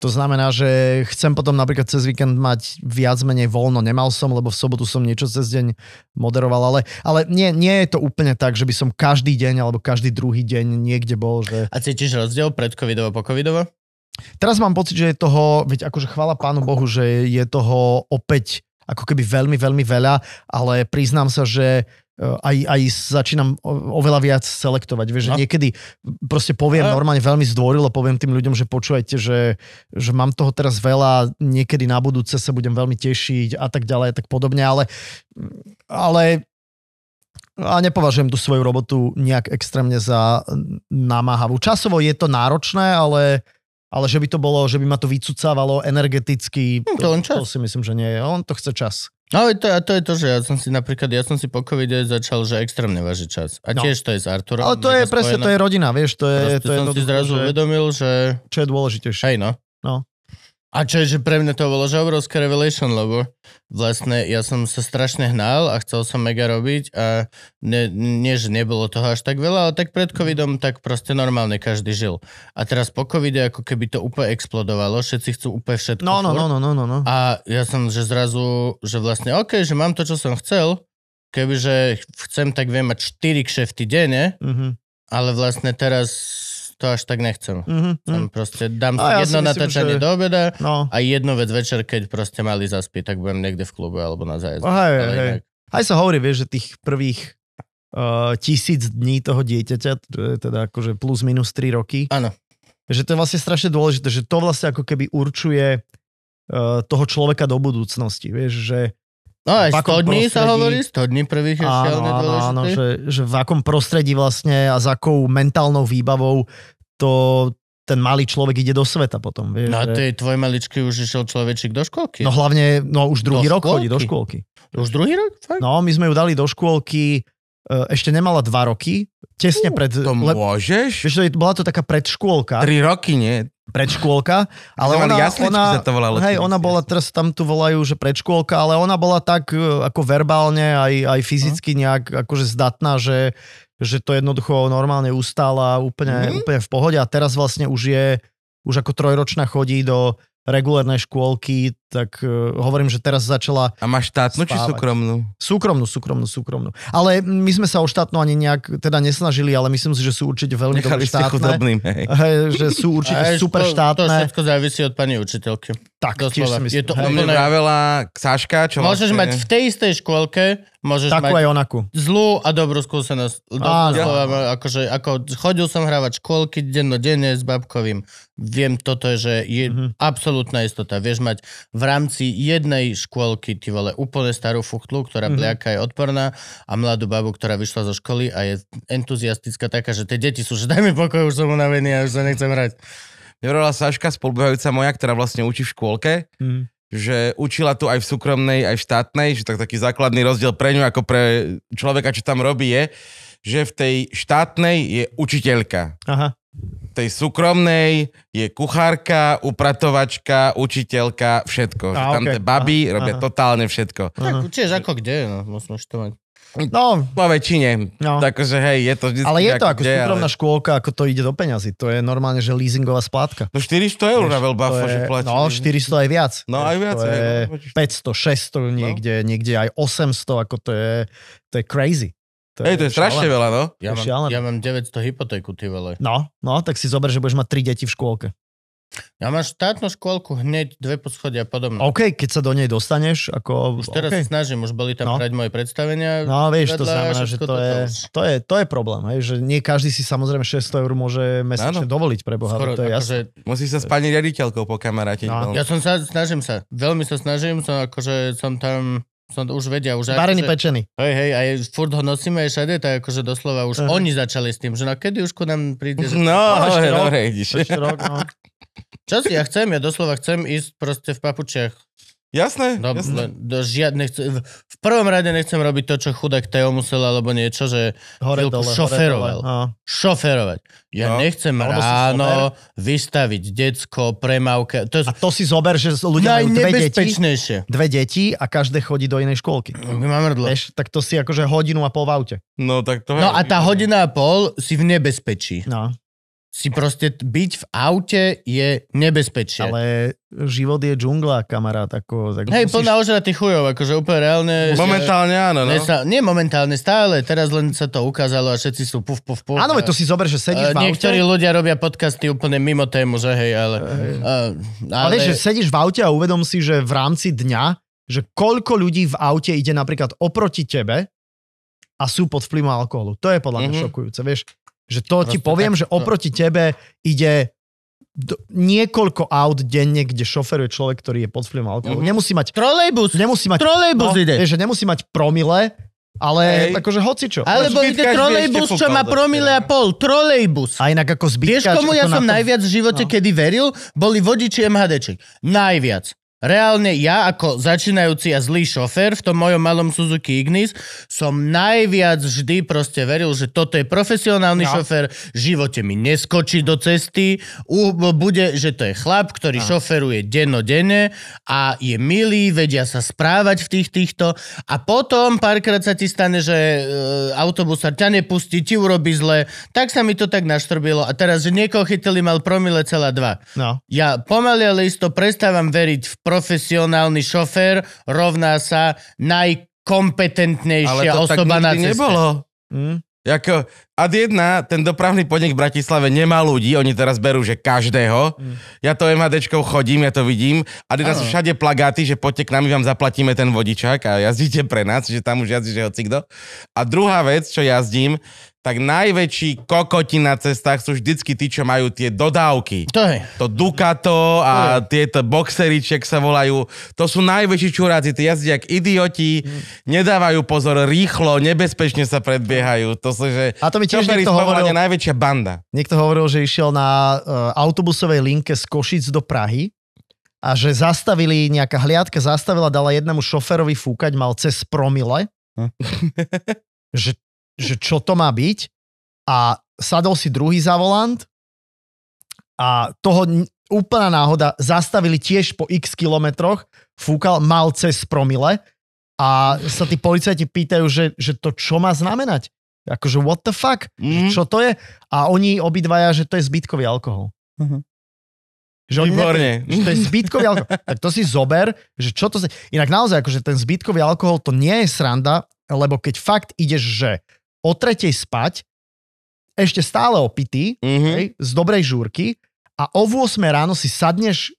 To znamená, že chcem potom napríklad cez víkend mať viac menej voľno. Nemal som, lebo v sobotu som niečo cez deň moderoval, ale, ale nie, nie je to úplne tak, že by som každý deň alebo každý druhý deň niekde bol. Že... A cítiš rozdiel pred covidovo po covidovo? Teraz mám pocit, že je toho, veď akože chvála pánu Bohu, že je toho opäť ako keby veľmi, veľmi veľa, ale priznám sa, že e, aj, aj začínam o- oveľa viac selektovať. Vieš, že No. niekedy proste poviem No. normálne veľmi zdvorilo, poviem tým ľuďom, že počúvajte, že, že mám toho teraz veľa, niekedy na budúce sa budem veľmi tešiť a tak ďalej a tak podobne, ale, ale a nepovažujem tú svoju robotu nejak extrémne za mm, namáhavú. Časovo je to náročné, ale, ale že by to bolo, že by ma to vycucávalo energeticky, Hm, to len čas. to si myslím, že nie je. On to chce čas. No ale to, a to je to, že ja som si napríklad, ja som si po covide začal, že extrémne vážiť čas. A No. tiež to je s Arturom. Ale to je presne, to je rodina, vieš, to je, Proste som to je si jednoducho, zrazu že- uvedomil, že čo je dôležitejšie. Hej, no. No. A čo je, že pre mňa to bolo, že obrovská revelation, lebo vlastne ja som sa strašne hnal a chcel som mega robiť a ne, nie, že nebolo toho až tak veľa, ale tak pred covidom tak proste normálne každý žil. A teraz po covide ako keby to úplne explodovalo, všetci chcú úplne všetko. No, furt. no, no, no, no, no. no. A ja som, že zrazu, že vlastne OK, že mám to, čo som chcel, kebyže chcem, tak viem mať 4 kšefty denne, Mhm, ale vlastne teraz to až tak nechcem. mhm, mhm. Tam proste dám A ja si jedno myslím, natáčanie že- do obeda No. a jednu vec večer, keď proste mali zaspiť, tak budem niekde v klube alebo na zájazd. Oh, hej, Ale hej. inak- Aj sa hovorí, vieš, že tých prvých uh, tisíc dní toho dieťaťa, to je teda akože plus minus 3 roky, Áno. že to je vlastne strašne dôležité, že to vlastne ako keby určuje uh, toho človeka do budúcnosti, vieš, že No aj V akom 100 dní sa prostredí? hovorí, 100 dní prvých je áno, šialene áno, áno, dôležitý. že, že v akom prostredí vlastne a s akou mentálnou výbavou to ten malý človek ide do sveta potom, vieš. No a že- tej tvoj maličky už išiel človečik do školky. no hlavne, no už druhý Do rok chodí do škôlky. škôlky. Už druhý rok? Fakt? No, my sme ju dali do škôlky, e, ešte nemala dva roky, tesne pred... To le- môžeš? Vieš, to je, bola to taká predškôlka, Tri roky, nie? predškôlka, ale Sme mali ona, jasličky, ona, sa to volalo. hej, ona bola, teraz tam tu volajú, že predškôlka, ale ona bola tak e, ako verbálne aj, aj fyzicky nejak akože zdatná, že, že to jednoducho normálne ustála Mhm. úplne, úplne v pohode a teraz vlastne už je, už ako trojročná chodí do regulárnej škôlky, tak e, hovorím, že teraz začala A máš štátnu či Spávať. súkromnú? Súkromnú, súkromnú, súkromnú. Ale my sme sa o štátnu ani nejak, teda nesnažili, ale myslím si, že sú určite veľmi Nechali dobré ste štátne. chudobným, hej. Hej, že sú určite Aj, to- super To štátne. Vlastne. všetko závisí od pani učiteľky. tak, tiež doslova. si myslím. Je to To hej, úplne- No, mne vravela Sáška, čo Môžeš mať vlastne- v tej istej škôlke, môžeš takú mať aj onakú. zlú a dobrú skúsenosť. Áno. Doslova, akože, ako chodil som hravať škôlky dennodenne s babkovým. Viem toto, že je Mhm. absolútna istota. Vieš mať v rámci jednej škôlky, ty vole, úplne starú fuchtlu, ktorá Mhm. bliaka je odporná a mladú babu, ktorá vyšla zo školy a je entuziastická taká, že tie deti sú, že daj mi pokoj, už som unavený a už sa nechcem hrať. Nevrala Saška, spolubehajúca moja, ktorá vlastne učí v škôlke, Mhm. že učila tu aj v súkromnej, aj v štátnej, že tak taký základný rozdiel pre ňu ako pre človeka, čo tam robí, je, že v tej štátnej je učiteľka. Aha. tej súkromnej je kuchárka, upratovačka, učiteľka, všetko. Á, Že tam okej. tie baby Aha, robia aha. totálne všetko. Tak tiež ako kde, no, musíš to mať. No, Po väčšine. No. No. Takže hej, je to vždy ale je to ako súkromná škôlka, ako to ide do peňazí. To je normálne, že leasingová splátka. No 400 eur na veľbafo, že platí. no, 400 aj viac. No, aj viac, To je hej, no, počíš. 500, 600 niekde, niekde aj 800, ako to je, to je crazy. Hej, to je strašne šialené. veľa, no. Ja To je mám, šialené. ja mám 900 hypotéku, ty vole. No, no, tak si zober, že budeš mať tri deti v škôlke. Ja mám štátnu škôlku hneď dve poschodia Hm. podobno. OK, keď sa do nej dostaneš, ako... Už teraz OK. sa snažím, už boli tam No. hrať moje predstavenia. No vieš, to vedľa, znamená, že všetko to je, toto už. to, je, to je problém, hej, že nie každý si samozrejme 600 eur môže mesačne dovoliť pre Boha, Skoro, to je jasné. akože, Musí sa spániť riaditeľkou po kamaráte. No. No. ja som sa, snažím sa, veľmi sa snažím, som akože som tam, som už vedia, už Varený akože, pečený. hej, hej, aj furt ho nosíme aj všade, tak akože doslova už Aha. oni začali s tým, že no kedy už ku nám príde, že No, ešte dobre, rok. dobre, idíš. Ešte rok, no. čo si ja chcem, ja doslova chcem ísť proste v papučiach. Jasné, No, jasné. len do žiadne, nechce, v, v prvom rade nechcem robiť to, čo chudák Teo musel, alebo niečo, že Hore Chvíľku dole, hore šoferoval. dole, no. šoferovať. Ja No. nechcem Alebo si ráno vystaviť decko, premávka. To je A to si zober, že ľudia majú dve deti, najnebezpečnejšie. dve deti a každé chodí do inej škôlky. Hm. Mám mrdlo. Vieš, tak to si akože hodinu a pol v aute. No, tak to... No a tá hodina a pol si v nebezpečí. No, Si proste t- byť v aute je nebezpečie. Ale... ale život je džungla, kamarát. Ako, tak Hej, plná ožratých chujov, akože úplne reálne. Momentálne áno, no. Ne sa, nie momentálne, stále. Teraz len sa to ukázalo a všetci sú puf, puf, puf. Áno, veď a- to si zober, že a sedíš v aute. Niektorí ľudia robia podcasty úplne mimo tému, že hej, ale... a, Ale... vieš, že sedíš v aute a uvedom si, že v rámci dňa, že koľko ľudí v aute ide napríklad oproti tebe a sú pod vplyvom alkoholu. To je podľa mňa Mhm. šokujúce, vieš. Že to ti Proste poviem, tak- že oproti tebe ide do, niekoľko aut denne, kde šoferuje človek, ktorý je pod vplyvom alkoholu. Mhm. Nemusí mať... Trolejbus! Nemusí mať no, Trolejbus ide. Vieš, že nemusí mať promile, ale Hej. akože hocičo. Ale... Alebo ide Zbytkaš by trolejbus, ešte čo má fúkal promile a doteraz. pol. Trolejbus. A inak ako Vieš, zbytkač... komu ja ako na som to- najviac v živote, No. kedy veril? Boli vodiči MHDček. Najviac. Reálne ja ako začínajúci a zlý šofér v tom mojom malom Suzuki Ignis som najviac vždy proste veril, že toto je profesionálny No. šofér, v živote mi neskočí do cesty, u, bude, že to je chlap, ktorý šoferuje dennodenne a je milý, vedia sa správať v tých týchto a potom párkrát sa ti stane, že e, autobus sa ťa nepustí, ti urobí zle, tak sa mi to tak naštrbilo a teraz, že niekoho chytili, mal promile celá dva. No. Ja pomaly ale isto prestávam veriť v profesionálny šofér, rovná sa Ale najkompetentnejšia to tak osoba na ceste. nikdy nebolo. Hm? Jako, eh, ad jedna, ten dopravný podnik v Bratislave nemá ľudí, oni teraz berú, že každého. Mm. Ja to MHDčkou chodím, ja to vidím. A teraz Áno. sú všade plagáty, že poďte k nám, my vám zaplatíme ten vodičák a jazdíte pre nás, že tam už jazdí, že hocikdo. A druhá vec, čo jazdím, tak najväčší kokoti na cestách sú vždycky tí, čo majú tie dodávky. To je. To Ducato a tieto boxeriček sa volajú. To sú najväčší čuráci. Tí jazdia jak idioti, nedávajú pozor rýchlo, nebezpečne sa predbiehajú. To sú, že... A to mi tiež Šoféri sú niekto hovoril. povolania najväčšia banda. Niekto hovoril, že išiel na uh, autobusovej linke z Košic do Prahy a že zastavili, nejaká hliadka zastavila, dala jednému šoferovi fúkať, mal cez promile. že, že čo to má byť. A sadol si druhý za volant a toho n- úplná náhoda zastavili tiež po x kilometroch, fúkal, mal cez promile a sa tí policajti pýtajú, že, že to čo má znamenať? Akože what the fuck? Mm. čo to je? A oni obidvaja, že to je zbytkový alkohol. Mhm. Že oni Výborne. nevedia, Že to je zbytkový alkohol. Tak to si zober, že čo to... z- Inak naozaj, akože ten zbytkový alkohol to nie je sranda, lebo keď fakt ideš, že o tretej spať, ešte stále opitý, Mhm. hej, z dobrej žúrky a o 8 ráno si sadneš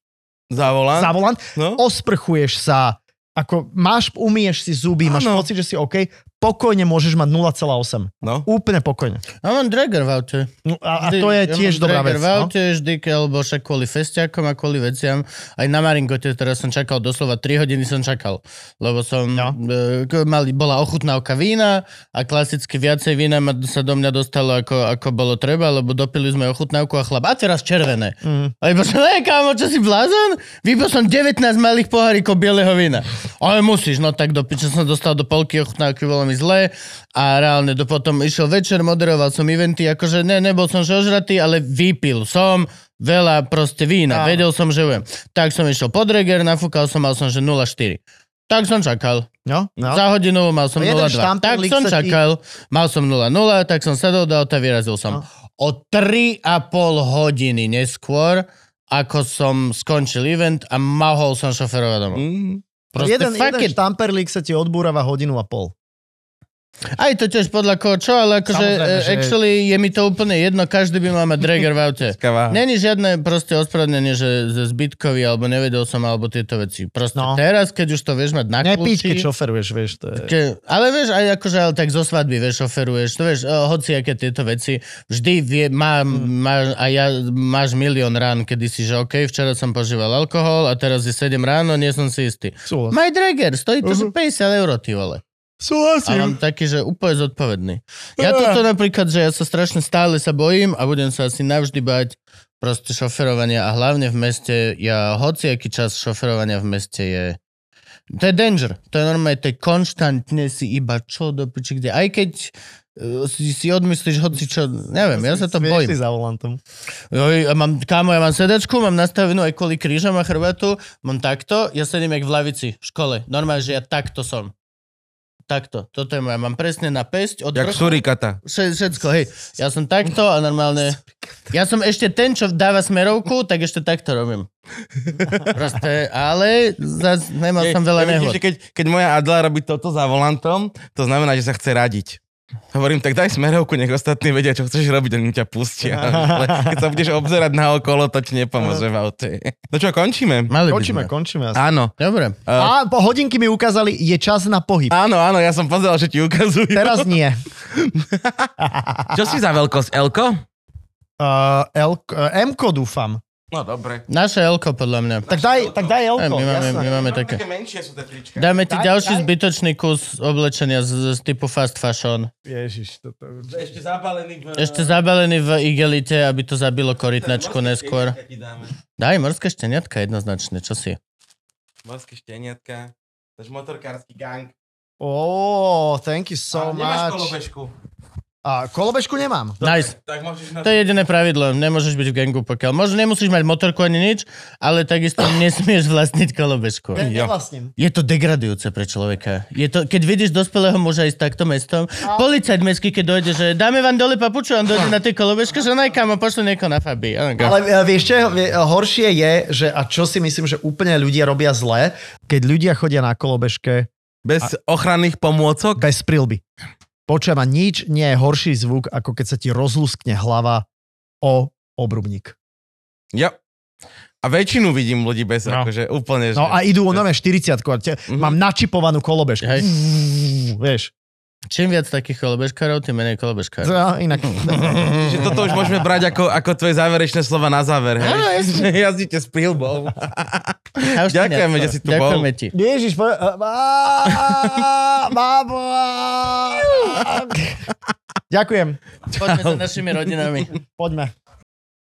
Za volant. za volant, No. osprchuješ sa, ako máš, umieš si zuby, máš Áno. pocit, že si OK, pokojne môžeš mať 0,8. No. Úplne pokojne. Ja mám drager v aute. No, a, a Vždy- to je ja tiež mám dobrá Drager vec. V No? aute vždy, ke- alebo však kvôli festiakom a kvôli veciam. Aj na Maringote teraz som čakal doslova 3 hodiny som čakal, lebo som No. no. e, mali, bola ochutnávka vína a klasicky viacej vína ma, sa do mňa dostalo ako, ako bolo treba, lebo dopili sme ochutnávku a chlap, a teraz červené. Mm. A iba som, hej kámo, čo si blázon? Vypil som 19 malých pohárikov bieleho vína. Ale musíš, no tak do piče som dostal do polky ochutnávky, bolo mi mi zle a reálne do potom išiel večer, moderoval som eventy, akože ne, nebol som že ožratý, ale vypil som veľa proste vína, Áno. vedel som, že budem. Tak som išiel pod reger, nafúkal som, mal som že 0,4. Tak som čakal. No, No. no. Za hodinu mal som A jeden 0,2. štampen Tak lík som sa ti- čakal. Mal som 0,0, tak som sadol do auta, vyrazil som. No. O 3,5 hodiny neskôr, ako som skončil event a mohol som šoferovať domov. Mm. Proste jeden, fuck jeden it. štamperlík sa ti odbúrava hodinu a pol. Aj to tiež podľa koho čo, ale akože Samozrejme, e, že- actually je mi to úplne jedno, každý by mal mať dragger v aute. Káva. Není žiadne proste ospravedlnenie, že ze zbytkovi, alebo nevedel som, alebo tieto veci. Proste no. No. teraz, keď už to vieš mať na Nepíš, kľúči... keď šoferuješ, vieš. To je... Ke, ale vieš, aj akože, ale tak zo svadby, vieš, šoferuješ, to vieš, e, hoci aké tieto veci, vždy vie, má, má, a ja, máš milión rán, kedy si, že OK, včera som požíval alkohol a teraz je 7 ráno, nie som si istý. Súhlas. Maj Drager, stojí to uh-huh. 50 eur, ty vole. A Súhlasím. mám taký, že úplne zodpovedný. Ja toto napríklad, že ja sa strašne stále sa bojím a budem sa asi navždy bať proste šoferovania a hlavne v meste, ja hociaký čas šoferovania v meste je to je danger. To je normálne, to je konštantne si iba čo do piči kde. Aj keď e, si, si odmyslíš hoci čo, neviem, ja sa to Smieš bojím. si za volantom. Joj, a mám, kámo, ja mám sedačku, mám nastavenú aj kvôli krížam a chrbatu, mám takto, ja sedím jak v lavici v škole. Normálne, že ja takto som. Takto, toto je moja, mám presne na pesť, od Jak vrchu- surikata. Vše- všetko, hej. Ja som takto a normálne... Ja som ešte ten, čo dáva smerovku, tak ešte takto robím. Proste, ale zas nemal som veľa ja vidím, nehod. že keď, keď moja Adla robí toto za volantom, to znamená, že sa chce radiť. Hovorím, tak daj smerovku, nech ostatní vedia, čo chceš robiť, oni ťa pustia. Ale keď sa budeš obzerať na okolo, to ti nepomôže v aute. No čo, končíme? Mali by Končíme, sme. končíme. Asi. Áno. Dobre. A po hodinky mi ukázali, je čas na pohyb. Áno, áno, ja som pozeral, že ti ukazujú. Teraz nie. Čo si za veľkosť, Elko? Uh, L, uh, M-ko dúfam. No dobre. Naše Elko, podľa mňa. Tak daj, tak daj Aj, L-ko. my, máme, jasné. my máme také. menšie sú tie trička. Dáme ti Daj, ďalší daj. zbytočný kus oblečenia z, z typu fast fashion. Ježiš, toto je určite. Ešte zabalený v... Ešte zabalený v igelite, aby to zabilo korytnačku neskôr. Daj morské šteniatka jednoznačne, čo si? Morské šteniatka. Tož motorkársky gang. Oh, thank you so much. A kolobežku nemám. Nice. Tak môžeš na... To je jediné pravidlo, nemôžeš byť v gangu pokiaľ. Možno nemusíš mať motorku ani nič, ale takisto nesmieš vlastniť kolobežku. Ne, Ja. nevlastním. Je to degradujúce pre človeka. Je to, keď vidíš dospelého muža ísť takto mestom, No. policajt mestský, keď dojde, že dáme vám dole papuču, on dojde na tej kolobežke, že naj kamo, pošli niekoho na fabi. Ale e, vieš čo, je- e, horšie je, že a čo si myslím, že úplne ľudia robia zle, keď ľudia chodia na kolobežke Bez ochranných pomôcok? bez prilby. Počujem, a nič nie je horší zvuk, ako keď sa ti rozluskne hlava o obrubník. Ja. A väčšinu vidím ľudí bez, No. akože úplne, že... No a idú nové 40 a te, Mhm. mám načipovanú kolobežku. Hej. Vieš, Čím viac takých kolobežkárov, tým menej kolobežkárov. to- inak... Čiže Hm, toto už môžeme brať ako, ako tvoje záverečné slova na záver, hej? Áno, jasne. Jazdíte s prílbou. A už to ďakujeme, nejako. že si tu bol. Ďakujeme ti. Ježiš, po... Babo! Ďakujem. Poďme za našimi rodinami. Poďme.